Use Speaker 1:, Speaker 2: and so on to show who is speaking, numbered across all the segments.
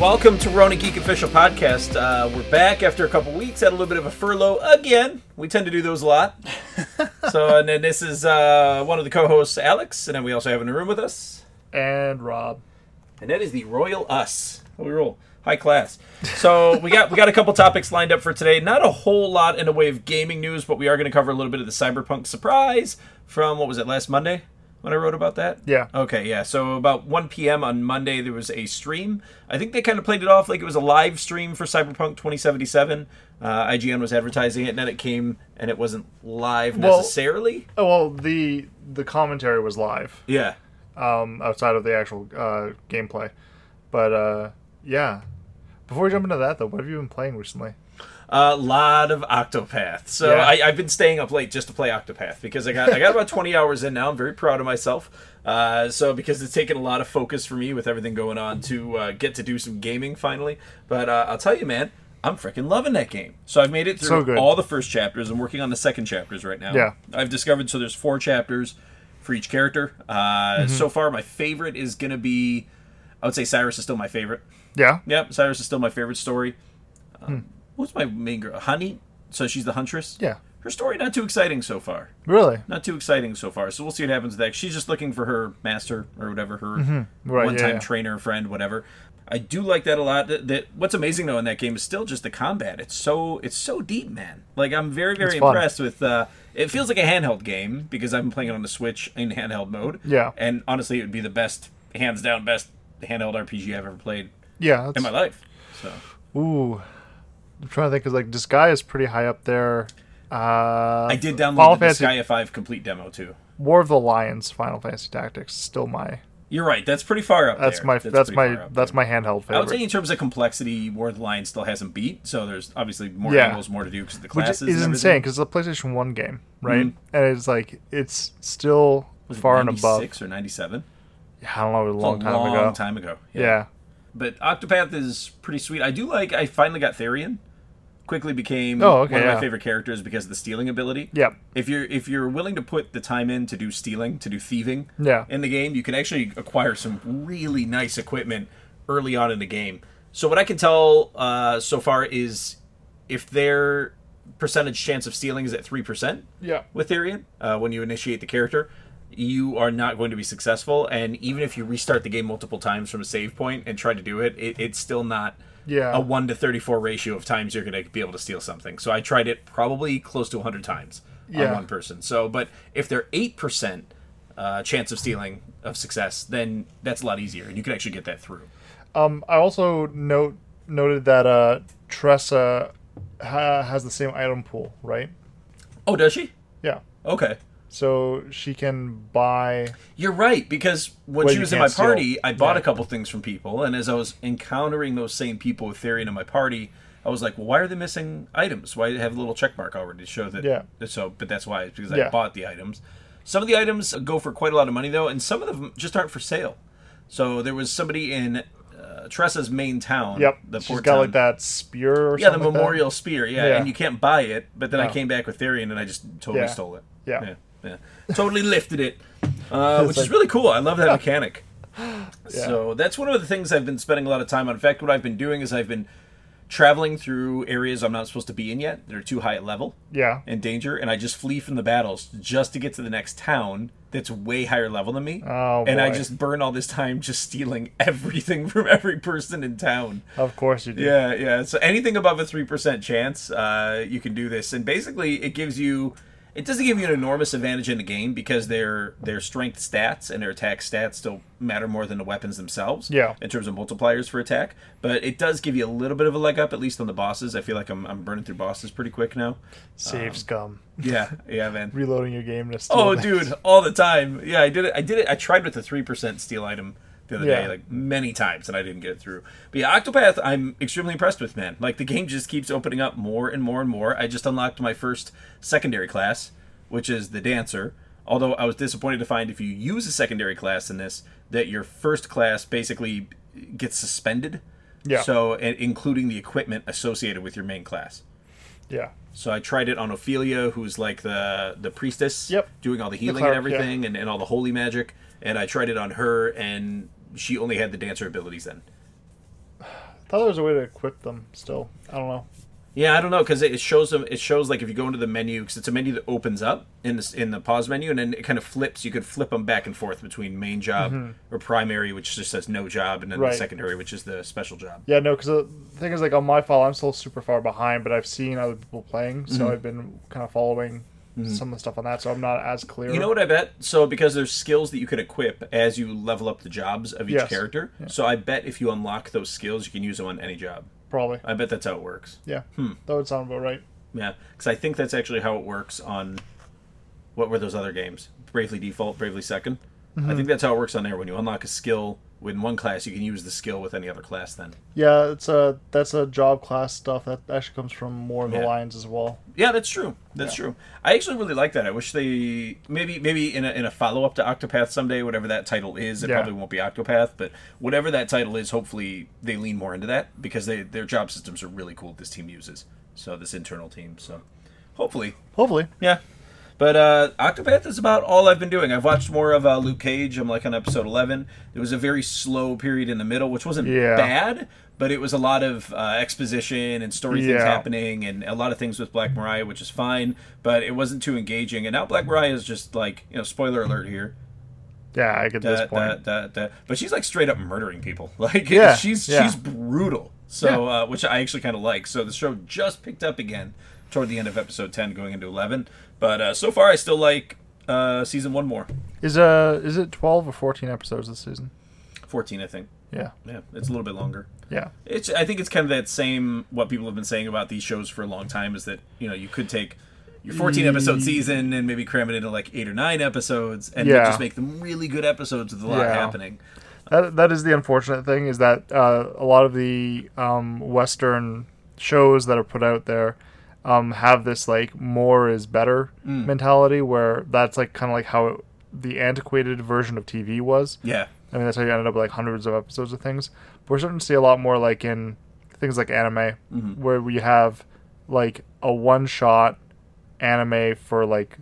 Speaker 1: Welcome to Rona Geek Official Podcast. Uh, we're back after a couple weeks, had a little bit of a furlough again. We tend to do those a lot. so, and then this is uh, one of the co hosts, Alex, and then we also have in the room with us,
Speaker 2: and Rob.
Speaker 1: and that is the Royal Us. How we roll. High class. So we got we got a couple topics lined up for today. Not a whole lot in the way of gaming news, but we are going to cover a little bit of the cyberpunk surprise from what was it last Monday when I wrote about that.
Speaker 2: Yeah.
Speaker 1: Okay, yeah. So about 1 p.m. on Monday, there was a stream. I think they kind of played it off like it was a live stream for Cyberpunk 2077. Uh, IGN was advertising it, and then it came and it wasn't live
Speaker 2: Well-
Speaker 1: necessarily.
Speaker 2: Oh well, the the commentary was live
Speaker 1: yeah.
Speaker 2: um, outside of the actual uh, gameplay, but uh, yeah. Before we jump into that, though, what have you been playing recently?
Speaker 1: A lot of Octopath. So
Speaker 2: Yeah.
Speaker 1: I, I've been staying up late just to play Octopath because I got I got about 20 hours in now. I'm very proud of myself. Uh, so because it's taken a lot of focus for me with everything going on to uh, get to do some gaming finally. But uh, I'll tell you, man, I'm freaking loving that game. So I've made it through
Speaker 2: So good.
Speaker 1: all the first chapters. I'm working on the second chapters right now.
Speaker 2: Yeah.
Speaker 1: I've discovered so there's four chapters for each character. Uh,
Speaker 2: Mm-hmm.
Speaker 1: So far, my favorite is gonna be. I would say Cyrus is still my favorite.
Speaker 2: Yeah,
Speaker 1: Yep, Cyrus is still my favorite story.
Speaker 2: Hmm.
Speaker 1: What's my main girl? Honey? So she's the huntress?
Speaker 2: yeah,
Speaker 1: Her story not too exciting so far.
Speaker 2: really,
Speaker 1: Not too exciting so far. So we'll see what happens next. She's just looking for her master or whatever, her
Speaker 2: Mm-hmm. right?
Speaker 1: one
Speaker 2: yeah,
Speaker 1: time
Speaker 2: yeah.
Speaker 1: trainer, friend, whatever. I do like that a lot. That, that what's amazing though in that game is still just the combat. It's so it's so deep, man. Like I'm very very
Speaker 2: It's fun.
Speaker 1: impressed with. Uh, it feels like a handheld game because I've been playing it on the Switch in handheld mode.
Speaker 2: Yeah.
Speaker 1: And honestly, it would be the best, hands down, best handheld RPG I've ever played
Speaker 2: yeah.
Speaker 1: in my
Speaker 2: That's,
Speaker 1: life. So
Speaker 2: ooh, I'm trying to think because like Disguise is pretty high up there. Uh,
Speaker 1: I did download
Speaker 2: Final
Speaker 1: the
Speaker 2: Fantasy
Speaker 1: Disgaea 5 complete demo too.
Speaker 2: War of the Lions, Final Fantasy Tactics, still my
Speaker 1: You're right. That's pretty far up.
Speaker 2: that's
Speaker 1: there.
Speaker 2: my that's,
Speaker 1: pretty far
Speaker 2: my
Speaker 1: up
Speaker 2: that's
Speaker 1: there.
Speaker 2: my handheld
Speaker 1: I would say
Speaker 2: favorite.
Speaker 1: in terms of complexity, War of the Lion still hasn't beat. So there's obviously more
Speaker 2: Yeah.
Speaker 1: angles, more to do because the
Speaker 2: which
Speaker 1: classes.
Speaker 2: is
Speaker 1: and everything. Mm-hmm.
Speaker 2: insane because it's a PlayStation One game, right? And it's like it's still far and above.
Speaker 1: 96 or 97.
Speaker 2: I don't know, it was a
Speaker 1: A
Speaker 2: long time
Speaker 1: long
Speaker 2: ago.
Speaker 1: time ago.
Speaker 2: Yeah,
Speaker 1: But Octopath is pretty sweet. I do like. I finally got Therian. Quickly became
Speaker 2: Oh, okay,
Speaker 1: one of my
Speaker 2: yeah.
Speaker 1: favorite characters because of the stealing ability.
Speaker 2: Yep.
Speaker 1: If you're if you're willing to put the time in to do stealing, to do thieving,
Speaker 2: Yeah.
Speaker 1: in the game, you can actually acquire some really nice equipment early on in the game. So what I can tell uh, so far is if their percentage chance of stealing is at three percent,
Speaker 2: yeah,
Speaker 1: with Therian uh, when you initiate the character, you are not going to be successful. And even if you restart the game multiple times from a save point and try to do it, it it's still not
Speaker 2: Yeah.
Speaker 1: a 1 to 34 ratio of times you're going to be able to steal something. So I tried it probably close to 100 times on
Speaker 2: Yeah.
Speaker 1: one person. So, but if they're 8% uh, chance of stealing of success, then that's a lot easier. And you can actually get that through.
Speaker 2: Um, I also note noted that uh, Tressa ha- has the same item pool, right?
Speaker 1: Oh, does she?
Speaker 2: Yeah,
Speaker 1: Okay.
Speaker 2: so she can buy.
Speaker 1: You're right because when
Speaker 2: Well,
Speaker 1: she
Speaker 2: you
Speaker 1: was in my
Speaker 2: can't steal.
Speaker 1: party, I bought a
Speaker 2: Yeah.
Speaker 1: couple things from people, and as I was encountering those same people with Therian in my party, I was like, well, "Why are they missing items? Why do they have a little check mark already to show that?"
Speaker 2: Yeah.
Speaker 1: So, but that's why it's because I
Speaker 2: Yeah.
Speaker 1: bought the items. Some of the items go for quite a lot of money though, and some of them just aren't for sale. So there was somebody in uh, Tressa's main town.
Speaker 2: Yep,
Speaker 1: the
Speaker 2: she's
Speaker 1: port
Speaker 2: got
Speaker 1: town.
Speaker 2: like that spear. Or
Speaker 1: Yeah, the
Speaker 2: something like that.
Speaker 1: memorial spear. Yeah,
Speaker 2: Yeah.
Speaker 1: and you can't buy it. But then I
Speaker 2: No.
Speaker 1: came back with Therian, and I just totally
Speaker 2: Yeah.
Speaker 1: stole it.
Speaker 2: Yeah.
Speaker 1: yeah, yeah. totally lifted it, uh,
Speaker 2: It's
Speaker 1: which is
Speaker 2: like-
Speaker 1: really cool. I love that mechanic. So that's one of the things I've been spending a lot of time on. In fact, what I've been doing is I've been traveling through areas I'm not supposed to be in yet. They're too high at level
Speaker 2: Yeah,
Speaker 1: and danger, and I just flee from the battles just to get to the next town that's way higher level than me.
Speaker 2: Oh,
Speaker 1: and I
Speaker 2: boy.
Speaker 1: just burn all this time just stealing everything from every person in town.
Speaker 2: of course you do.
Speaker 1: Yeah, yeah. So anything above a three percent chance, uh, you can do this, and basically it gives you. It doesn't give you an enormous advantage in the game because their their strength stats and their attack stats still matter more than the weapons themselves.
Speaker 2: Yeah.
Speaker 1: In terms of multipliers for attack, but it does give you a little bit of a leg up, at least on the bosses. I feel like I'm, I'm burning through bosses pretty quick now.
Speaker 2: Save scum.
Speaker 1: Yeah, yeah, man.
Speaker 2: Reloading your game to steal.
Speaker 1: Oh,
Speaker 2: that.
Speaker 1: dude, all the time. Yeah, I did it. I did it. I tried with the three percent steal item the other day,
Speaker 2: Yeah.
Speaker 1: like many times, and I didn't get it through. But yeah, Octopath, I'm extremely impressed with, man. Like the game just keeps opening up more and more and more. I just unlocked my first secondary class, which is the dancer. Although I was disappointed to find if you use a secondary class in this, that your first class basically gets suspended.
Speaker 2: Yeah.
Speaker 1: So, and including the equipment associated with your main class.
Speaker 2: Yeah,
Speaker 1: So I tried it on Ophelia, who's like the the priestess,
Speaker 2: Yep.
Speaker 1: doing all the healing and
Speaker 2: cleric,
Speaker 1: everything, and, and all the holy magic. And I tried it on her, and she only had the dancer abilities then.
Speaker 2: thought there was a way to equip them. Still, I don't know.
Speaker 1: Yeah, I don't know because it it shows them. It shows like if you go into the menu because it's a menu that opens up in this in the pause menu and then it kind of flips. You could flip them back and forth between main job or primary, which just says no job, and then
Speaker 2: Mm-hmm. Right.
Speaker 1: the secondary, which is the special job.
Speaker 2: Yeah, no, because the thing is, like on my file, I'm still super far behind, but I've seen other people playing, so I've been kind of following some of the stuff on that, so I'm not as clear.
Speaker 1: You know what I bet? So because there's skills that you can equip as you level up the jobs of each
Speaker 2: Yes.
Speaker 1: character. So I bet if you unlock those skills, you can use them on any job.
Speaker 2: Probably.
Speaker 1: I bet that's how it works.
Speaker 2: Yeah. That would sound about right.
Speaker 1: Yeah, because I think that's actually how it works on what were those other games? Bravely Default, Bravely 2nd I think that's how it works on there. When you unlock a skill in one class, you can use the skill with any other class. Then,
Speaker 2: Yeah, it's a that's a job class stuff that actually comes from more of the
Speaker 1: Yeah.
Speaker 2: lines as well.
Speaker 1: yeah, that's true. That's true. I actually really like that. I wish they maybe maybe in a, in a follow up to Octopath someday, whatever that title is. It
Speaker 2: Yeah.
Speaker 1: probably won't be Octopath, but whatever that title is, hopefully they lean more into that because they their job systems are really cool. This team uses so this internal team. So hopefully
Speaker 2: Hopefully,
Speaker 1: Yeah. But uh, Octopath is about all I've been doing. I've watched more of uh, Luke Cage. I'm like on episode 11. There was a very slow period in the middle, which wasn't
Speaker 2: Yeah.
Speaker 1: bad, but it was a lot of uh, exposition and story things
Speaker 2: Yeah.
Speaker 1: happening and a lot of things with Black Mariah, which is fine, but it wasn't too engaging. And now Black Mariah is just like, you know, spoiler alert here.
Speaker 2: yeah, I get this
Speaker 1: Da,
Speaker 2: point.
Speaker 1: da, da, da. But she's like straight up murdering people. Like
Speaker 2: Yeah,
Speaker 1: she's
Speaker 2: yeah.
Speaker 1: she's brutal. So uh, which I actually kind of like. So the show just picked up again toward the end of episode ten, going into eleven. But uh, so far, I still like uh, season one more.
Speaker 2: Is uh is it twelve or fourteen episodes this season?
Speaker 1: Fourteen, I think.
Speaker 2: Yeah,
Speaker 1: Yeah, it's a little bit longer.
Speaker 2: yeah,
Speaker 1: It's I think it's kind of that same what people have been saying about these shows for a long time is that you know you could take your 14
Speaker 2: Mm.
Speaker 1: episode season and maybe cram it into like eight or nine episodes and
Speaker 2: Yeah.
Speaker 1: just make them really good episodes with a lot
Speaker 2: Yeah.
Speaker 1: happening.
Speaker 2: that that is the unfortunate thing is that uh, a lot of the um, Western shows that are put out there um, have this like more is better
Speaker 1: Mm.
Speaker 2: mentality where that's like kind of like how it, the antiquated version of TV was.
Speaker 1: Yeah,
Speaker 2: I mean, that's how you ended up with like hundreds of episodes of things. But we're starting to see a lot more like in things like anime,
Speaker 1: Mm-hmm.
Speaker 2: where we have like a one shot anime for like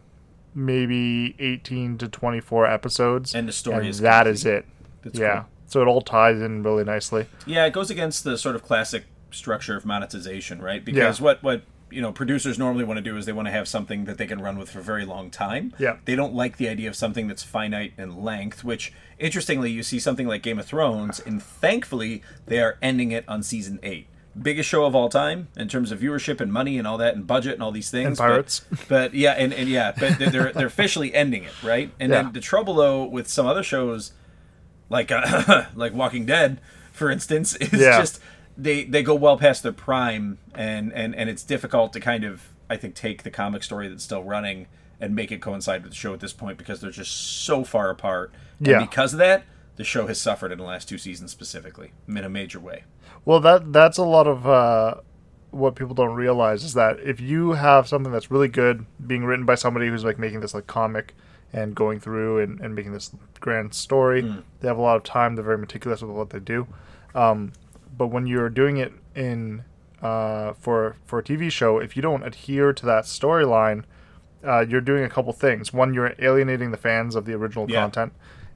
Speaker 2: maybe 18 to 24 episodes.
Speaker 1: and the story
Speaker 2: and
Speaker 1: is
Speaker 2: that is it.
Speaker 1: That's
Speaker 2: yeah.
Speaker 1: cool.
Speaker 2: So it all ties in really nicely.
Speaker 1: Yeah, it goes against the sort of classic structure of monetization, right? Because
Speaker 2: Yeah.
Speaker 1: what what you know producers normally want to do is they want to have something that they can run with for a very long time.
Speaker 2: Yeah.
Speaker 1: They don't like the idea of something that's finite in length, which interestingly you see something like Game of Thrones, and thankfully they are ending it on season eight. Biggest show of all time in terms of viewership and money and all that and budget and all these things. but-
Speaker 2: pirates.
Speaker 1: But, yeah, and, and yeah, but they're- they're they're officially ending it, right? And
Speaker 2: Yeah.
Speaker 1: then the trouble though with some other shows like uh, like Walking Dead, for instance, is
Speaker 2: Yeah.
Speaker 1: just they they go well past their prime, and and and it's difficult to kind of I think take the comic story that's still running and make it coincide with the show at this point because they're just so far apart. And
Speaker 2: Yeah.
Speaker 1: because of that, the show has suffered in the last two seasons specifically in a major way.
Speaker 2: Well, that that's a lot of uh, what people don't realize is that if you have something that's really good being written by somebody who's like making this like comic and going through and, and making this grand story, they have a lot of time. They're very meticulous with what they do. Um, but when you're doing it in uh, for for a TV show, if you don't adhere to that storyline, uh, you're doing a couple things. One, you're alienating the fans of the original
Speaker 1: Yeah.
Speaker 2: content,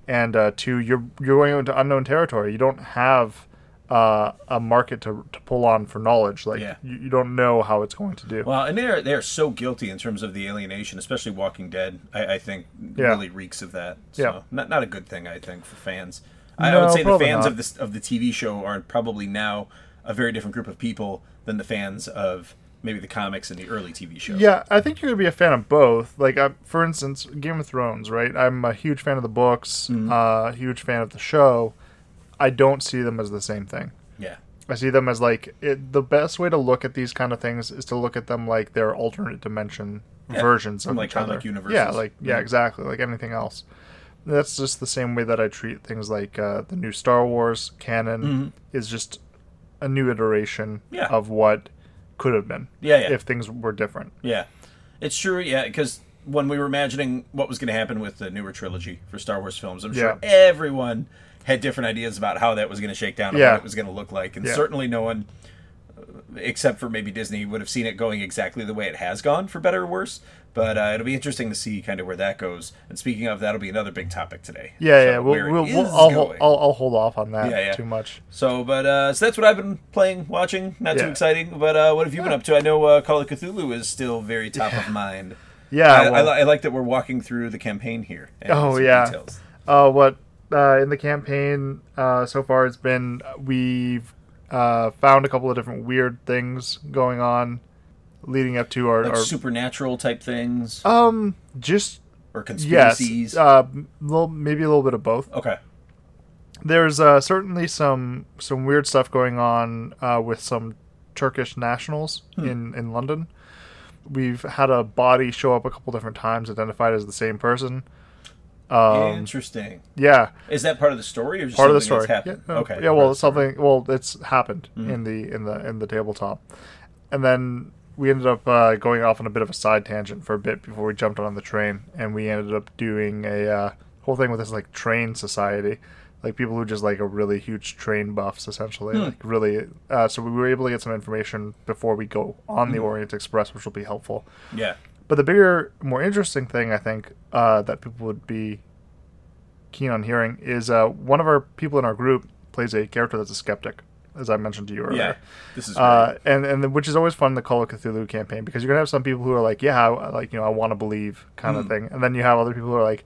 Speaker 2: and uh, two, you're you're going into unknown territory. You don't have uh, a market to, to pull on for knowledge. Like
Speaker 1: Yeah.
Speaker 2: you, you don't know how it's going to do.
Speaker 1: Well, and they're they're so guilty in terms of the alienation, especially Walking Dead. I, I think
Speaker 2: Yeah.
Speaker 1: really reeks of that. So
Speaker 2: Yeah.
Speaker 1: not not a good thing, I think, for fans. I, I
Speaker 2: No,
Speaker 1: would say the
Speaker 2: probably
Speaker 1: fans
Speaker 2: not.
Speaker 1: of this of the TV show are probably now a very different group of people than the fans of maybe the comics and the early TV show.
Speaker 2: yeah, I think you could be a fan of both. Like, I, for instance, Game of Thrones, right? I'm a huge fan of the books,
Speaker 1: Mm-hmm.
Speaker 2: uh, huge fan of the show. I don't see them as the same thing.
Speaker 1: Yeah.
Speaker 2: I see them as like it, the best way to look at these kind of things is to look at them like they're alternate dimension
Speaker 1: Yeah,
Speaker 2: versions of
Speaker 1: from, like,
Speaker 2: each other.
Speaker 1: comic universes.
Speaker 2: Yeah, like yeah,
Speaker 1: Mhm.
Speaker 2: exactly. Like anything else. That's just the same way that I treat things like uh, the new Star Wars canon is just a new iteration
Speaker 1: Mm-hmm. Yeah.
Speaker 2: of what could have been.
Speaker 1: Yeah, yeah.
Speaker 2: If things were different.
Speaker 1: Yeah, it's true. Yeah, because when we were imagining what was going to happen with the newer trilogy for Star Wars films, I'm sure
Speaker 2: Yeah.
Speaker 1: everyone had different ideas about how that was going to shake down and
Speaker 2: Yeah.
Speaker 1: what it was going to look like, and
Speaker 2: Yeah.
Speaker 1: certainly no one. uh, except for maybe Disney would have seen it going exactly the way it has gone, for better or worse. But uh, it'll be interesting to see kind of where that goes. And speaking of, that'll be another big topic today.
Speaker 2: Yeah,
Speaker 1: So
Speaker 2: yeah. We'll,
Speaker 1: where it
Speaker 2: we'll,
Speaker 1: is
Speaker 2: we'll I'll, hol-
Speaker 1: going.
Speaker 2: I'll, I'll hold off on that
Speaker 1: Yeah, yeah.
Speaker 2: too much.
Speaker 1: So, but uh, so that's what I've been playing, watching. Not too
Speaker 2: Yeah.
Speaker 1: exciting, but uh, what have you been up to? I know uh, Call of Cthulhu is still very top of mind.
Speaker 2: Yeah,
Speaker 1: I, I
Speaker 2: well-
Speaker 1: li- I, like that we're walking through the campaign here. and
Speaker 2: Oh,
Speaker 1: some
Speaker 2: yeah.
Speaker 1: details.
Speaker 2: uh, what uh, in the campaign uh, so far it's been we've uh, found a couple of different weird things going on leading up to our,
Speaker 1: like
Speaker 2: our
Speaker 1: supernatural type things
Speaker 2: um just
Speaker 1: or conspiracies.
Speaker 2: yes uh, little, maybe a little bit of both
Speaker 1: okay,
Speaker 2: there's uh, certainly some some weird stuff going on uh, with some Turkish nationals
Speaker 1: Hmm.
Speaker 2: in in London. We've had a body show up a couple different times, identified as the same person. Um,
Speaker 1: interesting.
Speaker 2: yeah,
Speaker 1: Is that part of the story or just
Speaker 2: part of the
Speaker 1: something
Speaker 2: story.
Speaker 1: that's happened?
Speaker 2: Yeah, oh,
Speaker 1: okay. Mm-hmm.
Speaker 2: Yeah, well,
Speaker 1: Right.
Speaker 2: it's something. Well, it's happened in the in the in the tabletop, and then we ended up uh, going off on a bit of a side tangent for a bit before we jumped on the train, and we ended up doing a uh, whole thing with this like train society, like people who just like are really huge train buffs,
Speaker 1: Hmm.
Speaker 2: essentially. Like really, uh, so we were able to get some information before we go on
Speaker 1: Mm-hmm.
Speaker 2: the Orient Express, which will be helpful.
Speaker 1: Yeah.
Speaker 2: But the bigger, more interesting thing I think uh, that people would be keen on hearing is uh, one of our people in our group plays a character that's a skeptic, as I mentioned to you earlier.
Speaker 1: Yeah. This is
Speaker 2: Uh, and and which is always fun in the Call of Cthulhu campaign because you're gonna have some people who are like, yeah, I, like you know, I want to believe kind
Speaker 1: Mm.
Speaker 2: of thing, and then you have other people who are like,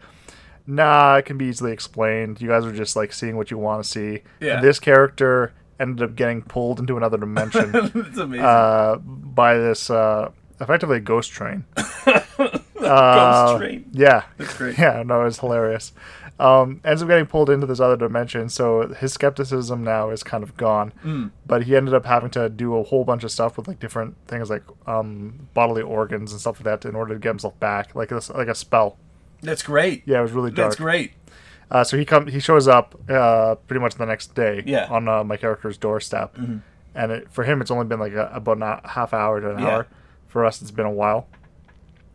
Speaker 2: nah, it can be easily explained. You guys are just like seeing what you want to see.
Speaker 1: Yeah.
Speaker 2: And this character ended up getting pulled into another dimension
Speaker 1: great. it's amazing.
Speaker 2: uh, by this uh, effectively ghost train. Uh,
Speaker 1: Ghost train.
Speaker 2: Yeah.
Speaker 1: That's great.
Speaker 2: Yeah, no, it's hilarious. Um, ends up getting pulled into this other dimension, so his skepticism now is kind of gone.
Speaker 1: Hmm.
Speaker 2: But he ended up having to do a whole bunch of stuff with like different things, like um, bodily organs and stuff like that, in order to get himself back, like this, like a spell.
Speaker 1: That's great.
Speaker 2: Yeah, it was really dark.
Speaker 1: That's great.
Speaker 2: Uh, so he come he shows up uh, pretty much the next day
Speaker 1: Yeah. Mm-hmm.
Speaker 2: on uh, my character's doorstep, and it, for him it's only been like a, about a half hour to an
Speaker 1: Yeah.
Speaker 2: hour. For us, it's been a while,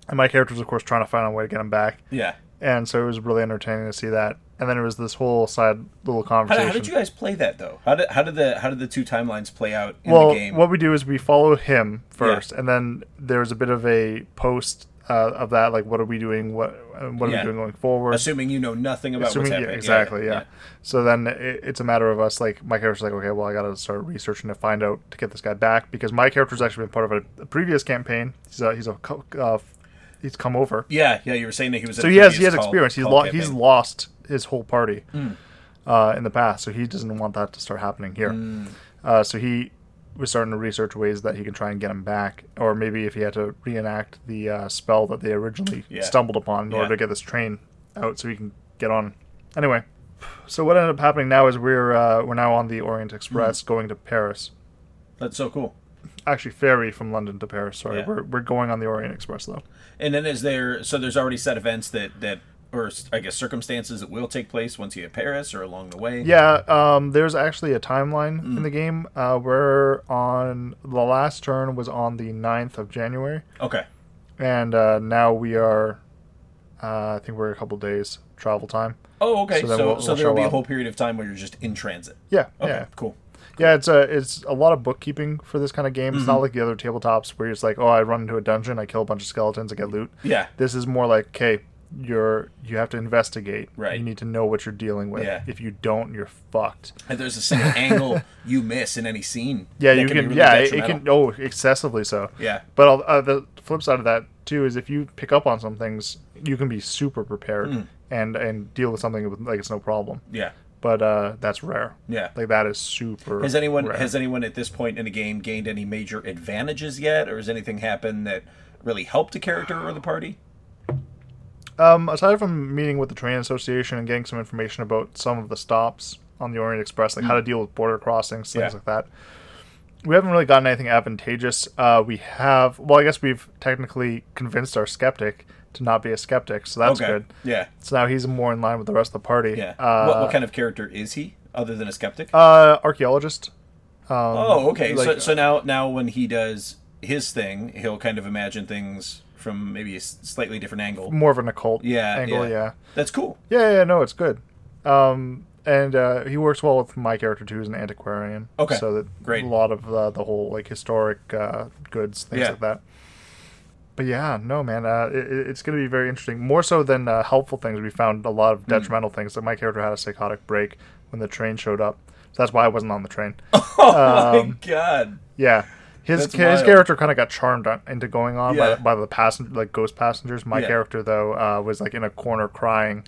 Speaker 2: and my character's of course trying to find a way to get him back,
Speaker 1: Yeah.
Speaker 2: and so it was really entertaining to see that. And then it was this whole side little
Speaker 1: How,
Speaker 2: conversation.
Speaker 1: how did you guys play that though? How did how did the how did the two timelines play out in
Speaker 2: well,
Speaker 1: the game?
Speaker 2: what we do is we follow him first, and then there's a bit of a post uh, of that, like what are we doing? What uh, what are
Speaker 1: Yeah.
Speaker 2: we doing going forward?
Speaker 1: assuming you know nothing about
Speaker 2: Assuming-
Speaker 1: what's
Speaker 2: yeah,
Speaker 1: happening.
Speaker 2: exactly, yeah. So then it, it's a matter of us, like, my character's like, okay, well, I got to start researching to find out to get this guy back because my character's actually been part of a, a previous campaign. He's a, he's a, co- uh, he's come over.
Speaker 1: yeah, yeah. You were saying that he was.
Speaker 2: So he has, he has experience. He's, lo- he's lost his whole party
Speaker 1: Hmm.
Speaker 2: uh, in the past, so he doesn't want that to start happening here.
Speaker 1: Hmm.
Speaker 2: Uh, so he was starting to research ways that he can try and get him back, or maybe if he had to reenact the uh, spell that they originally
Speaker 1: Yeah.
Speaker 2: stumbled upon in
Speaker 1: Yeah.
Speaker 2: order to get this train out, so he can get on. Anyway, so what ended up happening now is we're uh, we're now on the Orient Express
Speaker 1: Hmm.
Speaker 2: going to Paris.
Speaker 1: That's so cool.
Speaker 2: Actually, ferry from London to Paris. Sorry,
Speaker 1: Yeah.
Speaker 2: we're we're going on the Orient Express though.
Speaker 1: And then is there so there's already set events that that or I guess circumstances that will take place once you hit Paris or along the way.
Speaker 2: Yeah, um, there's actually a timeline in the
Speaker 1: Mm.
Speaker 2: game. Uh, we're on the last turn was on the 9th of January,
Speaker 1: Okay.
Speaker 2: and uh, now we are. Uh, I think we're a couple days travel time.
Speaker 1: Oh, okay.
Speaker 2: So
Speaker 1: So
Speaker 2: then
Speaker 1: so,
Speaker 2: we'll- we'll
Speaker 1: there will
Speaker 2: show
Speaker 1: be a
Speaker 2: up.
Speaker 1: whole period of time where you're just in transit.
Speaker 2: Yeah,
Speaker 1: Okay.
Speaker 2: yeah,
Speaker 1: Cool.
Speaker 2: yeah. It's a it's a lot of bookkeeping for this kind of game. It's not
Speaker 1: Mm-hmm.
Speaker 2: like the other tabletops where it's like, oh, I run into a dungeon, I kill a bunch of skeletons, I get loot.
Speaker 1: Yeah.
Speaker 2: This is more like, okay, you're you have to investigate.
Speaker 1: Right.
Speaker 2: You need to know what you're dealing with.
Speaker 1: Yeah.
Speaker 2: If you don't, you're fucked.
Speaker 1: And there's a single angle you miss in any scene.
Speaker 2: Yeah,
Speaker 1: that
Speaker 2: you
Speaker 1: be
Speaker 2: can.
Speaker 1: really
Speaker 2: yeah, it- it
Speaker 1: detrimental.
Speaker 2: can. Oh, excessively so.
Speaker 1: Yeah.
Speaker 2: But I'll- uh, the flip side of that too is if you pick up on some things, you can be super prepared
Speaker 1: Hmm.
Speaker 2: and and deal with something with, like it's no problem.
Speaker 1: Yeah.
Speaker 2: But uh, that's rare.
Speaker 1: Yeah.
Speaker 2: Like that is super.
Speaker 1: Has anyone
Speaker 2: rare.
Speaker 1: has anyone at this point in the game gained any major advantages yet, or has anything happened that really helped a character or the party?
Speaker 2: um, aside from meeting with the train association and getting some information about some of the stops on the Orient Express, like how to deal with border crossings,
Speaker 1: Hmm.
Speaker 2: things
Speaker 1: Yeah.
Speaker 2: like that. We haven't really gotten anything advantageous. Uh, we have, well, I guess we've technically convinced our skeptic to not be a skeptic, so that's good.
Speaker 1: Yeah.
Speaker 2: So now he's more in line with the rest of the party.
Speaker 1: Yeah.
Speaker 2: Uh,
Speaker 1: what, what kind of character is he, other than a skeptic?
Speaker 2: Uh, archaeologist. Um,
Speaker 1: oh, okay.
Speaker 2: like-
Speaker 1: so, so now, now when he does his thing, he'll kind of imagine things from maybe a s- slightly different angle.
Speaker 2: more of an occult
Speaker 1: Yeah.
Speaker 2: angle. Yeah.
Speaker 1: That's cool.
Speaker 2: yeah, yeah, No, it's good. Um, and uh, he works well with my character too, who's an antiquarian.
Speaker 1: Okay,
Speaker 2: so that
Speaker 1: great.
Speaker 2: a lot of uh, the whole like historic uh, goods, things
Speaker 1: Yeah.
Speaker 2: like that. But yeah, no man, uh, it, it- it's going to be very interesting. More so than uh, helpful things, we found a lot
Speaker 1: Hmm.
Speaker 2: of detrimental things. That my character had a psychotic break when the train showed up, so that's why I wasn't on the train.
Speaker 1: Oh
Speaker 2: Um,
Speaker 1: my god.
Speaker 2: Yeah. His,
Speaker 1: That's
Speaker 2: ca- his
Speaker 1: wild.
Speaker 2: character kind of got charmed on, into going on
Speaker 1: Yeah.
Speaker 2: by, by the passenger, like ghost passengers. My
Speaker 1: Yeah.
Speaker 2: character though uh, was like in a corner crying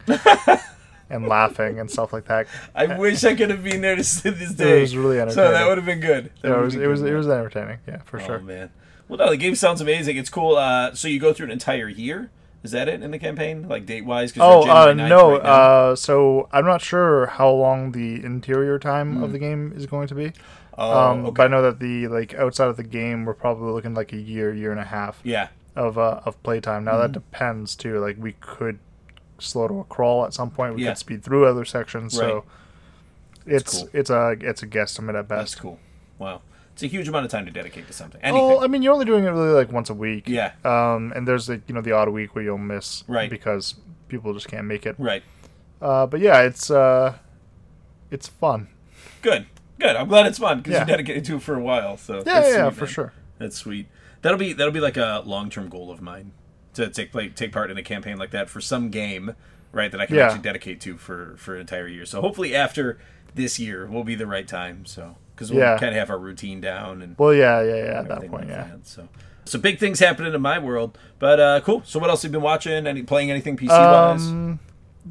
Speaker 2: and laughing and stuff like that.
Speaker 1: I wish I could have been there to see this day.
Speaker 2: was really
Speaker 1: So that
Speaker 2: entertaining.
Speaker 1: would have been good. That
Speaker 2: It
Speaker 1: would've
Speaker 2: was
Speaker 1: been
Speaker 2: it
Speaker 1: good.
Speaker 2: was it was entertaining. Yeah, for
Speaker 1: Oh
Speaker 2: sure.
Speaker 1: man. Well, no, the game sounds amazing. It's cool. Uh, so you go through an entire year. Is that it in the campaign, like date wise?
Speaker 2: Oh uh, no! uh, so I'm not sure how long the interior time of the game is going to be.
Speaker 1: Hmm. Oh,
Speaker 2: um,
Speaker 1: okay.
Speaker 2: But I know that the like outside of the game, we're probably looking like a year, year and a half
Speaker 1: yeah.
Speaker 2: of uh, of playtime. Now that
Speaker 1: Mm-hmm.
Speaker 2: depends too. Like we could slow to a crawl at some point. We
Speaker 1: Yeah.
Speaker 2: could speed through other sections.
Speaker 1: Right.
Speaker 2: So it's
Speaker 1: cool.
Speaker 2: it's a it's a guesstimate at
Speaker 1: That's
Speaker 2: best.
Speaker 1: cool. Wow, it's a huge amount of time to dedicate to something. Anything.
Speaker 2: Well, Oh, I mean, you're only doing it really like once a week.
Speaker 1: Yeah.
Speaker 2: Um, and there's like you know the odd week where you'll miss
Speaker 1: Right.
Speaker 2: because people just can't make it.
Speaker 1: right.
Speaker 2: Uh, but yeah, it's uh, it's fun.
Speaker 1: Good. Good. I'm glad it's fun because
Speaker 2: Yeah.
Speaker 1: you dedicated to it for a while. So
Speaker 2: Yeah,
Speaker 1: that's
Speaker 2: yeah, yeah,
Speaker 1: sweet,
Speaker 2: for
Speaker 1: man.
Speaker 2: sure.
Speaker 1: That's sweet. That'll be that'll be like a long term goal of mine to take play, take part in a campaign like that for some game, right? That I can
Speaker 2: Yeah.
Speaker 1: actually dedicate to for for an entire year. So hopefully after this year will be the right time. So because we'll
Speaker 2: Yeah.
Speaker 1: kind of have our routine down and
Speaker 2: Well, yeah, yeah, yeah. At that
Speaker 1: everything
Speaker 2: point,
Speaker 1: like
Speaker 2: yeah.
Speaker 1: that, so. So big things happening in my world, but uh, cool. So what else have you been watching? Any playing anything PC wise?
Speaker 2: Um,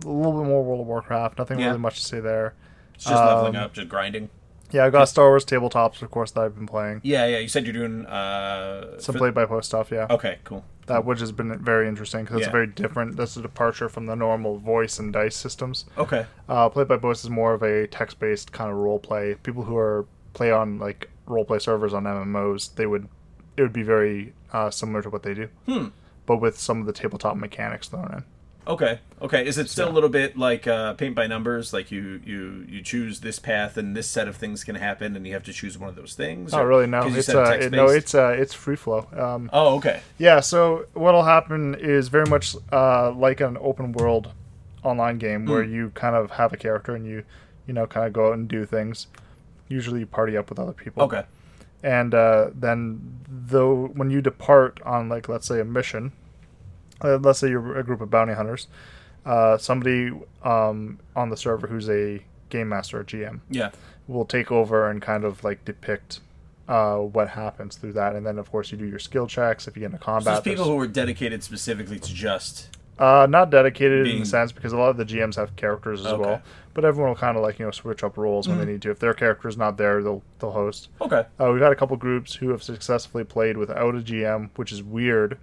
Speaker 2: a little bit more World of Warcraft. Nothing
Speaker 1: Yeah.
Speaker 2: really much to say there.
Speaker 1: Just leveling
Speaker 2: um,
Speaker 1: up, just grinding.
Speaker 2: Yeah, I got Star Wars tabletops, of course, that I've been playing.
Speaker 1: Yeah, yeah. You said you're doing uh,
Speaker 2: Some
Speaker 1: for-
Speaker 2: play by post stuff, yeah.
Speaker 1: Okay, cool.
Speaker 2: That which has been very interesting because it's
Speaker 1: Yeah.
Speaker 2: very different. That's a departure from the normal voice and dice systems.
Speaker 1: Okay,
Speaker 2: Uh, play by post is more of a text based kind of role play. People who are play on like role play servers on MMOs, they would it would be very uh, similar to what they do,
Speaker 1: Hmm.
Speaker 2: but with some of the tabletop mechanics thrown in.
Speaker 1: okay, okay. Is it still a little bit like uh, paint by numbers? Like you, you, you choose this path, and this set of things can happen, and you have to choose one of those things.
Speaker 2: Not
Speaker 1: Or-
Speaker 2: really. No,
Speaker 1: 'cause you
Speaker 2: it's
Speaker 1: said
Speaker 2: uh, it, no,
Speaker 1: text-based?
Speaker 2: it's uh, it's free flow. Um,
Speaker 1: Oh, okay.
Speaker 2: Yeah, so what'll happen is very much uh, like an open world online game
Speaker 1: Hmm.
Speaker 2: where you kind of have a character and you, you know, kind of go out and do things. Usually, you party up with other people.
Speaker 1: Okay.
Speaker 2: And uh, then, though, when you depart on like let's say a mission, uh, let's say you're a group of bounty hunters, uh, somebody um, on the server who's a game master, a GM,
Speaker 1: Yeah.
Speaker 2: will take over and kind of like depict uh, what happens through that. And then, of course, you do your skill checks if you get into
Speaker 1: So there's
Speaker 2: combat.
Speaker 1: people
Speaker 2: there's-
Speaker 1: who are dedicated specifically to just.
Speaker 2: uh, not dedicated in
Speaker 1: Being-
Speaker 2: the sense because a lot of the GMs have characters as
Speaker 1: Okay. Mm.
Speaker 2: well, but everyone will kind of like you know switch up roles when they need to. If their character's not there, they'll they'll host.
Speaker 1: Okay.
Speaker 2: Uh, we've had a couple groups who have successfully played without a GM, which is weird,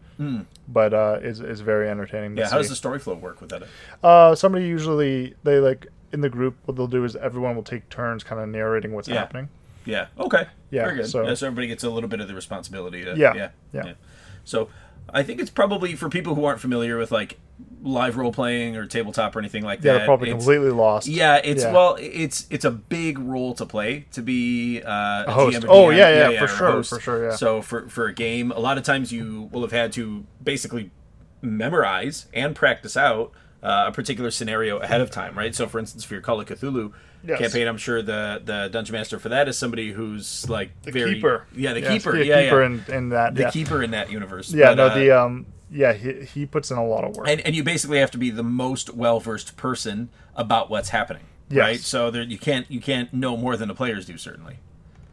Speaker 2: but uh, is is very entertaining. To
Speaker 1: Mm. Yeah. How
Speaker 2: see.
Speaker 1: does the story flow work with that?
Speaker 2: Uh, somebody usually they like in the group. What they'll do is everyone will take turns kind of narrating what's
Speaker 1: Yeah.
Speaker 2: happening.
Speaker 1: Yeah. Okay.
Speaker 2: Yeah,
Speaker 1: Very good.
Speaker 2: so-
Speaker 1: Yeah, so everybody gets a little bit of the responsibility. To,
Speaker 2: Yeah,
Speaker 1: yeah.
Speaker 2: yeah.
Speaker 1: So I think it's probably for people who aren't familiar with like live role playing or tabletop or anything like
Speaker 2: Yeah,
Speaker 1: that.
Speaker 2: they're probably
Speaker 1: it's-
Speaker 2: completely lost.
Speaker 1: Yeah, it's
Speaker 2: Yeah.
Speaker 1: well, it's it's a big role to play to be uh, a
Speaker 2: host.
Speaker 1: GM or
Speaker 2: Oh,
Speaker 1: DM.
Speaker 2: yeah, yeah, for
Speaker 1: or a
Speaker 2: sure,
Speaker 1: host.
Speaker 2: for sure, yeah.
Speaker 1: So for for a game, a lot of times you will have had to basically memorize and practice out uh, a particular scenario ahead of time, right? So for instance, for your Call of Cthulhu
Speaker 2: Yes.
Speaker 1: campaign, I'm sure the the dungeon master for that is somebody who's like the very
Speaker 2: keeper.
Speaker 1: yeah, the
Speaker 2: Yeah, it's
Speaker 1: keeper,
Speaker 2: the
Speaker 1: yeah,
Speaker 2: keeper
Speaker 1: yeah.
Speaker 2: In, in that.
Speaker 1: the
Speaker 2: yeah.
Speaker 1: keeper in that universe.
Speaker 2: yeah,
Speaker 1: But,
Speaker 2: no,
Speaker 1: uh,
Speaker 2: the um, yeah, he he puts in a lot of work.
Speaker 1: and, and you basically have to be the most well versed person about what's happening,
Speaker 2: Yes.
Speaker 1: right? So there, you can't you can't know more than the players do, certainly.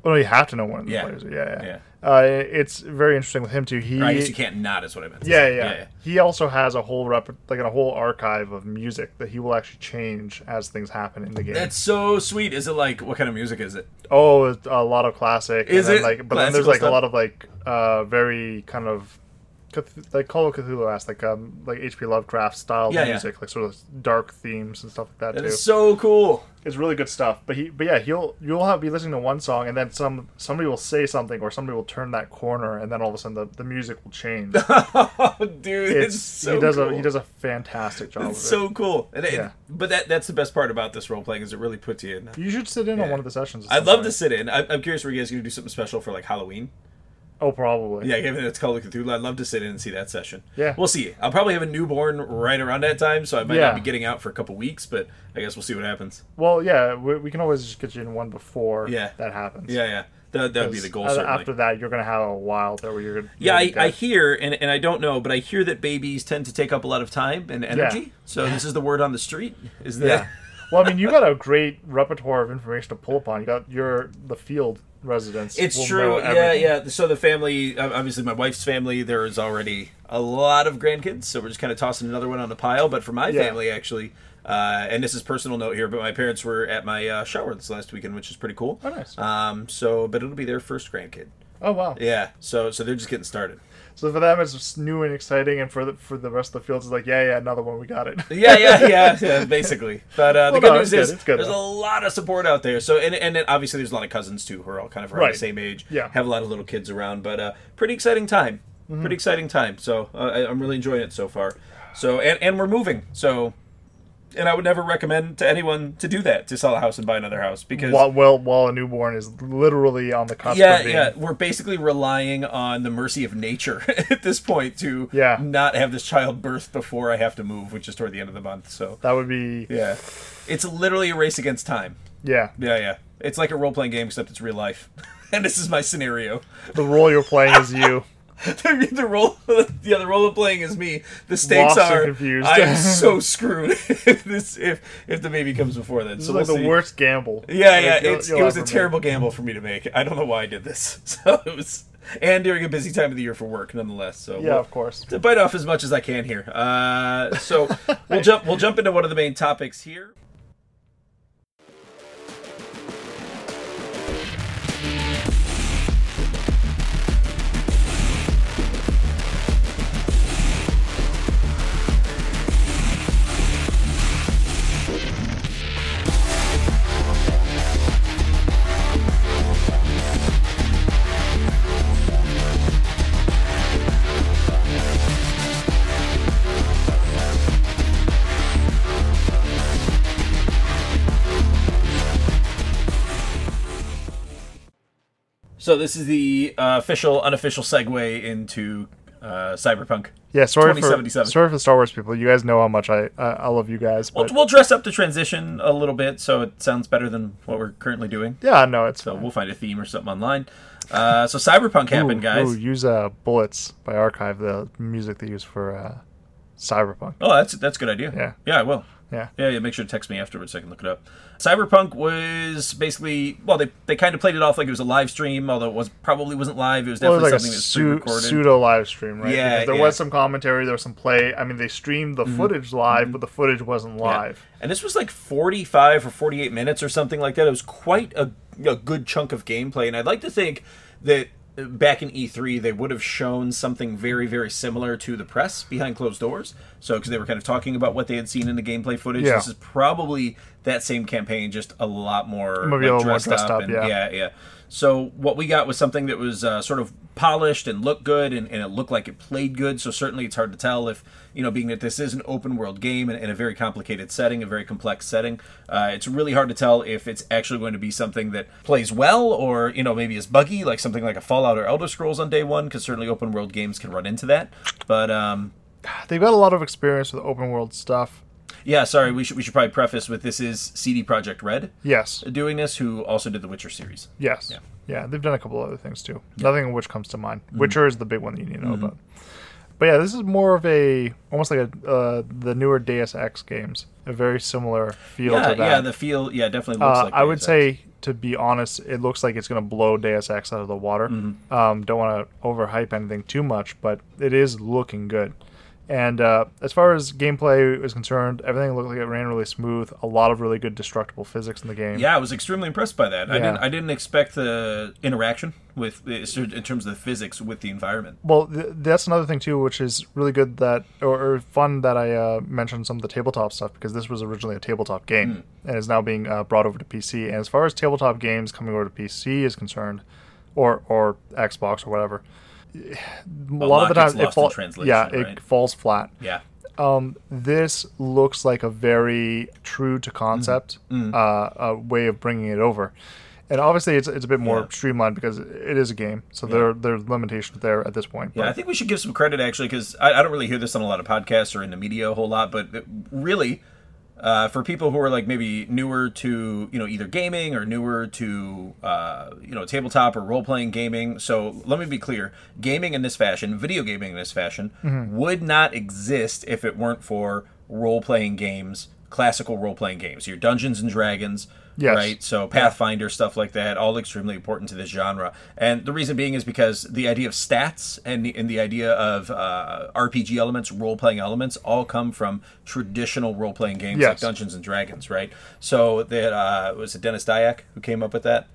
Speaker 2: Well, you have to know one of the
Speaker 1: Yeah.
Speaker 2: players. Yeah, yeah.
Speaker 1: Yeah.
Speaker 2: Uh, it's very interesting with him too. He,
Speaker 1: Or I guess you can't not is what I meant. to
Speaker 2: yeah, yeah,
Speaker 1: say.
Speaker 2: He also has a whole rep, like a whole archive of music that he will actually change as things happen in the game.
Speaker 1: That's so sweet. Is it like what kind of music is it?
Speaker 2: oh, it's a lot of classic.
Speaker 1: Is
Speaker 2: and then,
Speaker 1: it
Speaker 2: like? But then there's
Speaker 1: classical
Speaker 2: like
Speaker 1: stuff?
Speaker 2: a lot of like uh, very kind of. Cth- Like Call of Cthulhu esque, like um, like H.P. Lovecraft style
Speaker 1: Yeah, yeah.
Speaker 2: music, like sort of dark themes and stuff like that,
Speaker 1: That
Speaker 2: too.
Speaker 1: is so cool.
Speaker 2: it's really good stuff. But he, but yeah, he'll you'll have be listening to one song, and then some somebody will say something, or somebody will turn that corner, and then all of a sudden the, the music will change.
Speaker 1: Dude, it's,
Speaker 2: It's
Speaker 1: so
Speaker 2: he does
Speaker 1: cool.
Speaker 2: a he does a fantastic job.
Speaker 1: it's
Speaker 2: of it.
Speaker 1: so cool. And it-
Speaker 2: Yeah.
Speaker 1: but that that's the best part about this role playing is it really puts you in.
Speaker 2: You should sit in on one of the sessions. at
Speaker 1: I'd
Speaker 2: some
Speaker 1: love
Speaker 2: point.
Speaker 1: to sit in. I, I'm curious, were you guys going to do something special for like Halloween?
Speaker 2: Oh, probably.
Speaker 1: Yeah, given it's Call of Cthulhu, I'd love to sit in and see that session.
Speaker 2: Yeah.
Speaker 1: We'll see. I'll probably have a newborn right around that time, so I might
Speaker 2: Yeah.
Speaker 1: not be getting out for a couple weeks, but I guess we'll see what happens.
Speaker 2: Well, yeah, we, we can always just get you in one before
Speaker 1: Yeah.
Speaker 2: that happens.
Speaker 1: Yeah, yeah. That that would be the goal,
Speaker 2: Because
Speaker 1: certainly.
Speaker 2: uh, After that, you're going to have a while there where you're going to.
Speaker 1: yeah, I, I hear, and, and I don't know, but I hear that babies tend to take up a lot of time and energy. So this is the word on the street. Is that?
Speaker 2: Yeah. well, I mean, you got a great repertoire of information to pull upon. You got your the field residents.
Speaker 1: It's
Speaker 2: will know
Speaker 1: true. Yeah,
Speaker 2: everything.
Speaker 1: yeah. So the family, ob- obviously, my wife's family, there is already a lot of grandkids, so we're just kind of tossing another one on the pile. But for my
Speaker 2: Yeah.
Speaker 1: family, actually, uh, and this is personal note here, but my parents were at my uh, shower this last weekend, which is pretty cool.
Speaker 2: Oh, nice.
Speaker 1: Um, so, but it'll be their first grandkid.
Speaker 2: Oh wow.
Speaker 1: Yeah. So, so they're just getting started.
Speaker 2: So for them, it's just new and exciting, and for the for the rest of the fields, it's like, yeah, yeah, another one, we got it.
Speaker 1: yeah, yeah, yeah, yeah, basically. But uh, the
Speaker 2: Well, no,
Speaker 1: good
Speaker 2: it's
Speaker 1: news
Speaker 2: good,
Speaker 1: is
Speaker 2: it's good,
Speaker 1: there's
Speaker 2: though.
Speaker 1: a lot of support out there. So and and then obviously there's a lot of cousins too who are all kind of around
Speaker 2: Right.
Speaker 1: the same age.
Speaker 2: Yeah. Mm-hmm.
Speaker 1: have a lot of little kids around. But uh, pretty exciting time. Pretty exciting time. So uh, I, I'm really enjoying it so far. So and and we're moving. So. And I would never recommend to anyone to do that to sell a house and buy another house because
Speaker 2: while well, while a newborn is literally on the cusp
Speaker 1: yeah,
Speaker 2: of being.
Speaker 1: yeah. We're basically relying on the mercy of nature at this point to
Speaker 2: Yeah.
Speaker 1: not have this child birthed before I have to move, which is toward the end of the month. So
Speaker 2: That would be yeah.
Speaker 1: yeah, it's literally a race against time. Yeah, yeah. It's like a role playing game, except it's real life. and this is my scenario.
Speaker 2: The role you're playing is you.
Speaker 1: the, the role, yeah, the role of playing is me. The stakes
Speaker 2: Lost and
Speaker 1: are
Speaker 2: confused.
Speaker 1: I am so screwed if this if if the baby comes before then.
Speaker 2: This
Speaker 1: so
Speaker 2: is like
Speaker 1: we'll
Speaker 2: the
Speaker 1: see.
Speaker 2: worst gamble.
Speaker 1: Yeah,
Speaker 2: Like,
Speaker 1: yeah.
Speaker 2: you'll-
Speaker 1: It's,
Speaker 2: you'll
Speaker 1: it was a
Speaker 2: ever make.
Speaker 1: terrible gamble for me to make. I don't know why I did this. So it was, and during a busy time of the year for work, nonetheless. So
Speaker 2: Yeah,
Speaker 1: we'll-
Speaker 2: of course.
Speaker 1: to bite off as much as I can here. Uh, so we'll jump we'll jump into one of the main topics here. So this is the uh, official unofficial segue into uh, cyberpunk.
Speaker 2: Yeah, sorry for
Speaker 1: 2077.
Speaker 2: sorry for the Star Wars people. You guys know how much I I, I love you guys,
Speaker 1: We'll,
Speaker 2: but
Speaker 1: we'll dress up the transition a little bit so it sounds better than what we're currently doing.
Speaker 2: yeah, no, it's
Speaker 1: So we'll find a theme or something online. Uh, so cyberpunk happened,
Speaker 2: Ooh,
Speaker 1: guys.
Speaker 2: ooh, use uh, bullets by Archive, the music they use for uh, Cyberpunk.
Speaker 1: Oh, that's that's a good idea.
Speaker 2: Yeah.
Speaker 1: yeah, I will.
Speaker 2: Yeah,
Speaker 1: Yeah, yeah, make sure to text me afterwards so I can look it up. Cyberpunk was basically well, they they kind of played it off like it was a live stream, although it was probably wasn't live. It was
Speaker 2: well, it
Speaker 1: definitely
Speaker 2: was like a
Speaker 1: something that was
Speaker 2: pseu-
Speaker 1: pre-recorded.
Speaker 2: pseudo live stream, right?
Speaker 1: Yeah,
Speaker 2: because there
Speaker 1: yeah. Mm-hmm.
Speaker 2: was some commentary, there was some play. I mean, they streamed the footage live, but the footage wasn't
Speaker 1: Yeah.
Speaker 2: live.
Speaker 1: And this was like 45 or 48 minutes or something like that. It was quite a, a good chunk of gameplay. And I'd like to think that uh, back in E3, they would have shown something very, very similar to the press behind closed doors. So, because they were kind of talking about what they had seen in the gameplay footage,
Speaker 2: Yeah.
Speaker 1: this is probably that same campaign, just a lot more
Speaker 2: Maybe a little more dressed up,
Speaker 1: and,
Speaker 2: yeah.
Speaker 1: yeah, yeah. So what we got was something that was uh, sort of polished and looked good, and, and it looked like it played good. So certainly it's hard to tell if you know, being that this is an open world game and in a very complicated setting, a very complex setting, uh, it's really hard to tell if it's actually going to be something that plays well, or you know, maybe is buggy, like something like a Fallout or Elder Scrolls on day one, because certainly open world games can run into that. But um,
Speaker 2: They've got a lot of experience with open world stuff.
Speaker 1: yeah, sorry, we should we should probably preface with this is CD Project Red
Speaker 2: Yes,
Speaker 1: doing this, who also did the Witcher series.
Speaker 2: yes, yeah. they've done a couple other things too. Nothing of which comes to mind.
Speaker 1: Mm-hmm.
Speaker 2: Witcher is the big one that you need to know about. But yeah, this is more of a almost like a uh, the newer Deus Ex games, a very similar feel
Speaker 1: Yeah,
Speaker 2: to that.
Speaker 1: yeah, the feel, yeah, definitely looks
Speaker 2: Uh,
Speaker 1: like.
Speaker 2: I would
Speaker 1: Deus Ex.
Speaker 2: say, to be honest, it looks like it's going to blow Deus Ex out of the water.
Speaker 1: Mm-hmm.
Speaker 2: Um, don't want to overhype anything too much, but it is looking good. And uh, as far as gameplay is concerned, everything looked like it ran really smooth. A lot of really good destructible physics in the game.
Speaker 1: Yeah, I was extremely impressed by that. I
Speaker 2: Yeah.
Speaker 1: didn't. I didn't expect the interaction with in terms of the physics with the environment.
Speaker 2: Well, th- that's another thing too, which is really good that or, or fun that I uh, mentioned some of the tabletop stuff because this was originally a tabletop game
Speaker 1: Hmm.
Speaker 2: and is now being uh, brought over to PC. And as far as tabletop games coming over to PC is concerned, or or Xbox or whatever, a lot of the
Speaker 1: lot gets
Speaker 2: times
Speaker 1: lost
Speaker 2: it
Speaker 1: in
Speaker 2: falls.
Speaker 1: translation,
Speaker 2: Yeah, it
Speaker 1: right?
Speaker 2: falls flat.
Speaker 1: Yeah,
Speaker 2: Um, this
Speaker 1: Hmm.
Speaker 2: looks like a very true to concept Uh, uh, way of bringing it over. And obviously, it's it's a bit more
Speaker 1: Yeah.
Speaker 2: streamlined because it is a game, so there there's limitations there at this point.
Speaker 1: Yeah, I think we should give some credit actually because I, I don't really hear this on a lot of podcasts or in the media a whole lot, but it- really, uh, for people who are like maybe newer to you know either gaming or newer to uh, you know tabletop or role playing gaming. So let me be clear: gaming in this fashion, video gaming in this fashion, would not exist if it weren't for role playing games, classical role playing games, your Dungeons and Dragons.
Speaker 2: Yes.
Speaker 1: Right, so Pathfinder stuff like that, all extremely important to this genre. And the reason being is because the idea of stats and the, and the idea of uh, RPG elements, role playing elements, all come from traditional role playing games like
Speaker 2: Yes.
Speaker 1: Dungeons and Dragons, right? So that uh, was it Dennis Dyack who came up with that.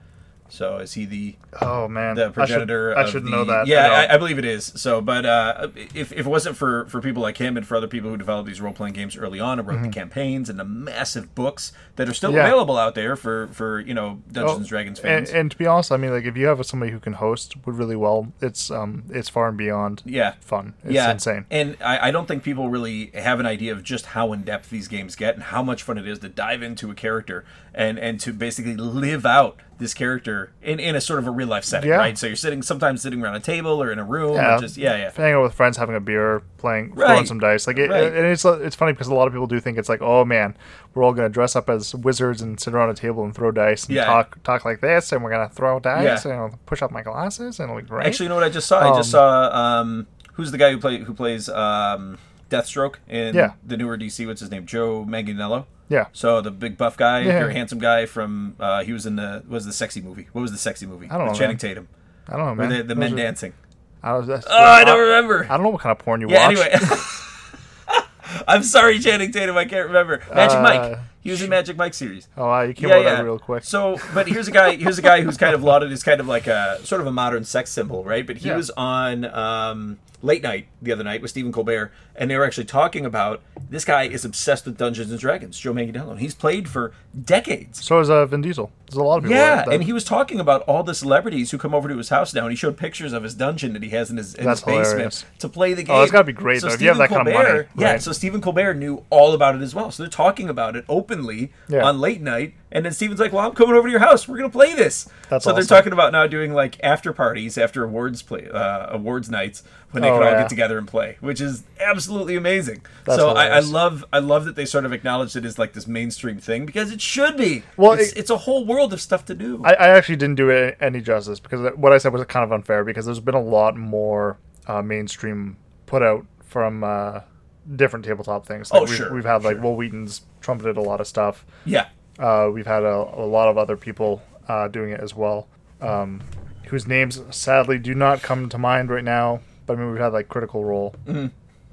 Speaker 1: So is he the
Speaker 2: Oh man,
Speaker 1: the progenitor.
Speaker 2: I should,
Speaker 1: of
Speaker 2: I should
Speaker 1: the-
Speaker 2: know that.
Speaker 1: Yeah,
Speaker 2: know.
Speaker 1: I, I believe it is. So, but uh, if, if it wasn't for for people like him and for other people who developed these role playing games early on and wrote the campaigns and the massive books that are still
Speaker 2: Mm-hmm. Yeah.
Speaker 1: available out there for for you know Dungeons
Speaker 2: Well,
Speaker 1: and Dragons
Speaker 2: and,
Speaker 1: fans.
Speaker 2: and to be honest, I mean, like if you have somebody who can host really well, it's um it's far and beyond
Speaker 1: yeah.
Speaker 2: fun. It's
Speaker 1: yeah,
Speaker 2: insane.
Speaker 1: and I, I don't think people really have an idea of just how in depth these games get and how much fun it is to dive into a character and and to basically live out this character in, in a sort of a real life setting,
Speaker 2: Yeah.
Speaker 1: right? So you're sitting sometimes sitting around a table or in a room,
Speaker 2: Yeah.
Speaker 1: or just yeah, yeah,
Speaker 2: Uh, Hanging out with friends, having a beer, playing, throwing
Speaker 1: Right.
Speaker 2: some dice. Like, it,
Speaker 1: Right.
Speaker 2: and it's it's funny because a lot of people do think it's like, oh man, we're all gonna dress up as wizards and sit around a table and throw dice and
Speaker 1: Yeah.
Speaker 2: talk talk like this, and we're gonna throw dice
Speaker 1: Yeah.
Speaker 2: and I'll push up my glasses and it'll be great.
Speaker 1: Actually, you know what I just saw? I just
Speaker 2: Um,
Speaker 1: saw um, who's the guy who play who plays um, Deathstroke in
Speaker 2: Yeah.
Speaker 1: the newer DC. What's his name? Joe Manganiello.
Speaker 2: yeah,
Speaker 1: So the big buff guy,
Speaker 2: Yeah.
Speaker 1: very handsome guy from uh, he was in the what was the sexy movie? What was the sexy movie?
Speaker 2: I don't
Speaker 1: With
Speaker 2: know,
Speaker 1: Channing
Speaker 2: man.
Speaker 1: Tatum.
Speaker 2: I don't know,
Speaker 1: Where
Speaker 2: man.
Speaker 1: the, the
Speaker 2: Those
Speaker 1: men
Speaker 2: are-
Speaker 1: dancing.
Speaker 2: I was, that's-
Speaker 1: Oh, I don't remember.
Speaker 2: I don't know what kind of porn you
Speaker 1: yeah.
Speaker 2: watch.
Speaker 1: Anyway. I'm sorry, Channing Tatum. I can't remember. Magic
Speaker 2: Uh,
Speaker 1: Mike. He was in Magic Mike series.
Speaker 2: Oh, wow, you came
Speaker 1: Yeah,
Speaker 2: out
Speaker 1: yeah.
Speaker 2: that real quick.
Speaker 1: So, but here's a guy. Here's a guy who's kind of lauded as kind of like a sort of a modern sex symbol, right? But he
Speaker 2: Yeah.
Speaker 1: was on um, late night the other night with Stephen Colbert, and they were actually talking about this guy is obsessed with Dungeons and Dragons, Joe Manganiello. and He's played for decades.
Speaker 2: So is uh, Vin Diesel. There's a lot of people.
Speaker 1: Yeah,
Speaker 2: like that.
Speaker 1: and he was talking about all the celebrities who come over to his house now, and he showed pictures of his dungeon that he has in his, in his
Speaker 2: That's
Speaker 1: basement
Speaker 2: hilarious.
Speaker 1: to play the game.
Speaker 2: Oh, that's gotta be great, though, if you have
Speaker 1: Stephen
Speaker 2: that kind of
Speaker 1: Colbert,
Speaker 2: money,
Speaker 1: Yeah,
Speaker 2: right.
Speaker 1: so Stephen Colbert knew all about it as well. So they're talking about it openly
Speaker 2: Yeah.
Speaker 1: on late night, and then Stephen's like, "Well, I'm coming over to your house. We're gonna play this."
Speaker 2: That's
Speaker 1: so they're
Speaker 2: awesome.
Speaker 1: talking about now doing like after parties after awards play uh, awards nights when they
Speaker 2: Oh,
Speaker 1: could all
Speaker 2: yeah.
Speaker 1: get together and play, which is absolutely amazing.
Speaker 2: That's
Speaker 1: so I, I
Speaker 2: hilarious.
Speaker 1: love I love that they sort of acknowledged it as like this mainstream thing because it should be.
Speaker 2: Well,
Speaker 1: it's,
Speaker 2: it-
Speaker 1: it's a whole world of stuff to do.
Speaker 2: I, I actually didn't do it any justice because what I said was kind of unfair because there's been a lot more uh, mainstream put out from uh, different tabletop things. Like
Speaker 1: Oh,
Speaker 2: we've,
Speaker 1: sure,
Speaker 2: We've had like
Speaker 1: sure.
Speaker 2: Will Wheaton's trumpeted a lot of stuff.
Speaker 1: yeah.
Speaker 2: Uh, we've had a, a lot of other people uh, doing it as well, um, whose names sadly do not come to mind right now. But I mean, we've had like Critical Role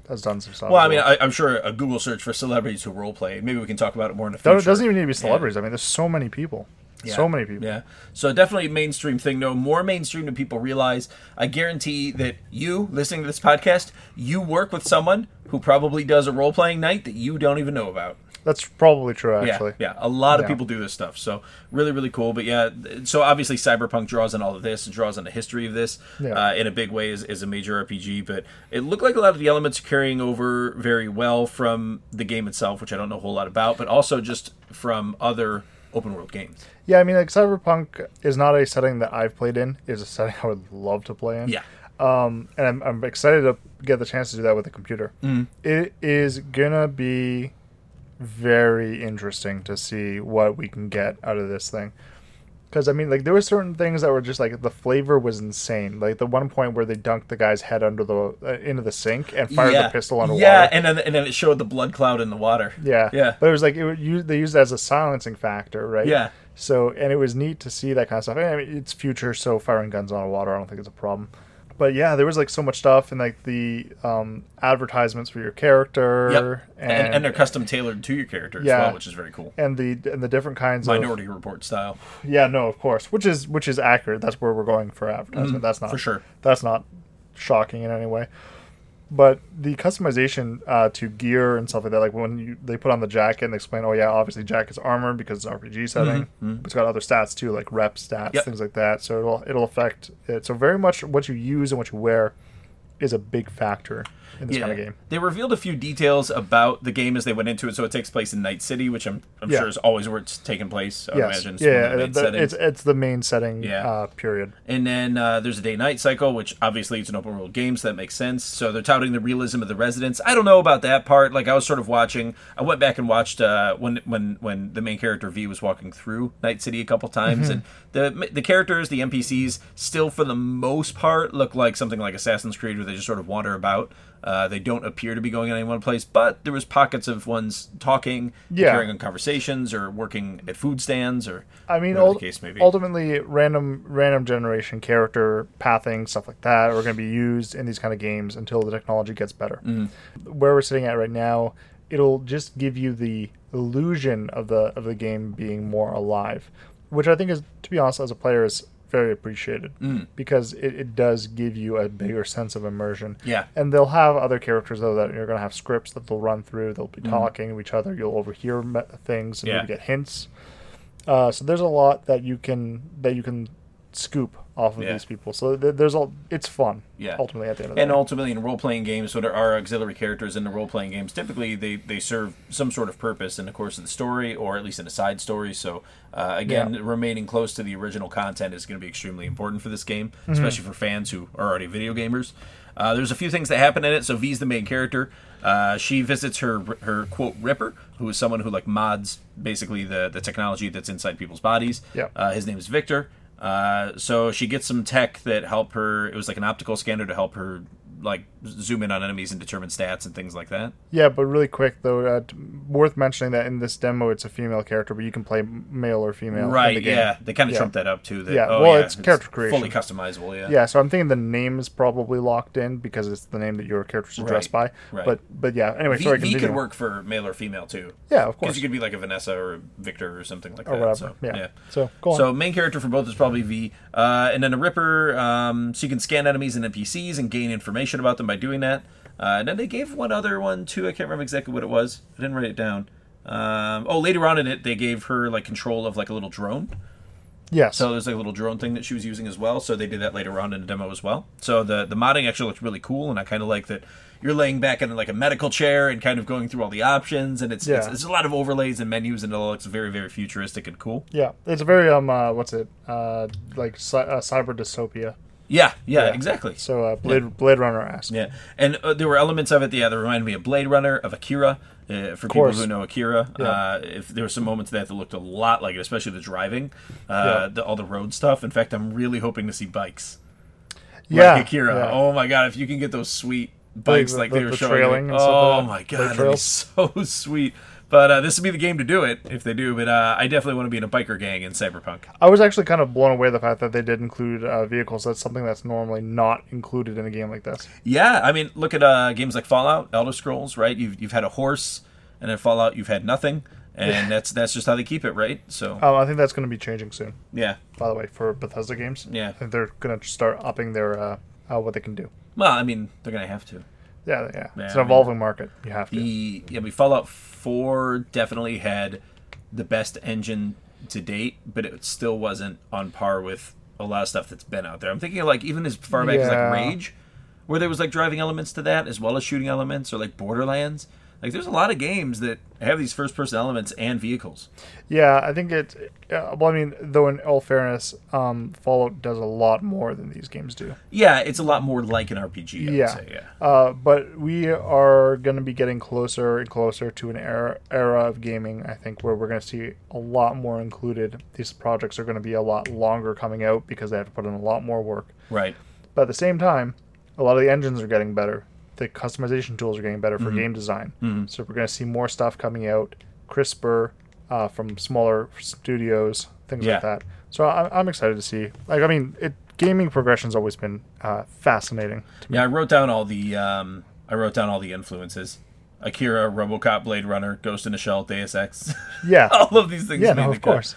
Speaker 2: has done some stuff.
Speaker 1: Mm-hmm. Well, I
Speaker 2: as
Speaker 1: mean, I, I'm sure a Google search for celebrities who roleplay. Maybe we can talk about it more in the
Speaker 2: Don't-
Speaker 1: future.
Speaker 2: it doesn't even need to be celebrities. I mean, there's so many people.
Speaker 1: Yeah.
Speaker 2: So many people.
Speaker 1: Yeah. So definitely a mainstream thing. No more mainstream than people realize. I guarantee that you listening to this podcast, you work with someone who probably does a role playing night that you don't even know about.
Speaker 2: That's probably true, actually.
Speaker 1: Yeah, yeah. A lot of
Speaker 2: Yeah.
Speaker 1: people do this stuff. So really, really cool. But yeah, th- so obviously Cyberpunk draws on all of this and draws on the history of this
Speaker 2: Yeah.
Speaker 1: uh, in a big way as, as a major RPG. But it looked like a lot of the elements carrying over very well from the game itself, which I don't know a whole lot about, but also just from other open world games.
Speaker 2: Yeah, I mean, like Cyberpunk is not a setting that I've played in. It's a setting I would love to play in.
Speaker 1: Yeah.
Speaker 2: Um, and I'm, I'm excited to get the chance to do that with a computer.
Speaker 1: Mm.
Speaker 2: It is gonna be very interesting to see what we can get out of this thing. Because I mean, like there were certain things that were just like the flavor was insane. Like the one point where they dunked the guy's head under the uh, into the sink and fired
Speaker 1: yeah.
Speaker 2: the pistol underwater.
Speaker 1: Yeah, and then and then it showed the blood cloud in the water.
Speaker 2: Yeah.
Speaker 1: Yeah.
Speaker 2: But it was like it you, they used it as a silencing factor, right?
Speaker 1: Yeah.
Speaker 2: So and it was neat to see that kind of stuff. And I mean, it's future, so firing guns on water, I don't think it's a problem. But yeah, there was like so much stuff and like the um, advertisements for your character
Speaker 1: Yep. And, and, they're custom tailored to your character
Speaker 2: Yeah.
Speaker 1: as well, which is very cool.
Speaker 2: and the and the different kinds
Speaker 1: Minority Report style.
Speaker 2: of yeah no of course which is which is accurate that's where we're going for advertisement that's not
Speaker 1: Mm, for sure.
Speaker 2: that's not shocking in any way but the customization uh, to gear and stuff like that, like when you, they put on the jacket and they explain, oh yeah, obviously jacket's armor because it's an RPG setting. But It's got other stats too, like rep stats,
Speaker 1: Mm-hmm, Yep.
Speaker 2: things like that. So it'll it'll affect it. So very much what you use and what you wear is a big factor. in this kind of game.
Speaker 1: They revealed a few details about the game as they went into it. So it takes place in Night City, which I'm, I'm
Speaker 2: Yeah.
Speaker 1: sure is always where it's taken place. I
Speaker 2: Yes.
Speaker 1: imagine. It's one of
Speaker 2: yeah,
Speaker 1: the main
Speaker 2: the-
Speaker 1: settings.
Speaker 2: it's it's the main setting.
Speaker 1: Yeah.
Speaker 2: Uh, period.
Speaker 1: And then uh, there's a day-night cycle, which obviously it's an open-world game, so that makes sense. So they're touting the realism of the residents. I don't know about that part. Like I was sort of watching. I went back and watched uh, when when when the main character V was walking through Night City a couple times, and the the characters, the NPCs, still for the most part look like something like Assassin's Creed, where they just sort of wander about. Uh, they don't appear to be going in any one place, but there was pockets of ones talking,
Speaker 2: Yeah.
Speaker 1: carrying on conversations, or working at food stands, or
Speaker 2: I mean,
Speaker 1: whatever
Speaker 2: ul-
Speaker 1: the case may be.
Speaker 2: ultimately, random random generation character pathing stuff like that are going to be used in these kind of games until the technology gets better.
Speaker 1: Mm-hmm.
Speaker 2: Where we're sitting at right now, it'll just give you the illusion of the of the game being more alive, which I think is, to be honest, as a player, is very appreciated
Speaker 1: Mm.
Speaker 2: because it, it does give you a bigger sense of immersion.
Speaker 1: Yeah.
Speaker 2: And they'll have other characters though that you're going to have scripts that they'll run through. They'll be talking to each other. You'll overhear me- things
Speaker 1: Mm-hmm.
Speaker 2: and
Speaker 1: Yeah.
Speaker 2: maybe get hints. Uh, so there's a lot that you can that you can scoop off of
Speaker 1: Yeah.
Speaker 2: these people. So th- there's all it's fun.
Speaker 1: Yeah.
Speaker 2: Ultimately, at the end of the
Speaker 1: and
Speaker 2: day.
Speaker 1: ultimately in role-playing games what are our auxiliary characters in the role-playing games typically they, they serve some sort of purpose in the course of the story or at least in a side story so uh, again
Speaker 2: Yeah.
Speaker 1: remaining close to the original content is going to be extremely important for this game especially for fans who are already video gamers uh, there's a few things that happen in it so v's the main character uh, she visits her her quote ripper who is someone who like mods basically the, the technology that's inside people's bodies
Speaker 2: Yeah.
Speaker 1: uh, his name is Victor. Uh, so she gets some tech that help her. It was like an optical scanner to help her like zoom in on enemies and determine stats and things like that.
Speaker 2: yeah, but really quick though, uh, t- worth mentioning that in this demo, it's a female character, but you can play m- male or female. in
Speaker 1: right?
Speaker 2: the game.
Speaker 1: yeah, they kind of
Speaker 2: Yeah.
Speaker 1: trumped that up too. That,
Speaker 2: Yeah,
Speaker 1: Oh,
Speaker 2: well,
Speaker 1: yeah,
Speaker 2: it's character creation.
Speaker 1: fully customizable. Yeah.
Speaker 2: Yeah, so I'm thinking the name is probably locked in because it's the name that your character's addressed
Speaker 1: Right,
Speaker 2: by.
Speaker 1: right.
Speaker 2: But but yeah, anyway,
Speaker 1: V,
Speaker 2: sorry.
Speaker 1: v could
Speaker 2: continue.
Speaker 1: work for male or female too.
Speaker 2: Yeah, of
Speaker 1: Because
Speaker 2: course.
Speaker 1: you could be like a Vanessa or a Victor or something like
Speaker 2: or
Speaker 1: that.
Speaker 2: whatever.
Speaker 1: So,
Speaker 2: yeah.
Speaker 1: yeah.
Speaker 2: So go on.
Speaker 1: So main character for both is probably V, uh, and then a Ripper. Um, so you can scan enemies and NPCs and gain information about them by doing that. Uh, and then they gave one other one too. I can't remember exactly what it was. I didn't write it down. Um, oh, later on in it, they gave her like control of like a little drone.
Speaker 2: yes.
Speaker 1: So there's like a little drone thing that she was using as well. So they did that later on in the demo as well. So the the modding actually looked really cool, and I kind of like that you're laying back in like a medical chair and kind of going through all the options, and it's it's,
Speaker 2: Yeah.
Speaker 1: it's a lot of overlays and menus, and it all looks very very futuristic and cool.
Speaker 2: yeah, it's a very um uh, what's it uh like cy- uh, cyber dystopia.
Speaker 1: Yeah, yeah,
Speaker 2: Yeah.
Speaker 1: exactly.
Speaker 2: So uh, Blade Blade Runner asked.
Speaker 1: Yeah, and uh, there were elements of it yeah, that reminded me of Blade Runner, of Akira. Uh, for people
Speaker 2: course.
Speaker 1: who know Akira,
Speaker 2: Yeah.
Speaker 1: uh, if there were some moments of that that looked a lot like it, especially the driving, uh,
Speaker 2: Yeah.
Speaker 1: the, all the road stuff. In fact, I'm really hoping to see bikes
Speaker 2: yeah,
Speaker 1: like Akira.
Speaker 2: yeah.
Speaker 1: Oh my god, if you can get those sweet bikes
Speaker 2: the-
Speaker 1: like
Speaker 2: the-
Speaker 1: they were
Speaker 2: the
Speaker 1: showing.
Speaker 2: trailing
Speaker 1: like,
Speaker 2: and stuff
Speaker 1: oh
Speaker 2: like that.
Speaker 1: my
Speaker 2: The
Speaker 1: god, that'd be
Speaker 2: trails.
Speaker 1: so sweet. But uh, this would be the game to do it if they do. But uh, I definitely want to be in a biker gang in Cyberpunk.
Speaker 2: I was actually kind of blown away the fact that they did include uh, vehicles. That's something that's normally not included in a game like this.
Speaker 1: Yeah, I mean, look at uh, games like Fallout, Elder Scrolls, right? You've you've had a horse, and in Fallout, you've had nothing, and that's that's just how they keep it, right? So
Speaker 2: Um, I think that's going to be changing soon.
Speaker 1: yeah,
Speaker 2: By the way, for Bethesda games,
Speaker 1: Yeah.
Speaker 2: I think they're going to start upping their uh, uh, what they can do.
Speaker 1: well, I mean, they're gonna have to.
Speaker 2: Yeah, yeah, it's
Speaker 1: I mean-
Speaker 2: an evolving market. You have to.
Speaker 1: The yeah, I mean, Fallout Four definitely had the best engine to date, but it still wasn't on par with a lot of stuff that's been out there. I'm thinking of like even as far back as
Speaker 2: Yeah.
Speaker 1: like Rage, where there was like driving elements to that as well as shooting elements, or like Borderlands. Like, there's a lot of games that have these first-person elements and vehicles.
Speaker 2: Yeah, I think it's. Uh, well, I mean, though, in all fairness, um, Fallout does a lot more than these games do.
Speaker 1: Yeah, it's a lot more like an RPG. I
Speaker 2: yeah.
Speaker 1: Would say, yeah.
Speaker 2: Uh, but we are going to be getting closer and closer to an era, era of gaming, I think, where we're going to see a lot more included. These projects are going to be a lot longer coming out because they have to put in a lot more work.
Speaker 1: Right.
Speaker 2: But at the same time, a lot of the engines are getting better. The customization tools are getting better
Speaker 1: Mm-hmm.
Speaker 2: for game design. So we're going to see more stuff coming out, crisper uh, from smaller studios, things
Speaker 1: Yeah.
Speaker 2: like that. So I'm, I'm excited to see. Like, I mean, it gaming progression's always been uh, fascinating to me.
Speaker 1: Yeah, I wrote down all the um, I wrote down all the influences: Akira, RoboCop, Blade Runner, Ghost in the Shell, Deus Ex.
Speaker 2: Yeah.
Speaker 1: all of these things.
Speaker 2: yeah,
Speaker 1: made
Speaker 2: no,
Speaker 1: the
Speaker 2: of
Speaker 1: cut.
Speaker 2: course.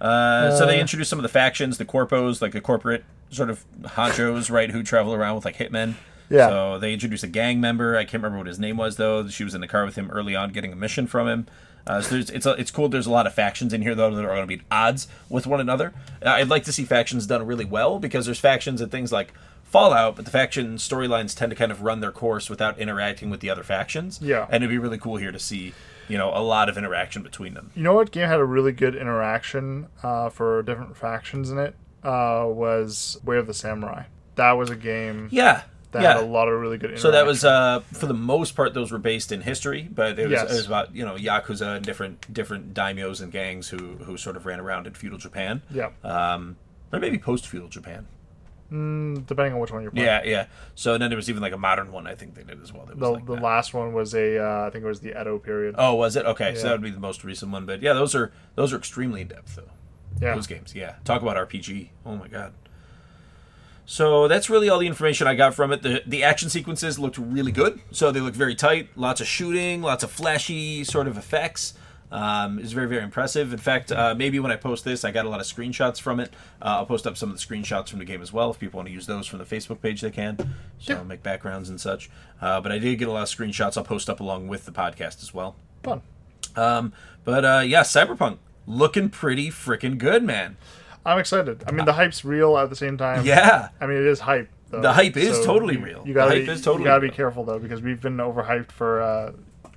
Speaker 1: Uh, so they introduced some of the factions, the corpos, like the corporate sort of honchos, right, who travel around with like hitmen.
Speaker 2: Yeah.
Speaker 1: So they introduced a gang member. I can't remember what his name was though. She was in the car with him early on, getting a mission from him. Uh, so there's, it's a, it's cool. There's a lot of factions in here though that are going to be at odds with one another. Uh, I'd like to see factions done really well because there's factions and things like Fallout, but the faction storylines tend to kind of run their course without interacting with the other factions.
Speaker 2: Yeah.
Speaker 1: and it'd be really cool here to see you know a lot of interaction between them.
Speaker 2: You know what game had a really good interaction uh, for different factions in it uh, was Way of the Samurai. That was a game
Speaker 1: Yeah,
Speaker 2: that
Speaker 1: yeah.
Speaker 2: had a lot of really good. Interaction.
Speaker 1: So that was uh, for the most part those were based in history, but it was,
Speaker 2: Yes.
Speaker 1: it was about you know yakuza and different different daimyos and gangs who who sort of ran around in feudal Japan,
Speaker 2: yeah,
Speaker 1: um, or maybe post feudal Japan.
Speaker 2: Mm, depending on which one you're playing.
Speaker 1: Yeah, yeah. So then there was even like a modern one I think they did as well. That was
Speaker 2: The,
Speaker 1: like
Speaker 2: the
Speaker 1: that.
Speaker 2: last one was a uh, I think it was the Edo period.
Speaker 1: oh, was it okay? So
Speaker 2: Yeah.
Speaker 1: that would be the most recent one, but yeah, those are those are extremely in depth though.
Speaker 2: yeah,
Speaker 1: Those games, yeah. Talk about RPG. Oh my god. So that's really all the information I got from it. The the action sequences looked really good. So they looked very tight. Lots of shooting, lots of flashy sort of effects. Um, it's very very impressive. In fact, uh, maybe when I post this, I got a lot of screenshots from it. Uh, I'll post up some of the screenshots from the game as well. If people want to use those from the Facebook page, they can. So make backgrounds and such. Uh, but I did get a lot of screenshots. I'll post up along with the podcast as well.
Speaker 2: fun.
Speaker 1: Um, but uh, yeah, Cyberpunk looking pretty freaking good, man.
Speaker 2: I'm excited. I mean, the hype's real at the same time.
Speaker 1: Uh, Yeah,
Speaker 2: I mean, it is hype. Though,
Speaker 1: The hype is totally
Speaker 2: you-
Speaker 1: real.
Speaker 2: You gotta
Speaker 1: The hype
Speaker 2: be,
Speaker 1: is totally
Speaker 2: you gotta be
Speaker 1: real.
Speaker 2: careful though because we've been overhyped for uh,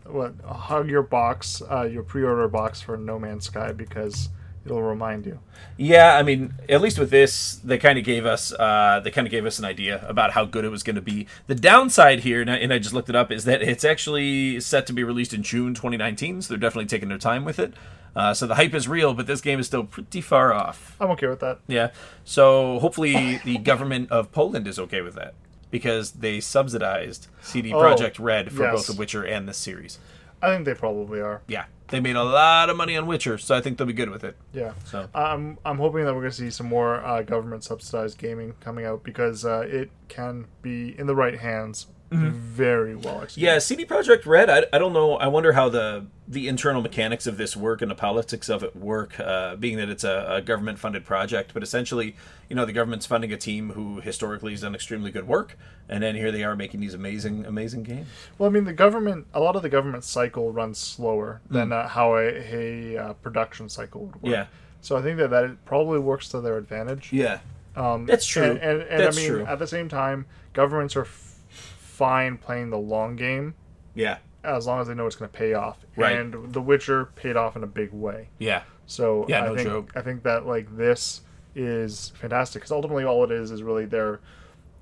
Speaker 2: what hug your box, uh, your pre-order box for No Man's Sky because it'll remind you.
Speaker 1: yeah. I mean, at least with this, they kind of gave us uh, they kind of gave us an idea about how good it was going to be. The downside here, and I, and I just looked it up, is that it's actually set to be released in June 2019, so they're definitely taking their time with it. Uh, so the hype is real, but this game is still pretty far off.
Speaker 2: I'm okay with that.
Speaker 1: Yeah. So hopefully the government of Poland is okay with that because they subsidized CD
Speaker 2: Oh,
Speaker 1: Project Red for
Speaker 2: yes.
Speaker 1: both The Witcher and this series.
Speaker 2: I think they probably are.
Speaker 1: Yeah, they made a lot of money on Witcher, so I think they'll be good with it.
Speaker 2: Yeah.
Speaker 1: So
Speaker 2: I'm I'm hoping that we're going to see some more uh, government subsidized gaming coming out because uh, it can be in the right hands,
Speaker 1: Mm-hmm.
Speaker 2: very well executed.
Speaker 1: Yeah, CD Project Red. I, I don't know. I wonder how the the internal mechanics of this work and the politics of it work, uh, being that it's a, a government funded project. But essentially, you know, the government's funding a team who historically has done extremely good work, and then here they are making these amazing, amazing games.
Speaker 2: Well, I mean, the government, a lot of the government cycle runs slower than uh, how a, a uh, production cycle would work.
Speaker 1: Hmm. Yeah.
Speaker 2: So I think that that it probably works to their advantage.
Speaker 1: Yeah,
Speaker 2: Um,
Speaker 1: That's true.
Speaker 2: And, and, and
Speaker 1: That's
Speaker 2: I mean, uh,
Speaker 1: true.
Speaker 2: at the same time, governments are f- fine playing the long game
Speaker 1: yeah,
Speaker 2: as long as they know it's going to pay off.
Speaker 1: Right.
Speaker 2: And The Witcher paid off in a big way.
Speaker 1: yeah,
Speaker 2: So
Speaker 1: Yeah,
Speaker 2: I
Speaker 1: no
Speaker 2: think
Speaker 1: joke.
Speaker 2: I think that like this is fantastic because ultimately all it is is really they're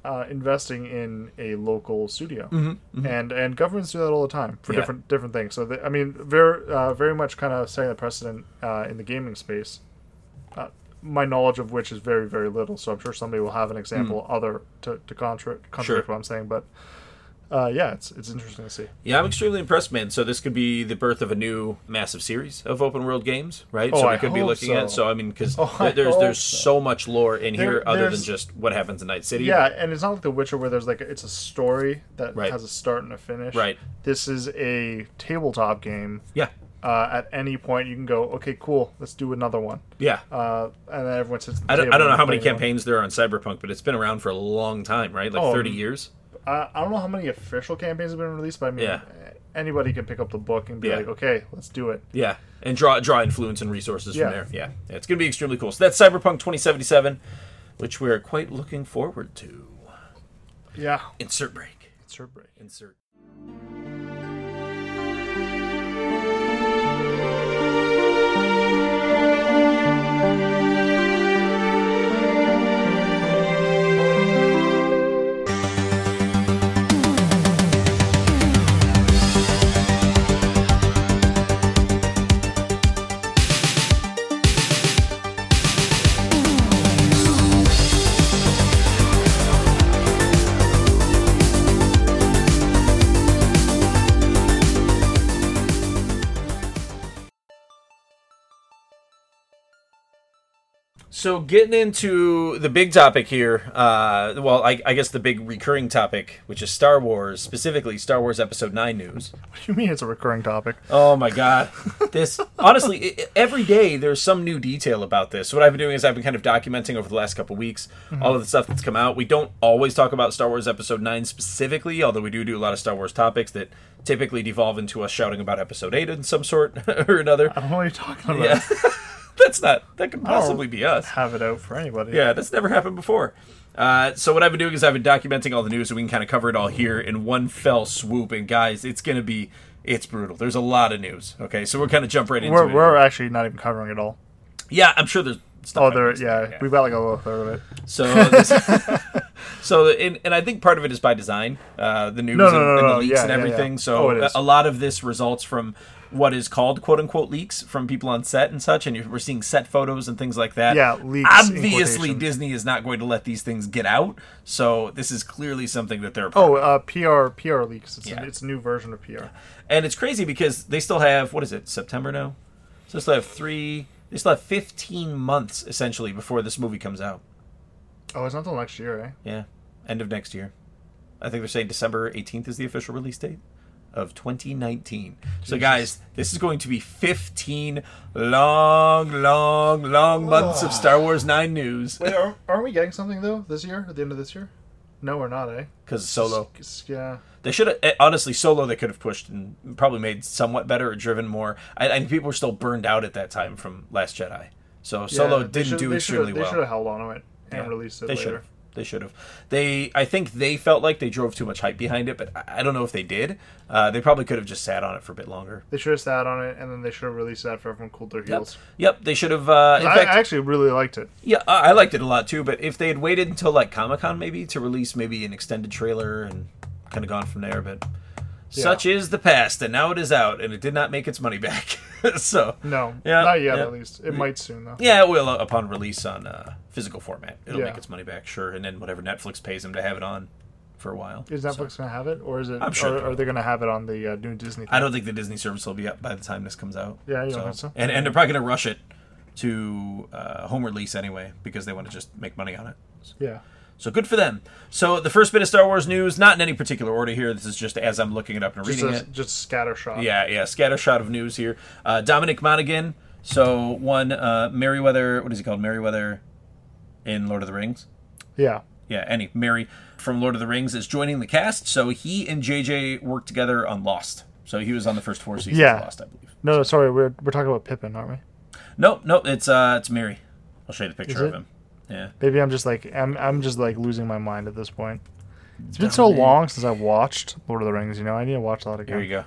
Speaker 2: uh, investing in a local studio, and and governments do that all the time for
Speaker 1: Mm-hmm, Yeah.
Speaker 2: different different things. So the, I mean, very uh, very much kind of setting the precedent uh, in the gaming space. Uh, my knowledge of which is very very little, so I'm sure somebody will have an example other to to contra- contradict
Speaker 1: Mm. Sure.
Speaker 2: what I'm saying, but. Uh, yeah, it's it's interesting to see.
Speaker 1: yeah. I'm extremely impressed, man. So this could be the birth of a new massive series of open world games, right?
Speaker 2: Oh,
Speaker 1: so we
Speaker 2: I
Speaker 1: could be
Speaker 2: hope
Speaker 1: looking
Speaker 2: so.
Speaker 1: at. So I mean, because
Speaker 2: Oh, I
Speaker 1: there's
Speaker 2: hope
Speaker 1: there's
Speaker 2: so.
Speaker 1: so much lore in
Speaker 2: There-
Speaker 1: here other than
Speaker 2: there's-
Speaker 1: just what happens in Night City.
Speaker 2: Yeah, and it's not like The Witcher where there's like it's a story that
Speaker 1: Right.
Speaker 2: has a start and a finish.
Speaker 1: Right.
Speaker 2: This is a tabletop game.
Speaker 1: yeah,
Speaker 2: Uh, at any point, you can go, okay, cool, let's do another one.
Speaker 1: yeah.
Speaker 2: Uh, and then everyone sits. At the
Speaker 1: I don't,
Speaker 2: table
Speaker 1: I don't know
Speaker 2: and
Speaker 1: how many
Speaker 2: play one.
Speaker 1: campaigns there are on Cyberpunk, but it's been around for a long time, right? Like
Speaker 2: Oh,
Speaker 1: 30
Speaker 2: um,
Speaker 1: years.
Speaker 2: Uh, I don't know how many official campaigns have been released, but I mean,
Speaker 1: Yeah.
Speaker 2: anybody can pick up the book and be
Speaker 1: Yeah.
Speaker 2: like, okay, let's do it.
Speaker 1: Yeah. And draw draw influence and resources
Speaker 2: Yeah.
Speaker 1: from there. Yeah. Yeah, It's going to be extremely cool. So that's Cyberpunk 2077, which we are quite looking forward to.
Speaker 2: Yeah.
Speaker 1: Insert break.
Speaker 2: It's her break.
Speaker 1: Insert. So getting into the big topic here, uh, well, I, I guess the big recurring topic, which is Star Wars, specifically Star Wars Episode 9 news.
Speaker 2: What do you mean it's a recurring topic?
Speaker 1: Oh my god! This honestly, i- i- every day there's some new detail about this. So what I've been doing is I've been kind of documenting over the last couple weeks
Speaker 2: Mm-hmm.
Speaker 1: all of the stuff that's come out. We don't always talk about Star Wars Episode Nine specifically, although we do do a lot of Star Wars topics that typically devolve into us shouting about Episode Eight in some sort or another.
Speaker 2: I don't know what you're talking about. oh.
Speaker 1: Yeah, that's not that could possibly be us.
Speaker 2: Have it out for anybody.
Speaker 1: Yeah, that's never happened before. Uh, so what I've been doing is I've been documenting all the news, so we can kind of cover it all here in one fell swoop. And guys, it's gonna be it's brutal. There's a lot of news. Okay, so we're kind of jump right into
Speaker 2: We're,
Speaker 1: it.
Speaker 2: we're actually not even covering it all.
Speaker 1: yeah, I'm sure there's stuff.
Speaker 2: Oh,
Speaker 1: I
Speaker 2: there.
Speaker 1: missed.
Speaker 2: Yeah, we've got like a little third of it.
Speaker 1: So, this- so and, and I think part of it is by design. Uh, the news
Speaker 2: No,
Speaker 1: and,
Speaker 2: no,
Speaker 1: and
Speaker 2: no,
Speaker 1: the
Speaker 2: no,
Speaker 1: leaks
Speaker 2: yeah,
Speaker 1: and
Speaker 2: yeah, yeah.
Speaker 1: everything.
Speaker 2: Oh,
Speaker 1: So
Speaker 2: it
Speaker 1: a-
Speaker 2: is.
Speaker 1: a lot of this results from what is called "quote unquote" leaks from people on set and such, and you're, we're seeing set photos and things like that.
Speaker 2: Yeah, leaks in
Speaker 1: Obviously,
Speaker 2: quotation.
Speaker 1: Disney is not going to let these things get out. So this is clearly something that they're.
Speaker 2: Oh, uh, PR PR leaks. It's,
Speaker 1: Yeah.
Speaker 2: a, it's a new version of PR.
Speaker 1: and it's crazy because they still have what is it September now? So they still have three. They still have 15 months essentially before this movie comes out.
Speaker 2: Oh, it's not till next year, eh?
Speaker 1: Yeah, end of next year. I think they're saying December 18th is the official release date of 2019. So, guys, this is going to be 15 long, long, long months of Star Wars 9 news
Speaker 2: Wait, aren't, aren't we getting something though this year? At the end of this year? No, we're not, eh?
Speaker 1: because Solo.
Speaker 2: S- Yeah.
Speaker 1: They should have, honestly, Solo they could have pushed and probably made somewhat better or driven more. I, I think people were still burned out at that time from Last Jedi. So, Solo
Speaker 2: Yeah, they
Speaker 1: didn't
Speaker 2: should-
Speaker 1: do
Speaker 2: they
Speaker 1: extremely
Speaker 2: should've- They
Speaker 1: well.
Speaker 2: should have held on to it and
Speaker 1: Yeah.
Speaker 2: released it
Speaker 1: they
Speaker 2: later.
Speaker 1: should've. They should have. They, I think they felt like they drove too much hype behind it, but I I don't know if they did. Uh, they probably could have just sat on it for a bit longer.
Speaker 2: They should have sat on it, and then they should have released that for everyone cooled their
Speaker 1: Yep.
Speaker 2: heels.
Speaker 1: Yep. They should have. Uh, in
Speaker 2: I,
Speaker 1: fact,
Speaker 2: I actually really liked it.
Speaker 1: yeah, I I liked it a lot too. But if they had waited until like Comic Con maybe to release maybe an extended trailer and kind of gone from there, but. Such is the past, and now it is out, and it did not make its money back. so,
Speaker 2: No,
Speaker 1: Yeah,
Speaker 2: not yet
Speaker 1: yeah.
Speaker 2: at least. It might soon though.
Speaker 1: yeah, it will uh, upon release on uh, physical format. It'll
Speaker 2: Yeah.
Speaker 1: make its money back, sure, and then whatever Netflix pays them to have it on for a while.
Speaker 2: Is Netflix gonna have it, or is it?
Speaker 1: I'm sure they
Speaker 2: Are, are they gonna have it on the uh, new Disney? Thing?
Speaker 1: I don't think the Disney service will be up by the time this comes out.
Speaker 2: Yeah, you don't think so?
Speaker 1: And and they're probably going to rush it to uh, home release anyway because they want to just make money on it.
Speaker 2: Yeah.
Speaker 1: So good for them. So the first bit of Star Wars news, not in any particular order here. This is just as I'm looking it up and
Speaker 2: Just
Speaker 1: reading
Speaker 2: a,
Speaker 1: it.
Speaker 2: just a scatter shot.
Speaker 1: Yeah, yeah. Scattershot of news here. Uh, Dominic Monaghan. So one uh, Merryweather. What is he called? Merryweather in Lord of the Rings.
Speaker 2: Yeah.
Speaker 1: Yeah, any Mary from Lord of the Rings is joining the cast. So he and JJ worked together on Lost. So he was on the first four seasons
Speaker 2: Yeah.
Speaker 1: of Lost, I believe.
Speaker 2: No, no, sorry. We're we're talking about Pippin, aren't we?
Speaker 1: Nope, nope. It's uh, it's Mary. I'll show you the picture
Speaker 2: Is
Speaker 1: of
Speaker 2: it?
Speaker 1: him. Yeah,
Speaker 2: Maybe I'm just like I'm I'm just like losing my mind at this point. It's been so long since I watched Lord of the Rings. You know, I need to watch that again.
Speaker 1: there you go.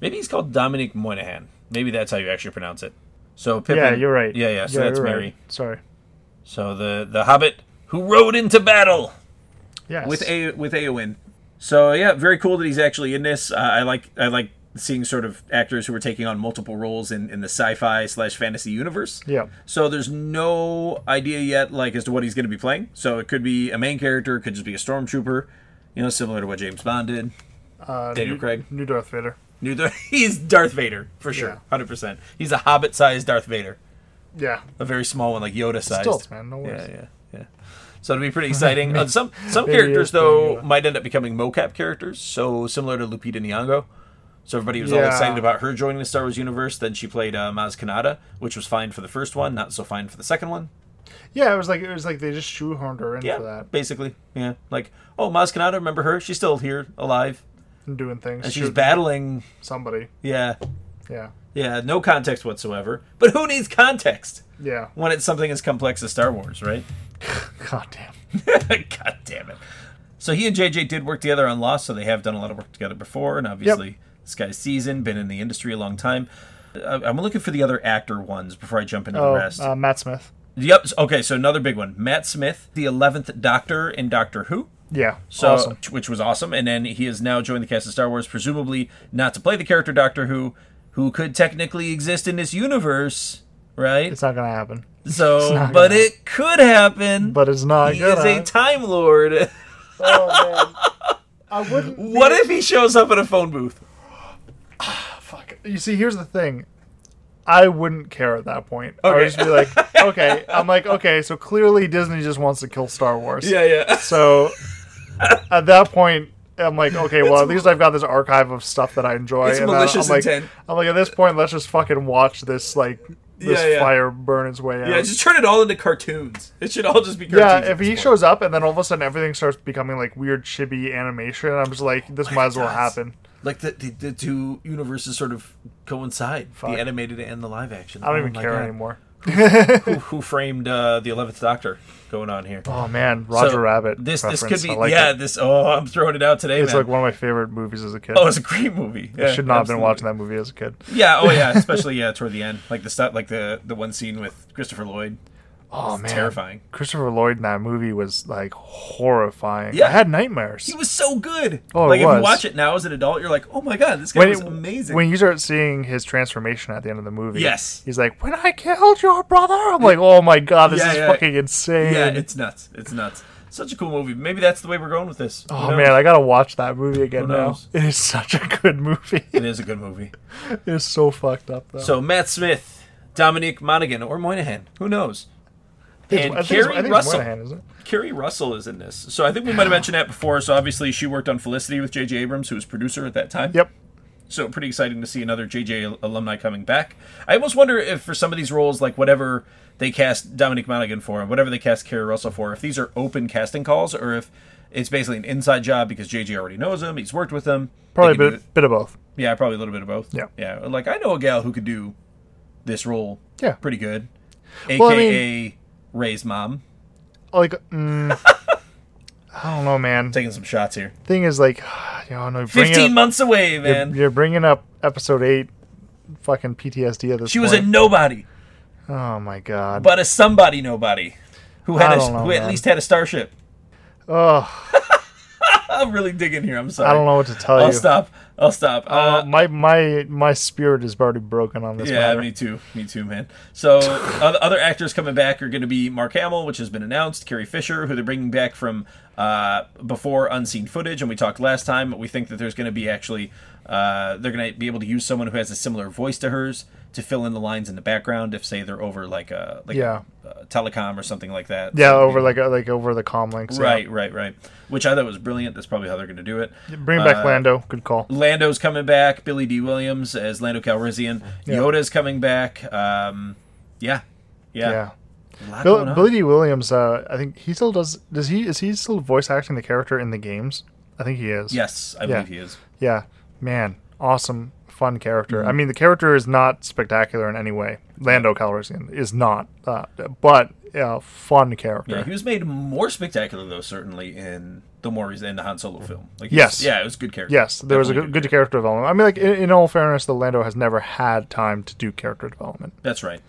Speaker 1: Maybe he's called Dominic Moynihan. Maybe that's how you actually pronounce it. So Pippin.
Speaker 2: Yeah, you're right.
Speaker 1: Yeah, yeah. So that's
Speaker 2: you're right.
Speaker 1: Mary.
Speaker 2: Sorry.
Speaker 1: So the the Hobbit who rode into battle
Speaker 2: Yes.
Speaker 1: with a with Aowen. So yeah, very cool that he's actually in this. Uh, I like I like seeing sort of actors who are taking on multiple roles in in the sci-fi slash fantasy universe.
Speaker 2: Yeah.
Speaker 1: So there's no idea yet, like as to what he's going to be playing. So it could be a main character, it could just be a stormtrooper, you know, similar to what James Bond did.
Speaker 2: Uh,
Speaker 1: Daniel
Speaker 2: new,
Speaker 1: Craig.
Speaker 2: New Darth Vader.
Speaker 1: New Dar- he's Darth Vader for
Speaker 2: Yeah.
Speaker 1: sure, hundred percent. He's a hobbit-sized Darth Vader,
Speaker 2: Yeah.
Speaker 1: a very small one, like Yoda-sized.
Speaker 2: Stilts, man. No
Speaker 1: yeah,
Speaker 2: worries.
Speaker 1: yeah, yeah. So it'll be pretty exciting. Uh, some some
Speaker 2: maybe he
Speaker 1: characters
Speaker 2: is playing
Speaker 1: though
Speaker 2: Yoda.
Speaker 1: might end up becoming mocap characters, so similar to Lupita Nyong'o. So everybody was all
Speaker 2: Yeah.
Speaker 1: excited about her joining the Star Wars universe. Then she played uh, Maz Kanata, which was fine for the first one, not so fine for the second one.
Speaker 2: yeah. It was like it was like they just shoehorned her in
Speaker 1: Yeah,
Speaker 2: for that
Speaker 1: basically. Yeah, like oh, Maz Kanata, remember her? She's still here, alive,
Speaker 2: and doing things.
Speaker 1: and
Speaker 2: She
Speaker 1: she's
Speaker 2: was
Speaker 1: battling.
Speaker 2: Somebody.
Speaker 1: Yeah,
Speaker 2: Yeah.
Speaker 1: yeah, no context whatsoever. But who needs context
Speaker 2: Yeah.
Speaker 1: when it's something as complex as Star Wars, right?
Speaker 2: God damn.
Speaker 1: God damn it. So he and JJ did work together on Lost, so they have done a lot of work together before, and obviously this guy's seasoned, been in the industry a long time. I- I'm looking for the other actor ones before I jump into
Speaker 2: Oh,
Speaker 1: the rest.
Speaker 2: uh, Matt Smith.
Speaker 1: yep. s- Okay. So another big one, Matt Smith, the Eleventh Doctor in Doctor Who.
Speaker 2: Yeah.
Speaker 1: So,
Speaker 2: awesome.
Speaker 1: which was awesome, and then he has now joined the cast of Star Wars, presumably not to play the character Doctor Who, who could technically exist in this universe, right?
Speaker 2: It's not gonna happen.
Speaker 1: so,
Speaker 2: not
Speaker 1: but
Speaker 2: gonna-
Speaker 1: it could happen.
Speaker 2: But it's not
Speaker 1: he is
Speaker 2: gonna.
Speaker 1: a Time Lord.
Speaker 2: oh man. I wouldn't. be-
Speaker 1: What if he shows up at a phone booth?
Speaker 2: Fuck. You see, here's the thing. I wouldn't care at that point. I would
Speaker 1: Okay.
Speaker 2: just be like, okay. I'm like, okay. So clearly Disney just wants to kill Star Wars.
Speaker 1: yeah.
Speaker 2: So at that point, I'm like, okay. Well, at least I've got this archive of stuff that I enjoy.
Speaker 1: It's
Speaker 2: I-
Speaker 1: malicious
Speaker 2: I'm like,
Speaker 1: intent.
Speaker 2: I'm like, at this point, let's just fucking watch this like this
Speaker 1: Yeah, yeah.
Speaker 2: fire burn its way out.
Speaker 1: Yeah, just turn it all into cartoons. It should all just be cartoons.
Speaker 2: Yeah,
Speaker 1: at
Speaker 2: if
Speaker 1: this
Speaker 2: he
Speaker 1: point.
Speaker 2: shows up and then all of a sudden everything starts becoming like weird chibi animation, I'm just like, this might as well
Speaker 1: does.
Speaker 2: happen.
Speaker 1: Like the, the, the two universes sort of coincide
Speaker 2: Fuck.
Speaker 1: the animated and the live action. Oh
Speaker 2: I don't even care anymore.
Speaker 1: who, who framed uh, the Eleventh Doctor going on here.
Speaker 2: Oh man, Roger
Speaker 1: So,
Speaker 2: Rabbit.
Speaker 1: This this could
Speaker 2: reference.
Speaker 1: be
Speaker 2: I like
Speaker 1: yeah.
Speaker 2: it.
Speaker 1: This oh, I'm throwing it out today,
Speaker 2: It's
Speaker 1: man.
Speaker 2: like one of my favorite movies as a kid.
Speaker 1: oh, it's a great movie.
Speaker 2: I should not have been
Speaker 1: watching.
Speaker 2: watching that movie as a kid.
Speaker 1: Yeah. Oh, yeah. Especially yeah, toward the end, like the stuff, like the the one scene with Christopher Lloyd.
Speaker 2: Oh man,
Speaker 1: terrifying.
Speaker 2: Christopher Lloyd in that movie was like horrifying.
Speaker 1: Yeah.
Speaker 2: I had nightmares.
Speaker 1: He was so good.
Speaker 2: Oh, it
Speaker 1: like if you
Speaker 2: was.
Speaker 1: watch it now as an adult, you're like, oh my god, this guy was
Speaker 2: it-
Speaker 1: amazing.
Speaker 2: When you start seeing his transformation at the end of the movie,
Speaker 1: Yes.
Speaker 2: he's like, "When I killed your brother," I'm like, "Oh my god, this
Speaker 1: Yeah,
Speaker 2: is
Speaker 1: yeah.
Speaker 2: fucking insane."
Speaker 1: yeah, it's nuts. It's nuts. Such a cool movie. Maybe that's the way we're going with this. Who
Speaker 2: oh
Speaker 1: knows?
Speaker 2: man, I gotta watch that movie again
Speaker 1: Who
Speaker 2: now.
Speaker 1: knows?
Speaker 2: It is such a good movie.
Speaker 1: it is a good movie.
Speaker 2: it is so fucked up though.
Speaker 1: So Matt Smith, Dominic Monaghan, or Moynihan, who knows? And
Speaker 2: I think it's- I
Speaker 1: Carrie
Speaker 2: think it's
Speaker 1: Russell.
Speaker 2: Moynihan, isn't it?
Speaker 1: Carrie Russell is in this. So I think we might have mentioned that before. So obviously she worked on Felicity with J.J. Abrams, who was producer at that time.
Speaker 2: Yep.
Speaker 1: So pretty exciting to see another JJ alumni coming back. I almost wonder if for some of these roles, like whatever they cast Dominic Monaghan for, whatever they cast Kerry Russell for, if these are open casting calls or if it's basically an inside job because JJ already knows him, he's worked with him. They
Speaker 2: Probably a
Speaker 1: can do
Speaker 2: bit, bit of both.
Speaker 1: it- yeah, probably a little bit of both.
Speaker 2: Yeah.
Speaker 1: yeah. Like I know a gal who could do this role.
Speaker 2: Yeah.
Speaker 1: pretty good.
Speaker 2: Well, I mean-
Speaker 1: AKA Ray's mom
Speaker 2: Like, mm, I don't know, man.
Speaker 1: taking some shots here.
Speaker 2: Thing is, like, you know, no, bring it
Speaker 1: Fifteen
Speaker 2: up-
Speaker 1: months away,
Speaker 2: You're,
Speaker 1: man.
Speaker 2: you're bringing up episode eight, fucking PTSD at this.
Speaker 1: she was a
Speaker 2: point.
Speaker 1: nobody,
Speaker 2: Oh my god.
Speaker 1: but a somebody nobody who had
Speaker 2: I
Speaker 1: a,
Speaker 2: don't know,
Speaker 1: who at
Speaker 2: man.
Speaker 1: least had a starship.
Speaker 2: oh,
Speaker 1: I'm really digging here. I'm sorry.
Speaker 2: I don't know what to tell
Speaker 1: I'll
Speaker 2: you.
Speaker 1: stop. I'll stop. Uh,
Speaker 2: Uh, my my my spirit is already broken on this
Speaker 1: yeah,
Speaker 2: matter.
Speaker 1: me too. Me too, man. So oth- other actors coming back are going to be Mark Hamill, which has been announced. Carrie Fisher, who they're bringing back from uh, before unseen footage, and we talked last time. We think that there's going to be actually uh, they're going to be able to use someone who has a similar voice to hers to fill in the lines in the background if, say, they're over like a like
Speaker 2: Yeah.
Speaker 1: a, uh, telecom or something like that.
Speaker 2: yeah,
Speaker 1: So
Speaker 2: over
Speaker 1: they-
Speaker 2: like uh, like over the com links. yeah.
Speaker 1: right, right, right. Which I thought was brilliant. That's probably how they're going to do it.
Speaker 2: Bring back
Speaker 1: Uh,
Speaker 2: Lando. Good call.
Speaker 1: Lando's coming back. Billy D. Williams as Lando Calrissian. Yoda's coming back. Um, yeah, yeah.
Speaker 2: Yeah.
Speaker 1: A lot
Speaker 2: Bill,
Speaker 1: going on.
Speaker 2: Billy D. Williams. Uh, I think he still does. Does he? Is he still voice acting the character in the games? I think he is.
Speaker 1: Yes, I
Speaker 2: Yeah.
Speaker 1: believe he is.
Speaker 2: Yeah, man, awesome, fun character.
Speaker 1: Mm-hmm.
Speaker 2: I mean, the character is not spectacular in any way. Lando Calrissian is not, uh, but uh, fun character.
Speaker 1: Yeah, Uh, he was made more spectacular though, certainly in the more in the Han Solo film. Like, he
Speaker 2: Yes.
Speaker 1: was- yeah, it was a good character.
Speaker 2: Yes, there was a
Speaker 1: Definitely
Speaker 2: good, good character development. I mean, like in, in all fairness, the Lando has never had time to do character development,
Speaker 1: That's right.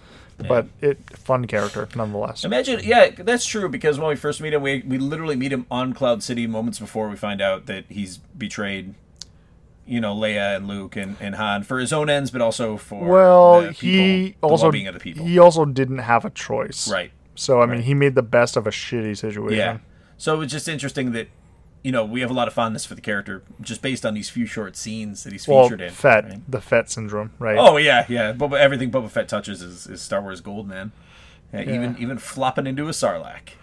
Speaker 2: but it fun character nonetheless.
Speaker 1: Imagine, yeah, that's true because when we first meet him, we we literally meet him on Cloud City moments before we find out that he's betrayed. You know, Leia and Luke and, and Han for his own ends, but also for
Speaker 2: Well,
Speaker 1: the people,
Speaker 2: he
Speaker 1: the
Speaker 2: also
Speaker 1: well-being of the people,
Speaker 2: he also didn't have a choice,
Speaker 1: right?
Speaker 2: So I mean, he made the best of a shitty situation.
Speaker 1: Yeah. So it's just interesting that, you know, we have a lot of fondness for the character just based on these few short scenes that he's
Speaker 2: Well,
Speaker 1: featured in.
Speaker 2: Fett,
Speaker 1: right?
Speaker 2: the Fett syndrome, right?
Speaker 1: Oh yeah, yeah. Boba, everything Boba Fett touches is, is Star Wars gold, man. Yeah, Even even flopping into a sarlacc.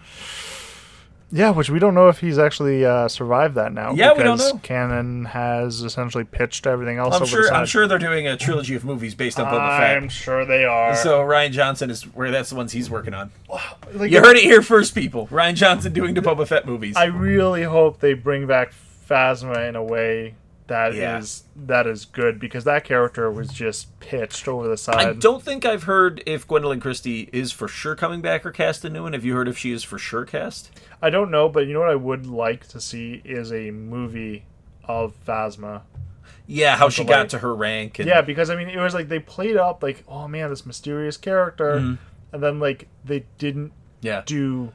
Speaker 2: Yeah, which we don't know if he's actually uh, survived that now.
Speaker 1: Yeah, we don't know.
Speaker 2: Canon has essentially pitched everything else.
Speaker 1: I'm
Speaker 2: over The
Speaker 1: sure.
Speaker 2: side.
Speaker 1: I'm sure they're doing a trilogy of movies based on Boba Fett.
Speaker 2: I'm sure they are.
Speaker 1: So Ryan Johnson is where that's the ones he's working on.
Speaker 2: Like,
Speaker 1: You heard it here first, people. Ryan Johnson doing the Boba Fett movies.
Speaker 2: I really hope they bring back Phasma in a way that is
Speaker 1: Yeah.
Speaker 2: that is good because that character was just pitched over the side.
Speaker 1: I don't think I've heard if Gwendolyn Christie is for sure coming back or cast a new one. Have you heard if she is for sure cast?
Speaker 2: I don't know, but you know what I would like to see is a movie of Phasma.
Speaker 1: Yeah, how she
Speaker 2: way.
Speaker 1: got to her rank. And,
Speaker 2: Yeah, because I mean, it was like they played up like, oh man, this mysterious character,
Speaker 1: Mm-hmm.
Speaker 2: and then like they didn't
Speaker 1: yeah.
Speaker 2: do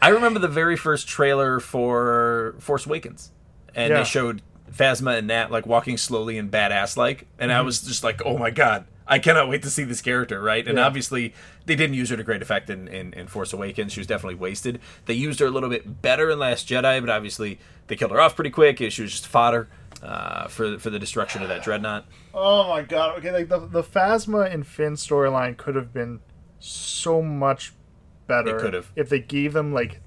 Speaker 1: I remember the very first trailer for Force Awakens, and
Speaker 2: Yeah.
Speaker 1: they showed Phasma and Nat like walking slowly and badass like, and
Speaker 2: Mm-hmm.
Speaker 1: I was just like, oh my god, I cannot wait to see this character, right? And
Speaker 2: Yeah.
Speaker 1: obviously, they didn't use her to great effect in, in in Force Awakens. She was definitely wasted. They used her a little bit better in Last Jedi, but obviously they killed her off pretty quick. She was just fodder uh, for for the destruction of that dreadnought.
Speaker 2: Oh my god! Okay, like the the Phasma and Finn storyline could have been so much better.
Speaker 1: It could have.
Speaker 2: if they gave them like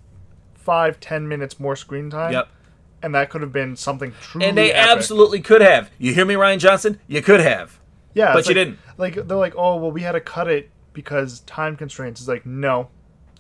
Speaker 2: five, ten minutes more screen time.
Speaker 1: Yep.
Speaker 2: and that could have been something truly.
Speaker 1: And they
Speaker 2: epic.
Speaker 1: absolutely could have. You hear me, Ryan Johnson? You could have.
Speaker 2: yeah,
Speaker 1: but
Speaker 2: it's
Speaker 1: you
Speaker 2: like-
Speaker 1: didn't.
Speaker 2: Like they're like, oh well, we had to cut it because time constraints. It's like, no,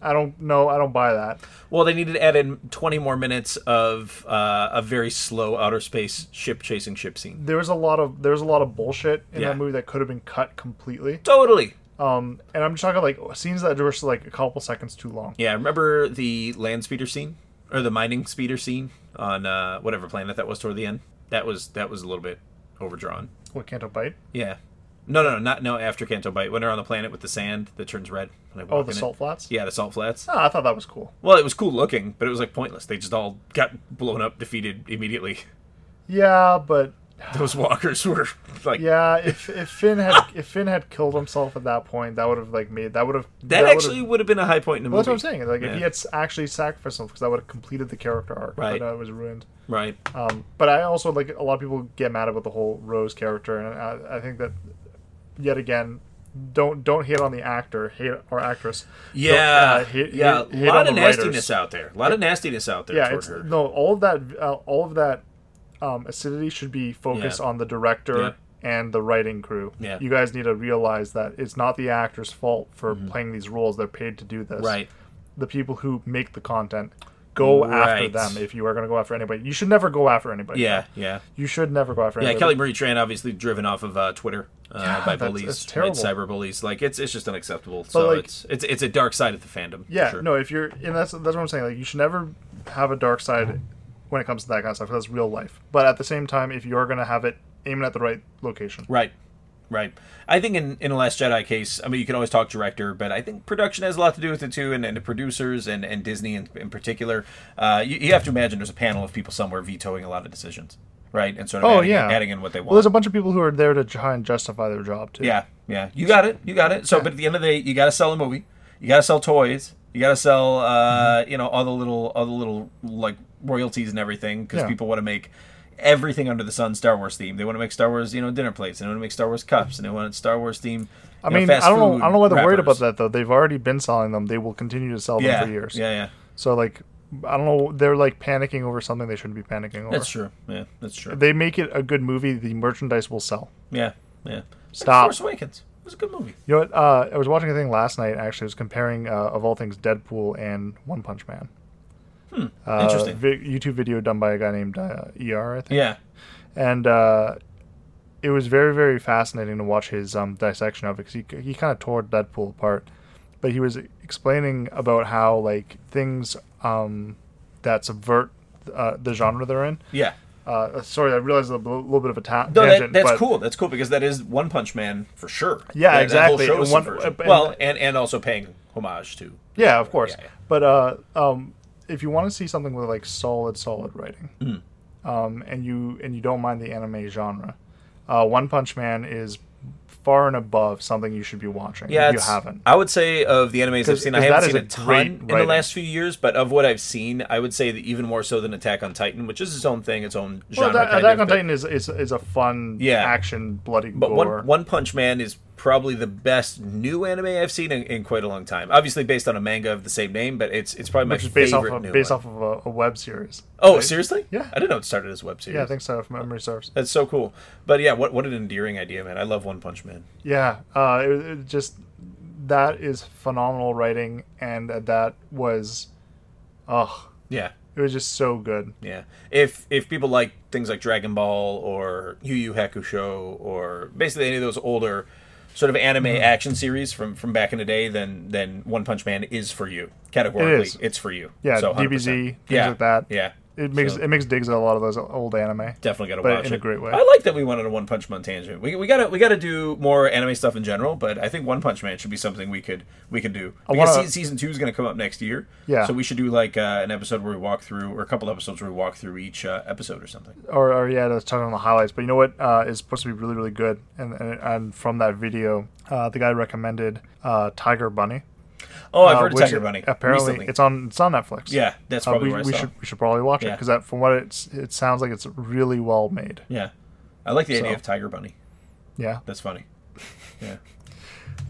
Speaker 2: I don't know, I don't buy that.
Speaker 1: Well, they needed to add in 20 more minutes of uh, a very slow outer space ship chasing ship scene.
Speaker 2: There was a lot of there was a lot of bullshit in
Speaker 1: Yeah.
Speaker 2: that movie that could have been cut completely.
Speaker 1: Totally.
Speaker 2: Um, and I'm just talking like scenes that were just like a couple seconds too long.
Speaker 1: Yeah, remember the land speeder scene or the mining speeder scene on uh, whatever planet that was toward the end? That was that was a little bit overdrawn.
Speaker 2: What Canto Bite?
Speaker 1: Yeah. No, no, no, not no. After Canto Bite, when they're on the planet with the sand that turns red. When I
Speaker 2: Oh,
Speaker 1: walk
Speaker 2: the
Speaker 1: in it.
Speaker 2: salt flats.
Speaker 1: Yeah, the salt flats.
Speaker 2: Ah, I thought that was cool.
Speaker 1: Well, it was cool looking, but it was like pointless. They just all got blown up, defeated immediately.
Speaker 2: Yeah, but
Speaker 1: Those walkers were like
Speaker 2: yeah, if if Finn had if Finn had killed himself at that point, that would have like made that would have
Speaker 1: that,
Speaker 2: would've-
Speaker 1: actually would have been a high point in the
Speaker 2: Well, that's
Speaker 1: movie.
Speaker 2: what I'm saying. Like if he
Speaker 1: Yeah.
Speaker 2: had s- actually sacrificed himself, because that would have completed the character arc.
Speaker 1: Right.
Speaker 2: But uh, it was ruined.
Speaker 1: Right.
Speaker 2: Um, but I also like a lot of people get mad about the whole Rose character, and I, I think that yet again, don't don't hate on the actor, hate or actress.
Speaker 1: Yeah.
Speaker 2: uh, hate-
Speaker 1: yeah.
Speaker 2: hate- hate
Speaker 1: a lot
Speaker 2: on
Speaker 1: of
Speaker 2: the
Speaker 1: nastiness
Speaker 2: writers.
Speaker 1: out there. A lot of nastiness out there
Speaker 2: yeah,
Speaker 1: toward
Speaker 2: it's
Speaker 1: her.
Speaker 2: no all of that uh, all of that um, acidity should be focused
Speaker 1: Yeah.
Speaker 2: on the director.
Speaker 1: Yeah.
Speaker 2: And the writing crew.
Speaker 1: Yeah.
Speaker 2: You guys need to realize that it's not the actor's fault for playing these roles. They're paid to do this.
Speaker 1: Mm-hmm. Right.
Speaker 2: the people who make the content. Go after
Speaker 1: Right.
Speaker 2: them if you are going to go after anybody. You should never go after anybody.
Speaker 1: Yeah. Yeah.
Speaker 2: You should never go after
Speaker 1: Yeah,
Speaker 2: anybody.
Speaker 1: Kelly Marie Tran obviously driven off of uh, Twitter uh,
Speaker 2: Yeah,
Speaker 1: by
Speaker 2: that's-
Speaker 1: bullies,
Speaker 2: that's terrible.
Speaker 1: cyber bullies. Like it's it's just unacceptable. So
Speaker 2: like-
Speaker 1: it's it's it's a dark side of the fandom. for
Speaker 2: Yeah,
Speaker 1: sure.
Speaker 2: no, if you're and that's that's what I'm saying. Like you should never have a dark side when it comes to that kind of stuff. 'cause That's real life. But at the same time, if you're gonna have it, aim it at the right location.
Speaker 1: Right. Right. I think in, in the Last Jedi case, I mean, you can always talk director, but I think production has a lot to do with it too, and, and the producers and, and Disney in, in particular. Uh, you, you have to imagine there's a panel of people somewhere vetoing a lot of decisions, right? And sort of
Speaker 2: Oh,
Speaker 1: adding,
Speaker 2: yeah.
Speaker 1: adding in what they want.
Speaker 2: Well, there's a bunch of people who are there to try and justify their job too.
Speaker 1: Yeah, yeah. You got it. You got it. So, but at the end of the day, you got to sell a movie. You got to sell toys. You got to sell, uh,
Speaker 2: Mm-hmm.
Speaker 1: you know, all the little, all the little like royalties and everything because
Speaker 2: Yeah.
Speaker 1: people want to make everything under the sun Star Wars theme. They want to make Star Wars, you know, dinner plates. And they want to make Star Wars cups. And they want Star Wars theme.
Speaker 2: I mean, I don't know. I don't know why they're worried about that though. They've already been selling them. They will continue to sell them
Speaker 1: Yeah,
Speaker 2: for years.
Speaker 1: yeah, yeah.
Speaker 2: So like, I don't know. They're like panicking over something they shouldn't be panicking over.
Speaker 1: That's true. Yeah, that's true.
Speaker 2: They make it a good movie. The merchandise will sell.
Speaker 1: Yeah, yeah.
Speaker 2: Stop.
Speaker 1: Force Awakens. It was a good movie.
Speaker 2: You know what? Uh, I was watching a thing last night. Actually, it was comparing uh, of all things Deadpool and One Punch Man. Uh,
Speaker 1: Hmm, Interesting.
Speaker 2: vi- YouTube video done by a guy named uh, Er, I think.
Speaker 1: Yeah.
Speaker 2: And uh, it was very, very fascinating to watch his um, dissection of it because he he kind of tore Deadpool apart. But he was explaining about how like things um, that subvert uh, the genre they're in.
Speaker 1: Yeah.
Speaker 2: Uh, sorry, I realized a bl- little bit of a ta-
Speaker 1: No, that,
Speaker 2: tangent.
Speaker 1: that's
Speaker 2: but-
Speaker 1: cool. That's cool because that is One Punch Man for sure.
Speaker 2: Yeah,
Speaker 1: That- that whole
Speaker 2: exactly.
Speaker 1: show is
Speaker 2: One-
Speaker 1: subversion.
Speaker 2: and-
Speaker 1: well, and and also paying homage to.
Speaker 2: Yeah, of course.
Speaker 1: yeah.
Speaker 2: But uh, um, if you want to see something with like solid, solid writing,
Speaker 1: Mm.
Speaker 2: um, and you and you don't mind the anime genre, uh, One Punch Man is far and above something you should be watching.
Speaker 1: Yeah,
Speaker 2: if you
Speaker 1: it's-
Speaker 2: haven't.
Speaker 1: I would say of the animes I've
Speaker 2: 'Cause-
Speaker 1: seen, I
Speaker 2: 'cause
Speaker 1: haven't
Speaker 2: that
Speaker 1: seen a,
Speaker 2: is a
Speaker 1: ton
Speaker 2: great
Speaker 1: in the
Speaker 2: writing.
Speaker 1: last few years, but of what I've seen, I would say that even more so than Attack on Titan, which is its own thing, its own
Speaker 2: Well,
Speaker 1: genre.
Speaker 2: that,
Speaker 1: kind
Speaker 2: Attack
Speaker 1: of,
Speaker 2: on
Speaker 1: but-
Speaker 2: Titan is, is is a fun
Speaker 1: Yeah.
Speaker 2: action bloody
Speaker 1: But
Speaker 2: gore.
Speaker 1: one One Punch Man is probably the best new anime I've seen in, in quite a long time. Obviously based on a manga of the same name, but it's it's probably my
Speaker 2: which is
Speaker 1: favorite
Speaker 2: based off of,
Speaker 1: new
Speaker 2: based
Speaker 1: one.
Speaker 2: off of a, a web series.
Speaker 1: oh,
Speaker 2: right?
Speaker 1: seriously?
Speaker 2: Yeah.
Speaker 1: I didn't know it started as a web series.
Speaker 2: Yeah, I think so. If memory serves.
Speaker 1: That's so cool. But yeah, what what an endearing idea, man. I love One Punch Man.
Speaker 2: Yeah, uh, it, it just that is phenomenal writing, and that was, oh,
Speaker 1: Yeah.
Speaker 2: it was just so good.
Speaker 1: Yeah. If if people like things like Dragon Ball or Yu Yu Hakusho or basically any of those older sort of anime
Speaker 2: Mm-hmm.
Speaker 1: action series from from back in the day, then then One Punch Man is for you. Categorically,
Speaker 2: It is.
Speaker 1: it's for you.
Speaker 2: Yeah,
Speaker 1: so 100%.
Speaker 2: DBZ, things
Speaker 1: yeah.
Speaker 2: like that.
Speaker 1: Yeah.
Speaker 2: It makes
Speaker 1: So-
Speaker 2: it makes digs at a lot of those old anime.
Speaker 1: Definitely gotta
Speaker 2: But
Speaker 1: watch
Speaker 2: in
Speaker 1: it
Speaker 2: a great way.
Speaker 1: I like that we went on a One Punch Man tangent. We, we gotta we gotta do more anime stuff in general, but I think One Punch Man should be something we could we could do because
Speaker 2: wanna-
Speaker 1: se- season two is gonna come up next year.
Speaker 2: Yeah.
Speaker 1: so we should do like uh, an episode where we walk through or a couple episodes where we walk through each uh, episode or something.
Speaker 2: Or, or yeah, that's talking on the highlights. But you know what uh, is supposed to be really really good, and and, and from that video, uh, the guy recommended uh, Tiger Bunny.
Speaker 1: Oh, I've
Speaker 2: uh,
Speaker 1: heard of
Speaker 2: which
Speaker 1: Tiger Bunny.
Speaker 2: Apparently,
Speaker 1: recently.
Speaker 2: it's on it's on Netflix.
Speaker 1: yeah, that's
Speaker 2: Uh,
Speaker 1: probably
Speaker 2: we,
Speaker 1: where I
Speaker 2: we
Speaker 1: saw.
Speaker 2: should we should probably watch it
Speaker 1: Yeah.
Speaker 2: 'cause it because from what it's it sounds like it's really well made.
Speaker 1: Yeah, I like the idea
Speaker 2: So-
Speaker 1: of Tiger Bunny.
Speaker 2: Yeah,
Speaker 1: That's funny. Yeah,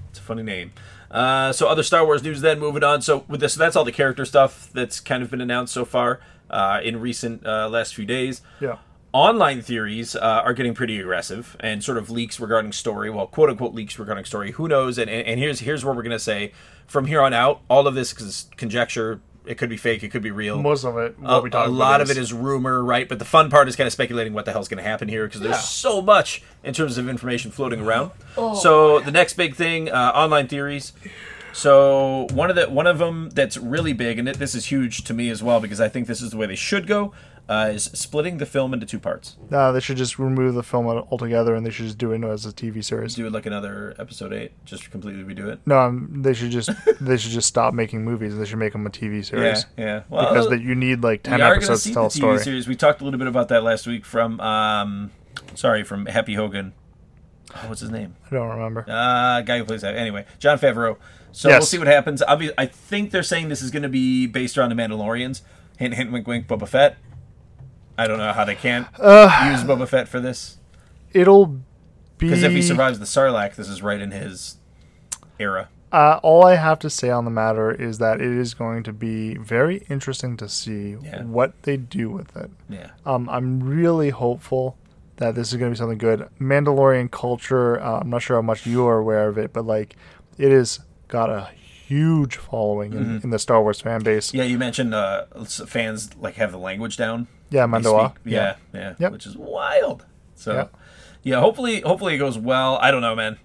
Speaker 1: it's a funny name. Uh, so other Star Wars news. Then moving on. So with this, that's all the character stuff that's kind of been announced so far uh, in recent uh, last few days.
Speaker 2: yeah.
Speaker 1: Online theories uh, are getting pretty aggressive, and sort of leaks regarding story. Well, quote unquote leaks regarding story. Who knows? And and, and here's here's where we're gonna say from here on out, all of this is conjecture. It could be fake. It could be real.
Speaker 2: Most of it, what
Speaker 1: a,
Speaker 2: we
Speaker 1: a
Speaker 2: talk about
Speaker 1: lot of it is rumor, right? But the fun part is kind of speculating what the hell's going to happen here because there's
Speaker 2: Yeah.
Speaker 1: so
Speaker 2: Oh,
Speaker 1: much in terms of information floating around. so the next big thing, uh, online theories. So one of the one of them that's really big, and it, this is huge to me as well because I think this is the way they should go, uh, is splitting the film into two parts.
Speaker 2: Nah, uh, they should just remove the film altogether, and they should just do it as a TV series.
Speaker 1: Do it like another episode eight, just completely redo it.
Speaker 2: No, um, they should just they should just stop making movies. They should make them a TV
Speaker 1: Yeah,
Speaker 2: series
Speaker 1: yeah. Well,
Speaker 2: because that you need like ten
Speaker 1: we are going to
Speaker 2: episodes
Speaker 1: see
Speaker 2: to
Speaker 1: the
Speaker 2: tell a
Speaker 1: TV
Speaker 2: story.
Speaker 1: series. We talked a little bit about that last week from, um, sorry, from Happy Hogan. Oh, what's his name?
Speaker 2: I don't remember.
Speaker 1: Uh, guy who plays that. Anyway, John Favreau. So
Speaker 2: Yes.
Speaker 1: we'll see what happens. Obvi- I think they're saying this is going to be based around the Mandalorians. Hint, hint, wink, wink, Boba Fett. I don't know how they can't
Speaker 2: Uh,
Speaker 1: use Boba Fett for this.
Speaker 2: It'll be
Speaker 1: Because if he survives the Sarlacc, this is right in his era.
Speaker 2: Uh, all I have to say on the matter is that it is going to be very interesting to see
Speaker 1: Yeah.
Speaker 2: what they do with it.
Speaker 1: Yeah.
Speaker 2: Um, I'm really hopeful that this is going to be something good. Mandalorian culture, uh, I'm not sure how much you are aware of it, but like it has got a huge following in, in the Star Wars fan base.
Speaker 1: Mm-hmm. Yeah, you mentioned uh, s- fans like have the language down.
Speaker 2: Yeah,
Speaker 1: They
Speaker 2: Mandoa.
Speaker 1: speak- Yeah, yeah,
Speaker 2: Yep.
Speaker 1: which is wild. So,
Speaker 2: Yep.
Speaker 1: yeah, hopefully, hopefully it goes well. I don't know, man.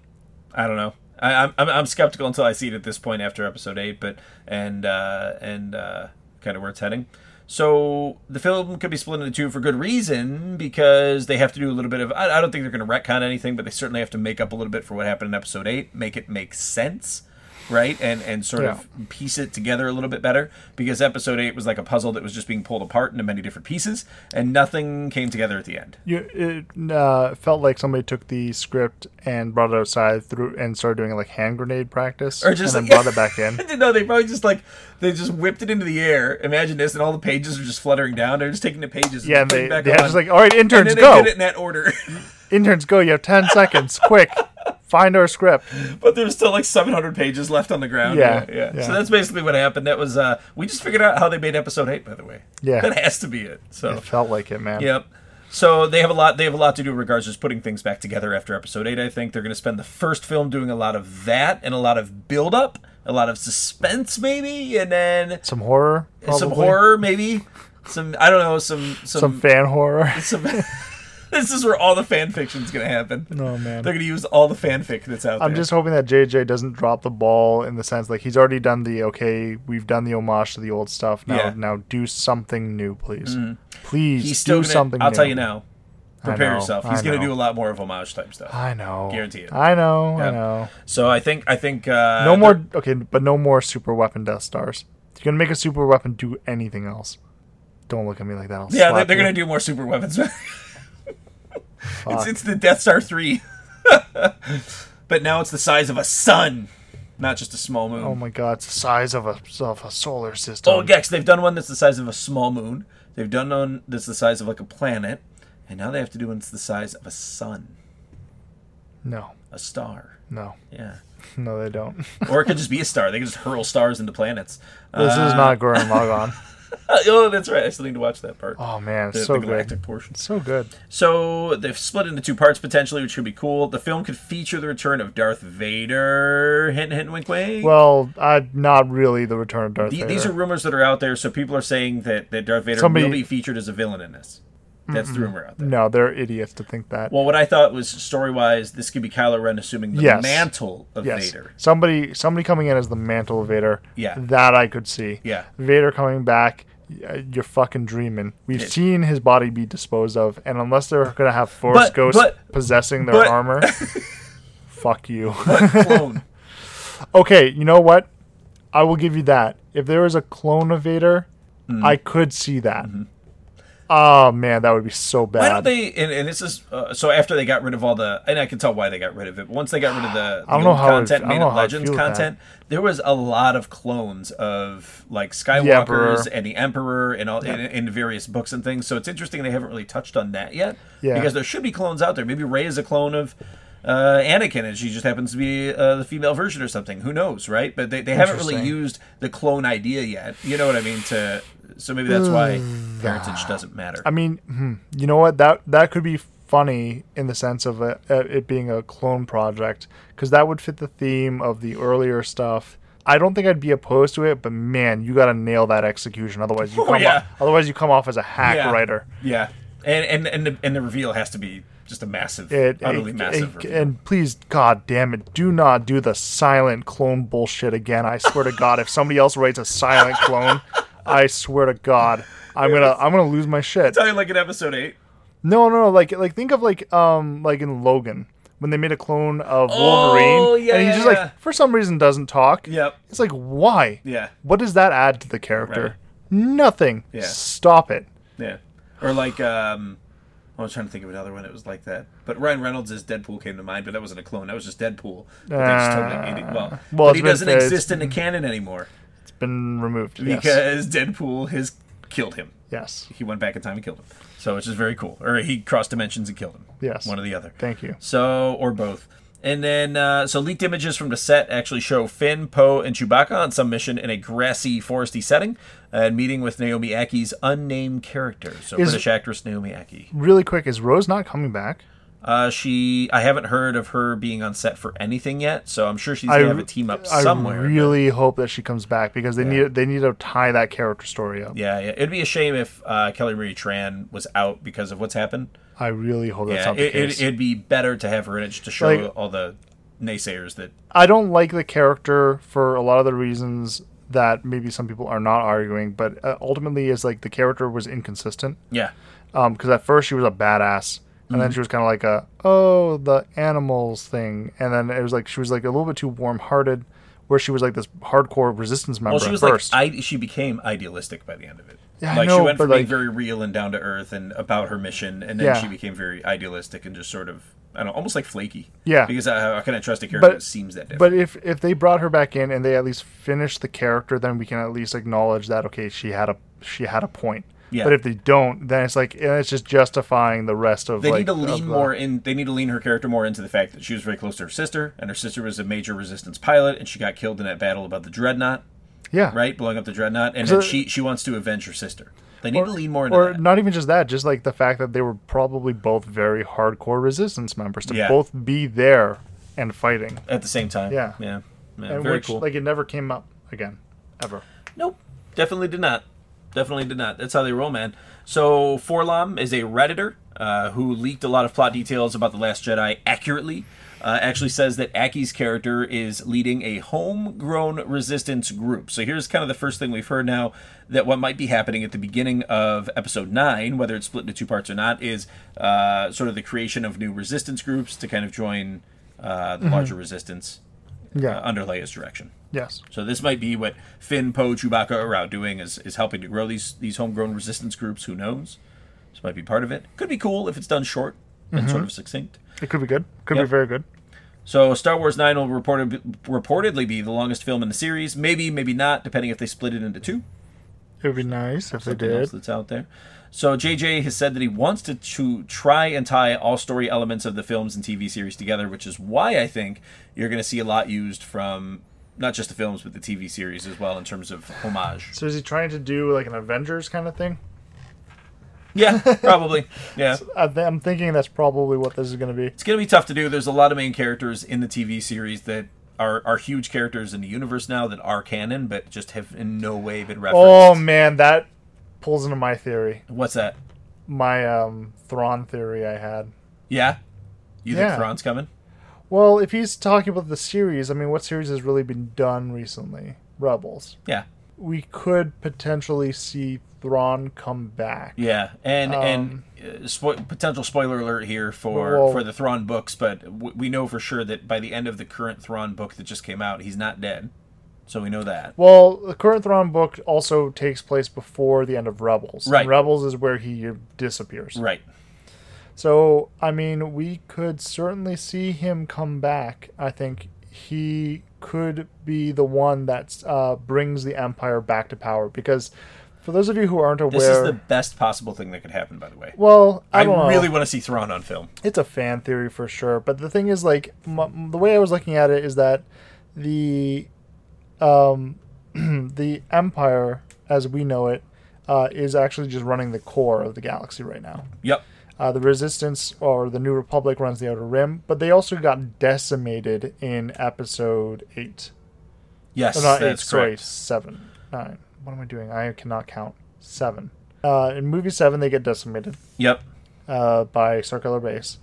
Speaker 1: I don't know. I, I'm I'm- I'm skeptical until I see it at this point after episode eight, but and uh, and uh, kind of where it's heading. So the film could be split into two for good reason because they have to do a little bit of. I, I don't think they're going to retcon anything, but they certainly have to make up a little bit for what happened in episode eight, make it make sense, right? And and sort of piece it together a little bit better because episode 8 was like a puzzle that was just being pulled apart into many different pieces and nothing came together at the end.
Speaker 2: You, it uh, felt like somebody took the script and brought it outside through and started doing like hand grenade practice,
Speaker 1: Or just
Speaker 2: and
Speaker 1: like-
Speaker 2: then brought it back in.
Speaker 1: no, they probably just like they just whipped it into the air. Imagine this and all the pages are just fluttering down. They're just taking the pages
Speaker 2: Yeah, and
Speaker 1: and putting
Speaker 2: they,
Speaker 1: back
Speaker 2: they
Speaker 1: on.
Speaker 2: had just like, all right,
Speaker 1: and
Speaker 2: interns
Speaker 1: then
Speaker 2: go,
Speaker 1: they did it in that order.
Speaker 2: interns go. You have ten seconds, quick, find our script.
Speaker 1: but there's still like 700 pages left on the ground.
Speaker 2: Yeah,
Speaker 1: yeah.
Speaker 2: yeah.
Speaker 1: So that's basically what happened. That was uh we just figured out how they made episode 8 by the way.
Speaker 2: Yeah.
Speaker 1: That has to be it. So
Speaker 2: It felt like it, man.
Speaker 1: Yep. So they have a lot. They have a lot to do in regards to just putting things back together after episode eight. I think they're going to spend the first film doing a lot of that and a lot of build up, a lot of suspense, maybe, and then
Speaker 2: Some horror, probably.
Speaker 1: some horror, maybe, some I don't know, some
Speaker 2: some
Speaker 1: some
Speaker 2: fan horror.
Speaker 1: some. this is where all the fan fiction's going to happen.
Speaker 2: No man.
Speaker 1: They're going to use all the fanfic that's out
Speaker 2: I'm
Speaker 1: there.
Speaker 2: just hoping that JJ doesn't drop the ball in the sense like he's already done the okay, we've done the homage to the old stuff. Now,
Speaker 1: Yeah. Mm-hmm.
Speaker 2: now do something new, please. Please
Speaker 1: He's still
Speaker 2: do
Speaker 1: gonna,
Speaker 2: something.
Speaker 1: I'll
Speaker 2: new.
Speaker 1: tell you now. Prepare
Speaker 2: know,
Speaker 1: yourself.
Speaker 2: I
Speaker 1: He's going to
Speaker 2: know.
Speaker 1: do a lot more of homage type stuff.
Speaker 2: I know.
Speaker 1: Guarantee it.
Speaker 2: I know.
Speaker 1: Yeah.
Speaker 2: I know.
Speaker 1: So I think I think uh,
Speaker 2: No more. Okay, but no more super weapon Death Stars. If you're gonna make a super weapon, do anything else. Don't look at me like that. I'll
Speaker 1: Yeah, they're,
Speaker 2: slap
Speaker 1: they're
Speaker 2: you.
Speaker 1: going to do more super weapons.
Speaker 2: Fuck.
Speaker 1: It's, it's the Death Star 3. but now it's the size of a sun, not just a small moon.
Speaker 2: Oh
Speaker 1: Oh,
Speaker 2: my god, it's the size of a of a solar system.
Speaker 1: Gex, Oh, they've done one that's the size of a small moon. They've done one that's the size of like a planet. And now they have to do one that's the size of a sun,
Speaker 2: No,
Speaker 1: a star.
Speaker 2: no,
Speaker 1: Yeah.
Speaker 2: no, they don't.
Speaker 1: Or it could just be a star. They could just hurl stars into planets. Uh,
Speaker 2: this is not Gurren Lagann.
Speaker 1: Oh, that's right. I still need to watch that part.
Speaker 2: Oh man, it's
Speaker 1: the,
Speaker 2: so
Speaker 1: the
Speaker 2: good.
Speaker 1: galactic portion.
Speaker 2: It's so good.
Speaker 1: So they've split into two parts potentially, which could be cool. The film could feature the return of Darth Vader. Hint, hint, wink, wink.
Speaker 2: Well, I not really the Return of Darth
Speaker 1: The-
Speaker 2: Vader.
Speaker 1: these are rumors that are out there, so people are saying that, that Darth Vader
Speaker 2: Somebody-
Speaker 1: will be featured as a villain in this. That's the rumor out there.
Speaker 2: no, they're idiots to think that.
Speaker 1: Well, what I thought was story wise, this could be Kylo Ren assuming the
Speaker 2: Yes.
Speaker 1: mantle of
Speaker 2: yes,
Speaker 1: Vader.
Speaker 2: somebody somebody coming in as the mantle of Vader.
Speaker 1: Yeah.
Speaker 2: that I could see.
Speaker 1: Yeah.
Speaker 2: Vader coming back. y- uh, You're fucking dreaming. We've
Speaker 1: Yeah.
Speaker 2: seen his body be disposed of, and unless they're gonna have Force
Speaker 1: But-
Speaker 2: Ghosts
Speaker 1: but-
Speaker 2: possessing their
Speaker 1: but-
Speaker 2: armor, fuck you.
Speaker 1: Clone.
Speaker 2: Okay, you know what? I will give you that. If there was a clone of Vader,
Speaker 1: Mm-hmm.
Speaker 2: I could see that. Oh man, that would be so bad.
Speaker 1: Why don't they? And, and this is uh, so after they got rid of all the, and I can tell why they got rid of it. But once they got rid of the, the
Speaker 2: I don't know
Speaker 1: old
Speaker 2: how I-
Speaker 1: content,
Speaker 2: I don't
Speaker 1: Man
Speaker 2: know
Speaker 1: of
Speaker 2: how I
Speaker 1: Legends
Speaker 2: feel with
Speaker 1: content, there was a lot of clones of like
Speaker 2: Emperor.
Speaker 1: Skywalkers and the Emperor and all in, in various books and things. So it's interesting they haven't really touched on that yet.
Speaker 2: Yeah.
Speaker 1: because there should be clones out there. Maybe Rey is a clone of. Uh, Anakin, and she just happens to be uh, the female version or something. Who knows, right? But they, they haven't really
Speaker 2: Interesting.
Speaker 1: used the clone idea yet. You know what I mean? To so maybe that's why
Speaker 2: Hmm.
Speaker 1: parentage doesn't matter.
Speaker 2: I mean, hmm, you know what? That that could be funny in the sense of uh, it, it being a clone project because that would fit the theme of the earlier stuff. I don't think I'd be opposed to it, but man, you got to nail that execution. Otherwise, you
Speaker 1: Oh,
Speaker 2: come off-
Speaker 1: yeah.
Speaker 2: otherwise you come off as a hack
Speaker 1: Yeah.
Speaker 2: writer.
Speaker 1: Yeah, and and and the, and the reveal has to be just a massive,
Speaker 2: It,
Speaker 1: utterly
Speaker 2: it-
Speaker 1: massive.
Speaker 2: it-
Speaker 1: reveal.
Speaker 2: and please, God damn it, do not do the silent clone bullshit again. I swear to God, if somebody else writes a silent clone, I swear to God, I'm gonna I'm gonna lose my shit.
Speaker 1: Tell you like in episode eight.
Speaker 2: No, no, no, like like think of like um like in Logan when they made a clone of
Speaker 1: Oh,
Speaker 2: Wolverine
Speaker 1: yeah,
Speaker 2: and he
Speaker 1: yeah,
Speaker 2: just
Speaker 1: yeah.
Speaker 2: like for some reason doesn't talk.
Speaker 1: Yep.
Speaker 2: It's like why?
Speaker 1: Yeah.
Speaker 2: What does that add to the character?
Speaker 1: Right.
Speaker 2: Nothing.
Speaker 1: Yeah.
Speaker 2: Stop it.
Speaker 1: Yeah, or like um, I was trying to think of another one that was like that. But Ryan Reynolds as Deadpool came to mind, but that wasn't a clone. That was just Deadpool. But they just totally made it. Well,
Speaker 2: Uh, well,
Speaker 1: but he
Speaker 2: it's been-
Speaker 1: doesn't
Speaker 2: it's-
Speaker 1: exist in the canon anymore
Speaker 2: It's been removed. Yes.
Speaker 1: because Deadpool has killed him.
Speaker 2: yes.
Speaker 1: He went back in time and killed him. So which is very cool. Or he crossed dimensions and killed him.
Speaker 2: Yes.
Speaker 1: one or the other.
Speaker 2: Thank you.
Speaker 1: So, or both. And then, uh, so leaked images from the set actually show Finn, Poe, and Chewbacca on some mission in a grassy, foresty setting and meeting with Naomi Aki's unnamed character. So,
Speaker 2: Is-
Speaker 1: British actress Naomi Aki.
Speaker 2: Really quick, is Rose not coming back?
Speaker 1: Uh, she, I haven't heard of her being on set for anything yet, so I'm sure she's
Speaker 2: I
Speaker 1: going to have
Speaker 2: re-
Speaker 1: a team up
Speaker 2: I
Speaker 1: somewhere.
Speaker 2: really hope that she comes back because they need they need to tie that character story up.
Speaker 1: yeah, yeah, it'd be a shame if uh, Kelly Marie Tran was out because of what's happened.
Speaker 2: I really hope that's
Speaker 1: Yeah,
Speaker 2: not the
Speaker 1: it,
Speaker 2: case.
Speaker 1: it, it'd be better to have her in it just to show
Speaker 2: Like-
Speaker 1: all the naysayers that
Speaker 2: I don't like the character for a lot of the reasons that maybe some people are not arguing, but uh, ultimately is like the character was inconsistent
Speaker 1: yeah,
Speaker 2: because at first she was a badass. And
Speaker 1: Mm-hmm.
Speaker 2: then she was kind of like a oh the animals thing, and then it was like she was like a little bit too warm-hearted, where she was like this hardcore resistance member
Speaker 1: Well, she
Speaker 2: at
Speaker 1: was
Speaker 2: first.
Speaker 1: like I, she became idealistic by the end of it.
Speaker 2: Yeah, I
Speaker 1: like she
Speaker 2: know,
Speaker 1: went
Speaker 2: but,
Speaker 1: from being
Speaker 2: like-
Speaker 1: very real and down to earth and about her mission, and then
Speaker 2: Yeah.
Speaker 1: she became very idealistic and just sort of I don't know, almost like flaky.
Speaker 2: Yeah.
Speaker 1: because uh, how can I trust a character
Speaker 2: But-
Speaker 1: that seems that different?
Speaker 2: But if if they brought her back in and they at least finished the character, then we can at least acknowledge that okay, she had a she had a point.
Speaker 1: Yeah.
Speaker 2: But if they don't, then it's like eh, it's just justifying the rest of.
Speaker 1: they
Speaker 2: like, uh,
Speaker 1: need to
Speaker 2: of
Speaker 1: lean
Speaker 2: the-
Speaker 1: more in. They need to lean her character more into the fact that she was very close to her sister, and her sister was a major resistance pilot, and she got killed in that battle about the dreadnought,
Speaker 2: Yeah.
Speaker 1: right, blowing up the dreadnought, and
Speaker 2: So-
Speaker 1: then she she wants to avenge her sister. They need to lean more into
Speaker 2: Or
Speaker 1: that.
Speaker 2: not even just that, just like the fact that they were probably both very hardcore resistance members to
Speaker 1: Yeah.
Speaker 2: both be there and fighting.
Speaker 1: at the same time.
Speaker 2: Yeah.
Speaker 1: yeah, yeah
Speaker 2: And
Speaker 1: very
Speaker 2: which,
Speaker 1: cool.
Speaker 2: Like it never came up again, ever.
Speaker 1: Nope. Definitely did not. Definitely did not. That's how they roll, man. So Forlom is a redditor uh, who leaked a lot of plot details about the Last Jedi accurately. Uh, actually says that Aki's character is leading a homegrown resistance group. So here's kind of the first thing we've heard now that what might be happening at the beginning of episode nine, whether it's split into two parts or not, is uh, sort of the creation of new resistance groups to kind of join uh, the larger resistance
Speaker 2: Yeah.
Speaker 1: uh, under Leia's direction.
Speaker 2: yes.
Speaker 1: So this might be what Finn, Poe, Chewbacca are out doing is, is helping to grow these these homegrown resistance groups. Who knows? This might be part of it. Could be cool if it's done short and sort of succinct.
Speaker 2: It could be good. Could
Speaker 1: Yep.
Speaker 2: be very good.
Speaker 1: So Star Wars Nine will reported, reportedly be the longest film in the series. Maybe, maybe not, depending if they split it into two.
Speaker 2: It would be nice if they
Speaker 1: something else
Speaker 2: did.
Speaker 1: that's out there. So JJ has said that he wants to, to try and tie all story elements of the films and TV series together, which is why I think you're going to see a lot used from not just the films but the TV series as well in terms of homage.
Speaker 2: So is he trying to do like an Avengers kind of thing?
Speaker 1: Yeah, probably. Yeah.
Speaker 2: I th- I'm thinking that's probably what this is going to be.
Speaker 1: It's going to be tough to do. There's a lot of main characters in the TV series that are, are huge characters in the universe now that are canon, but just have in no way been referenced.
Speaker 2: Oh man, that pulls into my theory,
Speaker 1: What's that?
Speaker 2: my um, Thrawn theory I had.
Speaker 1: Yeah? You
Speaker 2: Yeah.
Speaker 1: think Thrawn's coming?
Speaker 2: Well, if he's talking about the series, I mean, what series has really been done recently? Rebels.
Speaker 1: Yeah.
Speaker 2: We could potentially see Thrawn come back.
Speaker 1: Yeah. And
Speaker 2: Um,
Speaker 1: and uh, spo- potential spoiler alert here for,
Speaker 2: Well-
Speaker 1: for the Thrawn books, but w- we know for sure that by the end of the current Thrawn book that just came out, he's not dead. So we know that.
Speaker 2: Well, the current Thrawn book also takes place before the end of Rebels.
Speaker 1: Right.
Speaker 2: And Rebels is where he disappears.
Speaker 1: Right.
Speaker 2: So, I mean, we could certainly see him come back. I think he could be the one that uh, brings the Empire back to power. Because for those of you who aren't aware,
Speaker 1: This is the best possible thing that could happen, by the way.
Speaker 2: well, I,
Speaker 1: I,
Speaker 2: don't know.
Speaker 1: really want to see Thrawn on film.
Speaker 2: it's a fan theory for sure. But the thing is, like m- m- the way I was looking at it is that the um, the empire, as we know it, uh, is actually just running the core of the galaxy right now.
Speaker 1: Yep.
Speaker 2: Uh, the Resistance or the New Republic runs the Outer Rim, but they also got decimated in Episode Eight.
Speaker 1: Yes,
Speaker 2: Oh, not
Speaker 1: that's
Speaker 2: eight, sorry,
Speaker 1: correct.
Speaker 2: seven, nine. What am I doing? I cannot count. Seven. Uh, in movie seven, they get decimated
Speaker 1: Yep.
Speaker 2: uh, by Circular Base,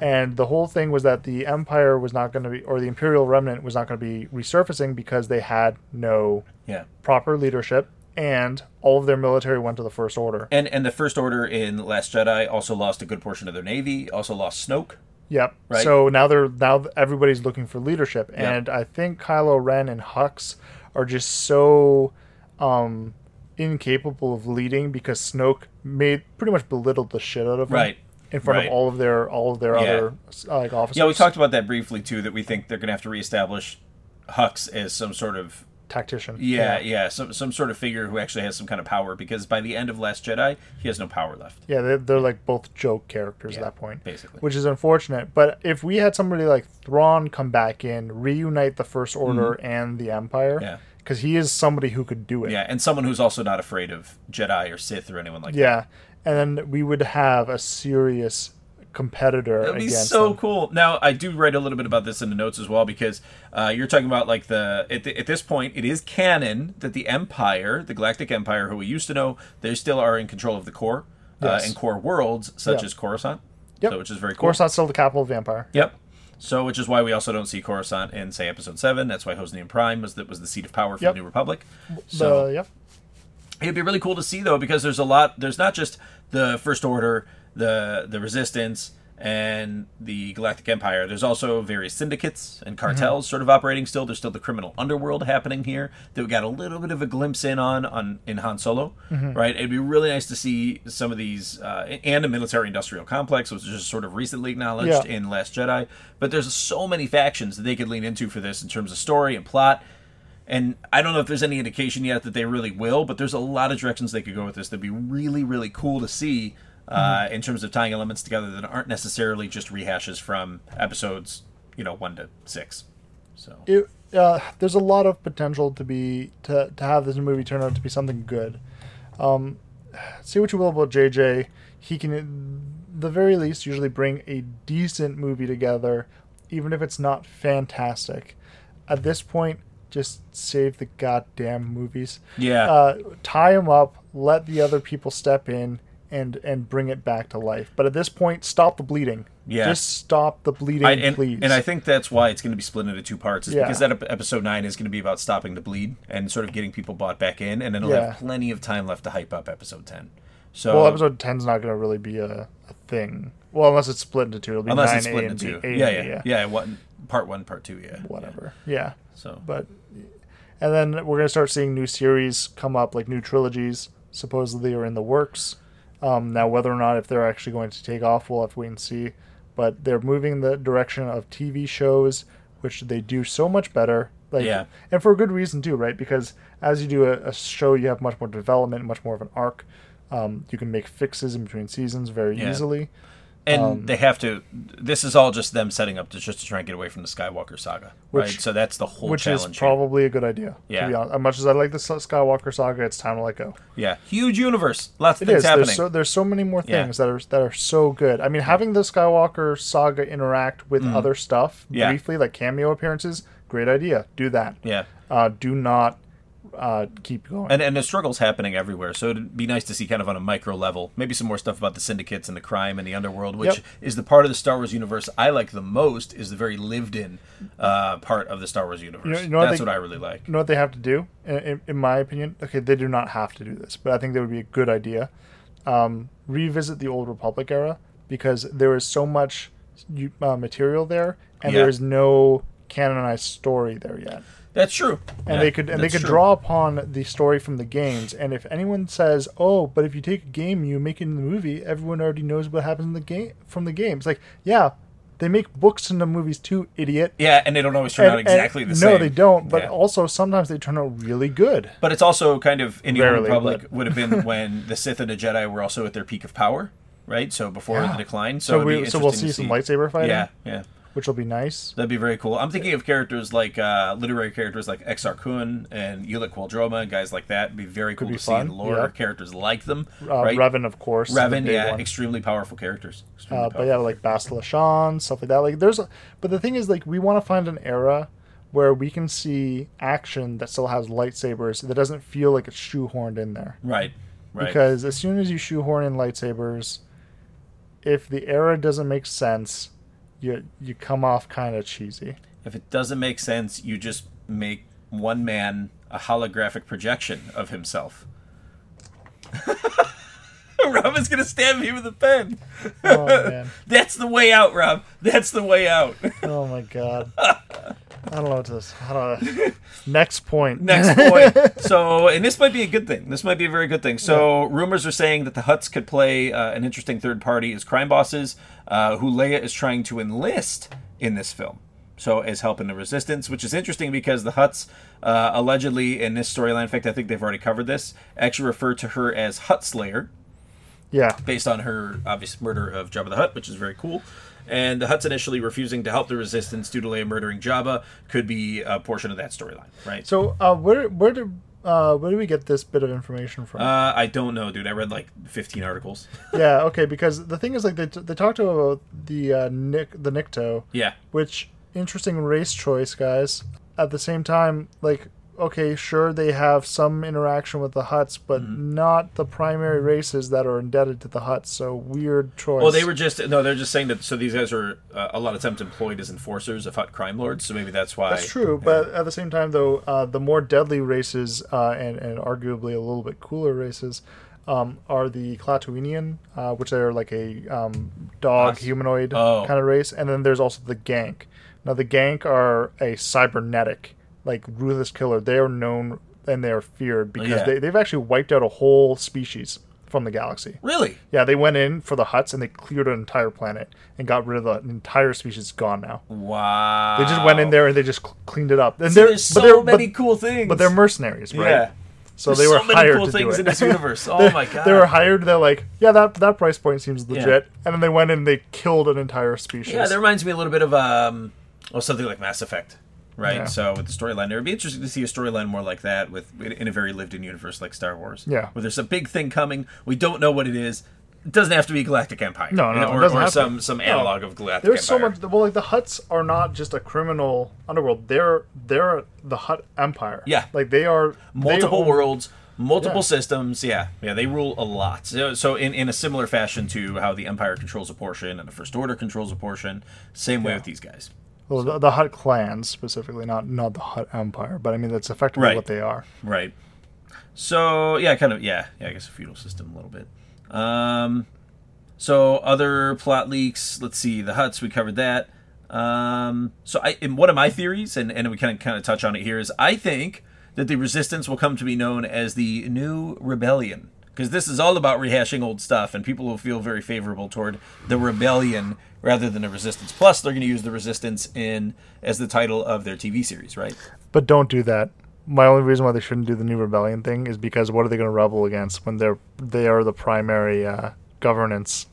Speaker 2: and the whole thing was that the Empire was not going to be, or the Imperial Remnant was not going to be resurfacing because they had no
Speaker 1: Yeah.
Speaker 2: proper leadership, and all of their military went to the First Order.
Speaker 1: And and the First Order in Last Jedi also lost a good portion of their navy. Also lost Snoke.
Speaker 2: Yep.
Speaker 1: Right.
Speaker 2: So now they're now everybody's looking for leadership, and I think Kylo Ren and Hux are just so um, incapable of leading because Snoke made pretty much belittled the shit out of them
Speaker 1: Right.
Speaker 2: in front
Speaker 1: Right.
Speaker 2: of all of their all of their
Speaker 1: Yeah.
Speaker 2: other uh, like officers.
Speaker 1: Yeah, we talked about that briefly too. That we think they're going to have to reestablish Hux as some sort of
Speaker 2: tactician.
Speaker 1: yeah, yeah, some some sort of figure who actually has some kind of power. Because by the end of Last Jedi, he has no power left.
Speaker 2: Yeah, they're, they're like both joke characters at that point,
Speaker 1: basically.
Speaker 2: which is unfortunate. But if we had somebody like Thrawn come back in, reunite the First Order and the
Speaker 1: Mm-hmm. Yeah.
Speaker 2: Empire, because he is somebody who could do it.
Speaker 1: Yeah, and someone who's also not afraid of Jedi or Sith or anyone like that.
Speaker 2: Yeah, and then we would have a serious competitor
Speaker 1: That'd be
Speaker 2: against
Speaker 1: so
Speaker 2: them.
Speaker 1: cool. Now, I do write a little bit about this in the notes as well because uh, you're talking about like the at, the at this point, it is canon that the Empire, the Galactic Empire, who we used to know, they still are in control of the core uh,
Speaker 2: Yes.
Speaker 1: and core worlds such
Speaker 2: Yeah.
Speaker 1: as Coruscant.
Speaker 2: Yep.
Speaker 1: So, which is very cool.
Speaker 2: Coruscant's still the capital of the Empire.
Speaker 1: Yep. So, which is why we also don't see Coruscant in say Episode Seven. That's why Hosnian Prime was that was the seat of power for
Speaker 2: Yep.
Speaker 1: the New Republic. So
Speaker 2: So yep,
Speaker 1: it'd be really cool to see though because there's a lot there's not just the first order the the resistance and the galactic empire there's also various syndicates and cartels sort of operating still there's still the criminal underworld happening here that we got a little bit of a glimpse in on on in han solo right it'd be really nice to see some of these uh, and the military industrial complex which is just sort of recently acknowledged
Speaker 2: Yeah.
Speaker 1: in last jedi but there's so many factions that they could lean into for this in terms of story and plot and I don't know if there's any indication yet that they really will, but there's a lot of directions they could go with this. That'd be really, really cool to see uh,
Speaker 2: Mm-hmm.
Speaker 1: in terms of tying elements together that aren't necessarily just rehashes from episodes, you know, one to six. So
Speaker 2: it, uh, there's a lot of potential to be to, to have this movie turn out to be something good. Um, see what you will about JJ, he can, at the very least, usually bring a decent movie together, even if it's not fantastic. At this point, just save the goddamn movies.
Speaker 1: yeah,
Speaker 2: uh, tie them up, let the other people step in and and bring it back to life. But at this point, stop the bleeding.
Speaker 1: Yeah.
Speaker 2: Just stop the bleeding,
Speaker 1: I, and,
Speaker 2: please.
Speaker 1: and I think that's why it's going to be split into two parts, is
Speaker 2: Yeah.
Speaker 1: because that ep- episode nine is going to be about stopping the bleed and sort of getting people bought back in, and then it'll
Speaker 2: Yeah.
Speaker 1: have plenty of time left to hype up episode ten. So
Speaker 2: well, episode ten's not going to really be a, a thing. Well, unless it's split into two, it'll be
Speaker 1: unless
Speaker 2: nine
Speaker 1: it's split
Speaker 2: A
Speaker 1: into
Speaker 2: and
Speaker 1: two,
Speaker 2: B, A
Speaker 1: yeah,
Speaker 2: and
Speaker 1: yeah,
Speaker 2: B,
Speaker 1: yeah, one part one, part two, yeah,
Speaker 2: whatever. Yeah.
Speaker 1: Yeah. So
Speaker 2: but and then we're going to start seeing new series come up, like new trilogies supposedly are in the works. Um, now, whether or not if they're actually going to take off, we'll have to wait and see. But they're moving in the direction of TV shows, which they do so much better. Like,
Speaker 1: Yeah.
Speaker 2: and for a good reason too, right? Because as you do a, a show, you have much more development, much more of an arc. Um, you can make fixes in between seasons very
Speaker 1: Yeah.
Speaker 2: easily.
Speaker 1: and
Speaker 2: Um,
Speaker 1: they have to this is all just them setting up to just to try and get away from the skywalker saga right
Speaker 2: Which-
Speaker 1: so that's the whole
Speaker 2: Which is
Speaker 1: challenge here.
Speaker 2: probably a good idea.
Speaker 1: Yeah.
Speaker 2: To be honest. As much as I like the S- Skywalker saga, it's time to let go.
Speaker 1: yeah huge universe lots of
Speaker 2: It
Speaker 1: things
Speaker 2: is.
Speaker 1: happening
Speaker 2: There's so there's so many more
Speaker 1: Yeah.
Speaker 2: things that are that are so good. I mean, having the Skywalker saga interact with other stuff
Speaker 1: Mm-hmm. Yeah.
Speaker 2: briefly, like cameo appearances, great idea. Do that.
Speaker 1: yeah
Speaker 2: Uh, do not uh, keep going.
Speaker 1: and and the struggles happening everywhere so it'd be nice to see kind of on a micro level maybe some more stuff about the syndicates and the crime and the underworld which
Speaker 2: Yep.
Speaker 1: is the part of the star wars universe i like the most is the very lived in uh, part of the star wars universe
Speaker 2: you know what
Speaker 1: that's
Speaker 2: they-
Speaker 1: what i really like
Speaker 2: you know what they have to do, in, in, in my opinion. Okay, they do not have to do this, but I think that would be a good idea. Um, revisit the old Republic era because there is so much you- uh, material there, and
Speaker 1: Yeah.
Speaker 2: there is no canonized story there yet.
Speaker 1: that's true
Speaker 2: and
Speaker 1: Yeah,
Speaker 2: they could and they
Speaker 1: that's
Speaker 2: could
Speaker 1: true.
Speaker 2: draw upon the story from the games. And if anyone says, "Oh, but if you take a game, you make it in the movie," everyone already knows what happens in the game from the games. Like, yeah, they make books into movies too, idiot.
Speaker 1: yeah and they don't always turn out
Speaker 2: And- and-
Speaker 1: exactly the
Speaker 2: No,
Speaker 1: same
Speaker 2: they don't. But
Speaker 1: Yeah.
Speaker 2: also sometimes they turn out really good.
Speaker 1: But it's also kind of in the Old
Speaker 2: Rarely,
Speaker 1: Republic
Speaker 2: but-
Speaker 1: would have been when the Sith and the Jedi were also at their peak of power, right? So before
Speaker 2: Yeah.
Speaker 1: the decline. So,
Speaker 2: So,
Speaker 1: it'd be
Speaker 2: we so we'll see,
Speaker 1: interesting
Speaker 2: some
Speaker 1: to
Speaker 2: lightsaber fighting,
Speaker 1: Yeah, yeah,
Speaker 2: which will be nice.
Speaker 1: that'd be very cool. I'm thinking of characters like uh, literary characters like Exar Kun and Ulic Qualdroma and guys like that. It'd be very cool
Speaker 2: be
Speaker 1: to see
Speaker 2: fun,
Speaker 1: in lore
Speaker 2: yeah.
Speaker 1: characters like them,
Speaker 2: Uh,
Speaker 1: right?
Speaker 2: Revan, of course, is the
Speaker 1: Revan,
Speaker 2: big
Speaker 1: yeah,
Speaker 2: one.
Speaker 1: extremely powerful characters. Extremely
Speaker 2: Uh, but
Speaker 1: powerful.
Speaker 2: yeah, like Bastila Shan, stuff like that. Like there's, a, but the thing is, like we want to find an era where we can see action that still has lightsabers that doesn't feel like it's shoehorned in there.
Speaker 1: Right. Right.
Speaker 2: Because as soon as you shoehorn in lightsabers, if the era doesn't make sense, you you come off kind of cheesy.
Speaker 1: if it doesn't make sense, you just make one man a holographic projection of himself. Rob is gonna stab me with a pen.
Speaker 2: Oh man.
Speaker 1: That's the way out, Rob. That's the way out.
Speaker 2: Oh my god. I don't know what this. I don't know. Next point.
Speaker 1: Next point. So, and this might be a good thing. This might be a very good thing. So, rumors are saying that the Huts could play uh, an interesting third party as crime bosses, uh, who Leia is trying to enlist in this film. So, as help in the resistance, which is interesting because the Huts uh, allegedly in this storyline, in fact, I think they've already covered this, actually refer to her as Hut Slayer,
Speaker 2: Yeah.
Speaker 1: based on her obvious murder of Jabba the Hutt, which is very cool. And the Huts initially refusing to help the resistance due to Leia murdering Jabba could be a portion of that storyline, right?
Speaker 2: So uh, where where do uh, where do we get this bit of information from?
Speaker 1: Uh, I don't know, dude. I read like 15 articles.
Speaker 2: yeah. Okay. Because the thing is, like, they, they talked about the uh, Nick the Nikto,
Speaker 1: yeah.
Speaker 2: which interesting race choice, guys. At the same time, like, okay, sure they have some interaction with the Huts, but
Speaker 1: Mm-hmm.
Speaker 2: not the primary races that are indebted to the Huts. So weird choice.
Speaker 1: Well, they were just no. They're just saying that. So these guys are uh, a lot of times employed as enforcers of Hut crime lords. So maybe that's why.
Speaker 2: That's true, but at the same time, though, uh, the more deadly races uh, and, and arguably a little bit cooler races um, are the Klaatuinian, uh, which are like a um, dog
Speaker 1: Us.
Speaker 2: humanoid
Speaker 1: Oh.
Speaker 2: kind of race, and then there's also the Gank. Now, the Gank are a cybernetic, like ruthless killer. They are known and they are feared because
Speaker 1: Yeah.
Speaker 2: they, they've actually wiped out a whole species from the galaxy.
Speaker 1: Really?
Speaker 2: Yeah, they went in for the huts and they cleared an entire planet and got rid of the an entire species. Gone now.
Speaker 1: Wow.
Speaker 2: They just went in there and they just cl- cleaned it up. And
Speaker 1: So
Speaker 2: they're,
Speaker 1: there's so
Speaker 2: but they're,
Speaker 1: many
Speaker 2: but,
Speaker 1: cool things.
Speaker 2: but they're mercenaries, right?
Speaker 1: Yeah.
Speaker 2: So
Speaker 1: There's
Speaker 2: they were
Speaker 1: so many
Speaker 2: hired
Speaker 1: cool
Speaker 2: to do
Speaker 1: things
Speaker 2: it.
Speaker 1: in this universe. Oh my god.
Speaker 2: they were hired. They're like, yeah, that that price point seems legit. And then they went in and they killed an entire species.
Speaker 1: Yeah, that reminds me a little bit of um, well, something like Mass Effect, right?
Speaker 2: Yeah.
Speaker 1: So with the storyline, it would be interesting to see a storyline more like that with in a very lived-in universe like Star Wars.
Speaker 2: Yeah.
Speaker 1: where there's a big thing coming, we don't know what it is. It doesn't have to be Galactic Empire.
Speaker 2: No, no,
Speaker 1: you know,
Speaker 2: it
Speaker 1: or,
Speaker 2: doesn't
Speaker 1: or
Speaker 2: have to.
Speaker 1: some some analog of Galactic
Speaker 2: There's so
Speaker 1: Empire.
Speaker 2: much. Well, like the huts are not just a criminal underworld. They're they're the hut empire.
Speaker 1: Yeah.
Speaker 2: like they are they
Speaker 1: multiple
Speaker 2: own-
Speaker 1: worlds. Multiple
Speaker 2: Yeah.
Speaker 1: systems, yeah, yeah, they rule a lot. So, so in, in a similar fashion to how the Empire controls a portion and the First Order controls a portion, same way with these guys.
Speaker 2: Well, the, the hut clans specifically, not not the hut empire, but I mean that's effectively
Speaker 1: Right.
Speaker 2: what they are.
Speaker 1: Right. So yeah, kind of yeah, yeah. I guess a feudal system a little bit. Um, so other plot leaks. Let's see, the Huts. We covered that. Um, so I, in one of my theories, and and we kind of kind of touch on it here, is I think that the Resistance will come to be known as the New Rebellion because this is all about rehashing old stuff, and people will feel very favorable toward the Rebellion rather than the Resistance. Plus, they're going to use the Resistance in as the title of their TV series, right?
Speaker 2: But don't do that. My only reason why they shouldn't do the new rebellion thing is because what are they going to rebel against when they're they are the primary uh, governance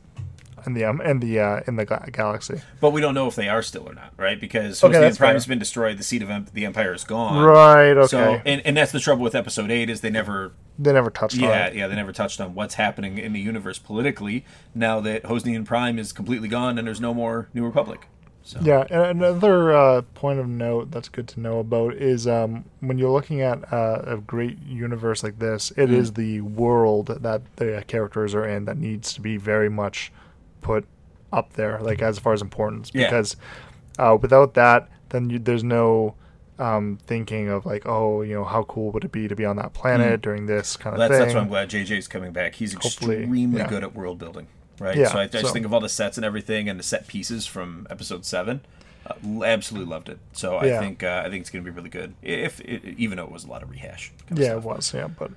Speaker 2: in the um, in the uh, in the ga- galaxy?
Speaker 1: But we don't know if they are still or not, right? Because
Speaker 2: Okay,
Speaker 1: Hosnian
Speaker 2: that's
Speaker 1: Prime
Speaker 2: fair.
Speaker 1: has been destroyed, the seat of em- the Empire is gone.
Speaker 2: Right. Okay.
Speaker 1: So, and, and that's the trouble with Episode Eight is they never,
Speaker 2: they never touched
Speaker 1: yeah,
Speaker 2: on it.
Speaker 1: yeah, they never touched on what's happening in the universe politically now that Hosnian Prime is completely gone and there's no more New Republic. So
Speaker 2: Yeah. And another uh, point of note that's good to know about is um, when you're looking at uh, a great universe like this, it is
Speaker 1: Mm.
Speaker 2: the world that the characters are in that needs to be very much put up there, like as far as importance,
Speaker 1: Yeah.
Speaker 2: because uh, without that, then you, there's no um, thinking of like, oh, you know, how cool would it be to be on that planet during this kind of
Speaker 1: Mm. that's
Speaker 2: thing.
Speaker 1: that's why I'm glad JJ's coming back. He's
Speaker 2: Hopefully,
Speaker 1: extremely
Speaker 2: yeah.
Speaker 1: good at world building, right?
Speaker 2: Yeah,
Speaker 1: so I, I just
Speaker 2: so-
Speaker 1: think of all the sets and everything and the set pieces from Episode Seven. Uh, l- absolutely loved it. So I
Speaker 2: Yeah.
Speaker 1: think uh, I think it's going to be really good. If it, even though it was a lot of rehash. kind of
Speaker 2: yeah, it was. Yeah, but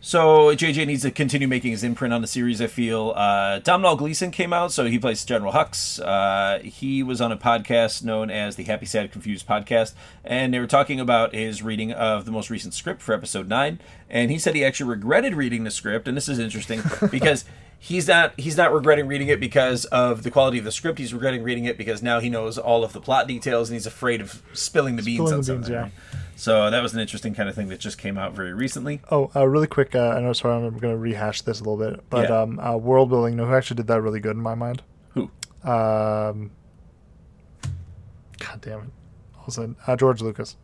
Speaker 1: So JJ needs to continue making his imprint on the series. I feel uh, Domhnall Gleeson came out, so he plays General Hux. Uh, he was on a podcast known as the Happy Sad Confused podcast, and they were talking about his reading of the most recent script for episode nine. And he said he actually regretted reading the script, and this is interesting because he's not he's not regretting reading it because of the quality of the script. He's regretting reading it because now he knows all of the plot details, and he's afraid of spilling the beans
Speaker 2: Spilling
Speaker 1: on
Speaker 2: the beans,
Speaker 1: something.
Speaker 2: yeah.
Speaker 1: right? So that was an interesting kind of thing that just came out very recently.
Speaker 2: Oh, uh, really quick. Uh, I know. Sorry, I'm going to rehash this a little bit, but
Speaker 1: Yeah.
Speaker 2: um, uh, world building. You know who actually did that really good in my mind?
Speaker 1: Who?
Speaker 2: Um, God damn it! Also, uh, George Lucas.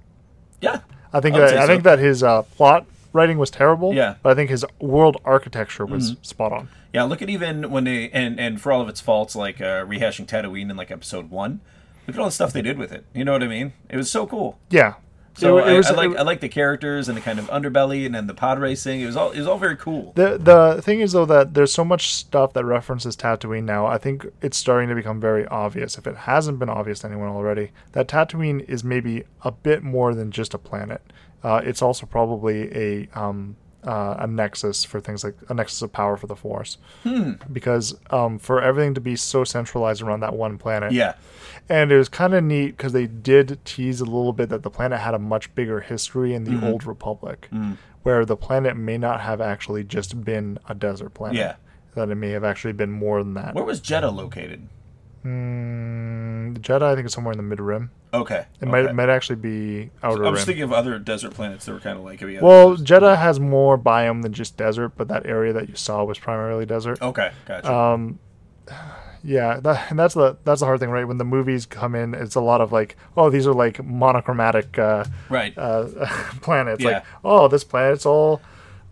Speaker 1: Yeah.
Speaker 2: I think
Speaker 1: I would
Speaker 2: that,
Speaker 1: say
Speaker 2: I
Speaker 1: so.
Speaker 2: think that his uh, plot writing was terrible.
Speaker 1: Yeah. Mm-hmm.
Speaker 2: but I think his world architecture was spot on.
Speaker 1: Yeah, look at even when they and and for all of its faults, like uh, rehashing Tatooine in like episode one. Look at all the stuff they did with it. You know what I mean? It was so cool.
Speaker 2: Yeah.
Speaker 1: So
Speaker 2: It- it
Speaker 1: I,
Speaker 2: was-
Speaker 1: I like
Speaker 2: it-
Speaker 1: I like the characters and the kind of underbelly and then the pod racing. It was all it was all very cool.
Speaker 2: the the thing is though that there's so much stuff that references Tatooine now. I think it's starting to become very obvious, if it hasn't been obvious to anyone already, that Tatooine is maybe a bit more than just a planet. Uh, it's also probably a um, uh, a nexus for things like a nexus of power for the Force, because um, for everything to be so centralized around that one planet,
Speaker 1: Yeah,
Speaker 2: and it was kind of neat because they did tease a little bit that the planet had a much bigger history in the
Speaker 1: Mm-hmm.
Speaker 2: old republic
Speaker 1: Mm.
Speaker 2: where the planet may not have actually just been a desert planet
Speaker 1: Yeah.
Speaker 2: that it may have actually been more than that
Speaker 1: where was Jeddah located?
Speaker 2: mm, jeddah i think is somewhere in the mid rim
Speaker 1: Okay,
Speaker 2: it might,
Speaker 1: okay.
Speaker 2: might actually be outer
Speaker 1: I
Speaker 2: rim
Speaker 1: was thinking of other desert planets that were kind of like yeah.
Speaker 2: well jeddah has more biome than just desert but that area that you saw was primarily desert
Speaker 1: okay, gotcha.
Speaker 2: um, Yeah, that, and that's the that's the hard thing, right? When the movies come in, it's a lot of like, oh, these are like monochromatic uh,
Speaker 1: Right.
Speaker 2: uh, planets.
Speaker 1: Yeah.
Speaker 2: Like, oh, this planet's all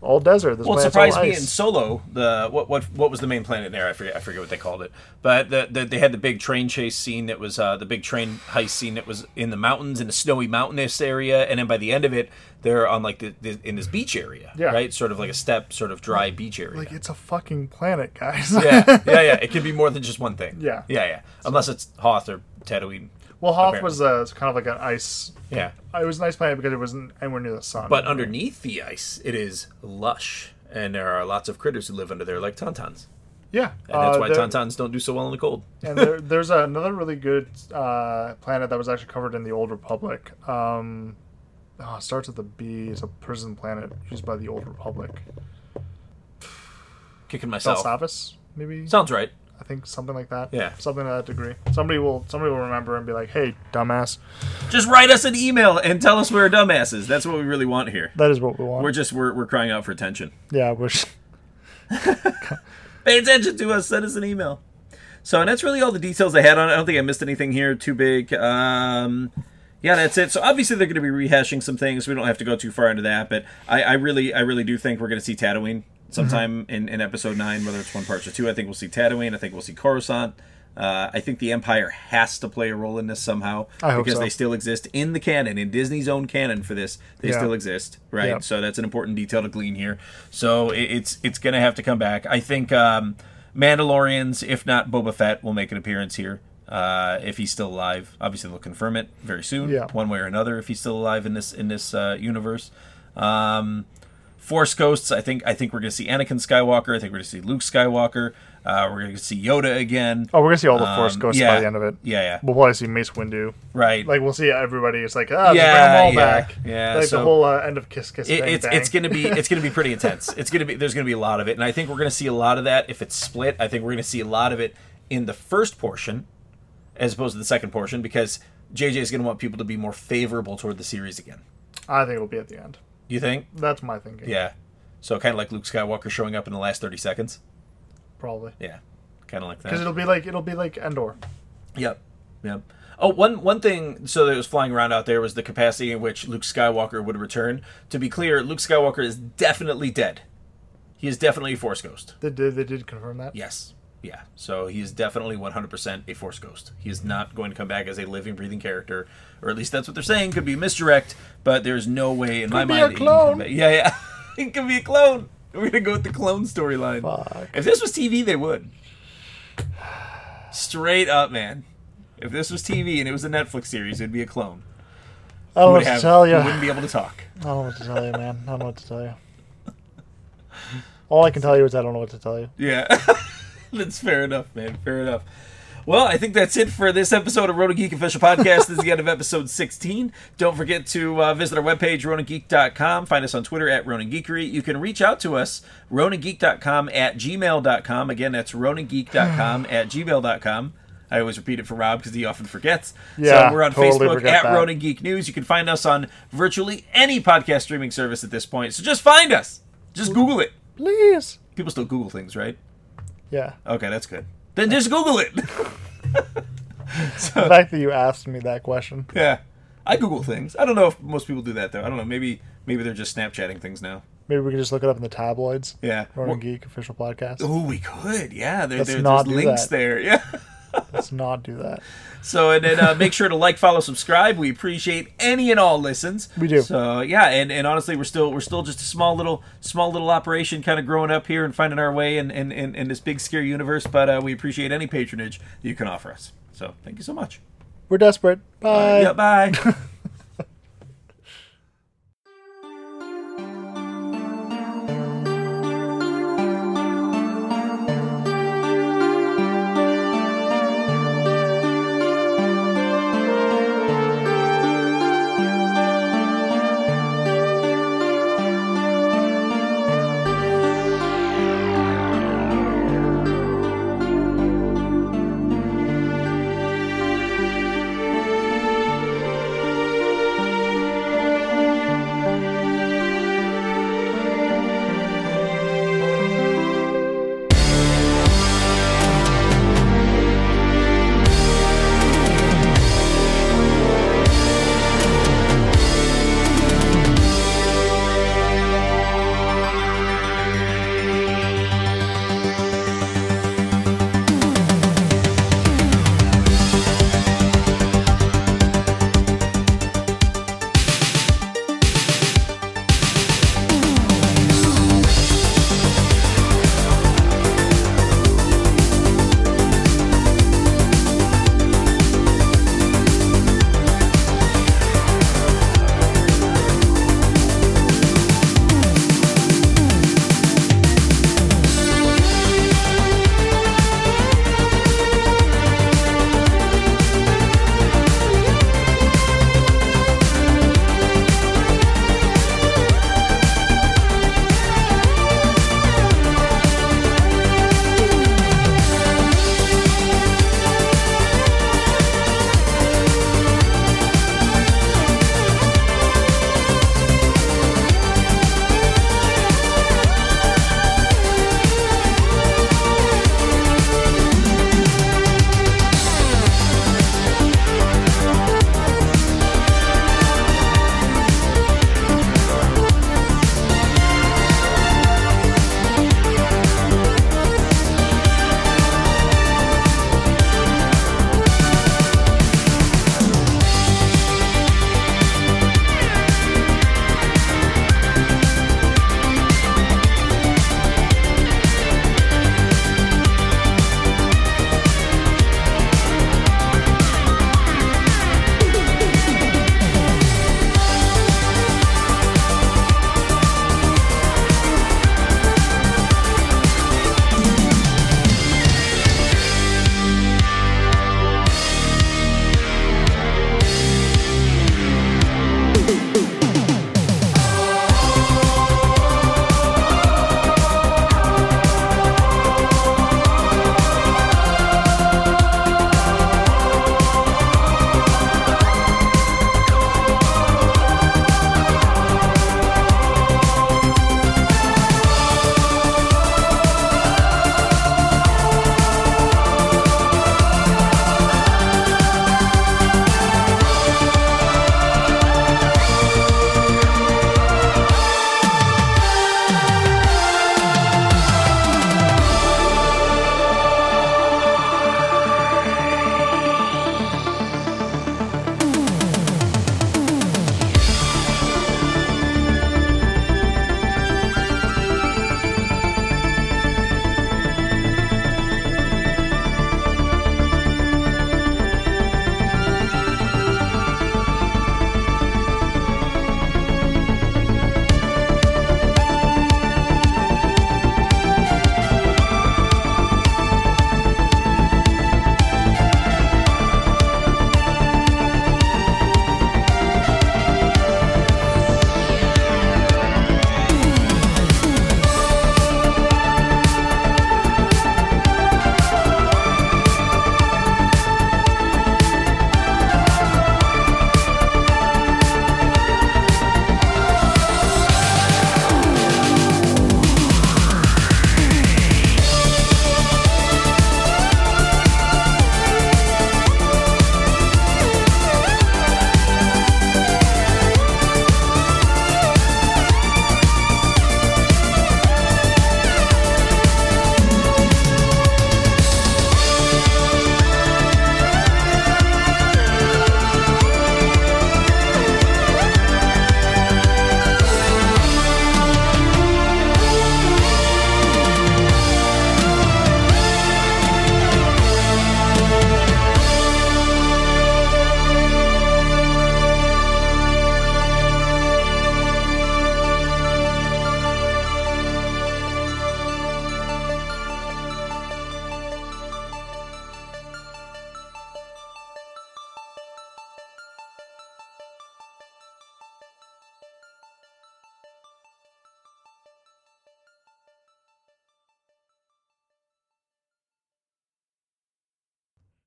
Speaker 2: all desert. This
Speaker 1: Well, it
Speaker 2: planet's
Speaker 1: surprised
Speaker 2: all
Speaker 1: me
Speaker 2: ice.
Speaker 1: in Solo. The what what what was the main planet there? I forget I forget what they called it. But the, the, they had the big train chase scene that was uh, the big train heist scene that was in the mountains in a snowy mountainous area, and then by the end of it, they're on like the, the in this beach area,
Speaker 2: Yeah.
Speaker 1: right? Sort of like a step, sort of dry beach area.
Speaker 2: like, it's a fucking planet, guys.
Speaker 1: yeah, yeah, yeah. It could be more than just one thing.
Speaker 2: Yeah.
Speaker 1: yeah, yeah. Unless it's Hoth or Tatooine.
Speaker 2: well, Hoth
Speaker 1: Apparently.
Speaker 2: was uh, kind of like an ice.
Speaker 1: Yeah,
Speaker 2: It was an ice planet because it wasn't anywhere near the sun.
Speaker 1: but underneath the ice, it is lush, and there are lots of critters who live under there, like tauntauns,
Speaker 2: yeah,
Speaker 1: and that's
Speaker 2: uh,
Speaker 1: why
Speaker 2: there-
Speaker 1: tauntauns don't do so well in the cold.
Speaker 2: and there, there's another really good uh, planet that was actually covered in the Old Republic. Um, oh, it starts with a B. It's a prison planet used by the Old Republic.
Speaker 1: Kicking
Speaker 2: Bel
Speaker 1: myself.
Speaker 2: Savis, maybe
Speaker 1: Sounds right.
Speaker 2: I think something like that.
Speaker 1: Yeah.
Speaker 2: something to that degree. Somebody will somebody will remember and be like, "Hey, dumbass."
Speaker 1: Just write us an email and tell us we're dumbasses. That's what we really want here.
Speaker 2: That is what we want.
Speaker 1: We're just we're, we're crying out for attention.
Speaker 2: yeah, we're just-
Speaker 1: Pay attention to us. Send us an email. So and that's really all the details I had on it. I don't think I missed anything here too big. Um, yeah, that's it. So obviously they're going to be rehashing some things. We don't have to go too far into that, but I, I really I really do think we're going to see Tatooine sometime
Speaker 2: Mm-hmm.
Speaker 1: in, in episode nine, whether it's one part or two. I think we'll see Tatooine. I think we'll see Coruscant. Uh, I think the Empire has to play a role in this somehow
Speaker 2: I hope
Speaker 1: because
Speaker 2: so.
Speaker 1: they still exist in the canon, in Disney's own canon for this. They
Speaker 2: Yeah.
Speaker 1: still exist, right?
Speaker 2: Yeah.
Speaker 1: So that's an important detail to glean here. So it, it's it's going to have to come back. I think um, Mandalorians, if not Boba Fett, will make an appearance here uh, if he's still alive. Obviously, they'll confirm it very soon,
Speaker 2: Yeah.
Speaker 1: one way or another, if he's still alive in this in this uh, universe. Um, Force Ghosts. I think I think we're going to see Anakin Skywalker. I think we're going to see Luke Skywalker. Uh, we're going to see Yoda again.
Speaker 2: oh, we're gonna see all the Force
Speaker 1: Um,
Speaker 2: ghosts
Speaker 1: yeah.
Speaker 2: by the end of it.
Speaker 1: Yeah, yeah,
Speaker 2: We'll probably see Mace Windu.
Speaker 1: right.
Speaker 2: Like we'll see everybody. It's like ah, yeah,
Speaker 1: Yeah,
Speaker 2: bring them all
Speaker 1: yeah,
Speaker 2: back.
Speaker 1: yeah,
Speaker 2: like
Speaker 1: so-
Speaker 2: the whole uh, end of Kiss Kiss.
Speaker 1: It-
Speaker 2: bang,
Speaker 1: it's
Speaker 2: bang.
Speaker 1: it's gonna be it's gonna be pretty intense. It's gonna be there's gonna be a lot of it, and I think we're gonna see a lot of that if it's split. I think we're gonna see a lot of it in the first portion, as opposed to the second portion, because JJ is gonna want people to be more favorable toward the series again.
Speaker 2: I think it'll be at the end.
Speaker 1: You think?
Speaker 2: That's my thinking.
Speaker 1: Yeah. So kind of like Luke Skywalker showing up in the last thirty seconds.
Speaker 2: probably
Speaker 1: Yeah, kind of like
Speaker 2: because
Speaker 1: that.
Speaker 2: it'll be like it'll be like Endor.
Speaker 1: Yep. Yep. Oh, one one thing so that was flying around out there was the capacity in which Luke Skywalker would return. To be clear, Luke Skywalker is definitely dead. He is definitely a Force ghost.
Speaker 2: They did they did confirm that.
Speaker 1: Yes. Yeah. So he is definitely 100% a Force Ghost. He is not going to come back as a living, breathing character, or at least that's what they're saying. Could be a misdirect, but there's no way in my
Speaker 2: be
Speaker 1: mind. that he can
Speaker 2: a
Speaker 1: come
Speaker 2: clone.
Speaker 1: back. Yeah, yeah. it could be a clone. We're going to go with the clone storyline.
Speaker 2: Fuck.
Speaker 1: If this was TV, they would. Straight up, man. If this was TV and it was a Netflix series, it'd be a clone.
Speaker 2: I don't know
Speaker 1: Would
Speaker 2: what to
Speaker 1: have-
Speaker 2: tell
Speaker 1: who
Speaker 2: you.
Speaker 1: wouldn't be able to talk.
Speaker 2: I don't know what to tell you, man. I don't know what to tell you. All I can tell you is I don't know what to tell you.
Speaker 1: Yeah. that's fair enough, man. Fair enough. Well, I think that's it for this episode of Roto Geek Official Podcast. this is the end of episode 16. Don't forget to uh, visit our webpage, RonanGeek.com. Find us on Twitter at RonanGeekery. You can reach out to us, RonanGeek.com at gmail.com. Again, that's RonanGeek.com at gmail.com. I always repeat it for Rob because he often forgets.
Speaker 2: Yeah,
Speaker 1: so we're on
Speaker 2: totally
Speaker 1: Facebook
Speaker 2: forget
Speaker 1: at
Speaker 2: that.
Speaker 1: Ronan Geek News. You can find us on virtually any podcast streaming service at this point. So just find us. Just Google it.
Speaker 2: Please.
Speaker 1: People still Google things, right?
Speaker 2: Yeah.
Speaker 1: Okay, that's good. Then just Google it.
Speaker 2: The fact that you asked me that question.
Speaker 1: yeah. I Google things. I don't know if most people do that though. I don't know. Maybe maybe they're just Snapchatting things now.
Speaker 2: Maybe we can just look it up in the tabloids.
Speaker 1: Yeah.
Speaker 2: Ronan Geek official podcast.
Speaker 1: Oh, we could. Yeah, there,
Speaker 2: Let's
Speaker 1: there-
Speaker 2: not
Speaker 1: there's
Speaker 2: do
Speaker 1: links
Speaker 2: that.
Speaker 1: there. Yeah.
Speaker 2: Let's not do that.
Speaker 1: So and then uh, make sure to like, follow, subscribe. We appreciate any and all listens.
Speaker 2: We do.
Speaker 1: So yeah, and, and honestly, we're still we're still just a small little small little operation, kind of growing up here and finding our way in in, in, in this big scary universe. But uh, we appreciate any patronage that you can offer us. So thank you so much.
Speaker 2: We're desperate. Bye.
Speaker 1: yeah. Bye.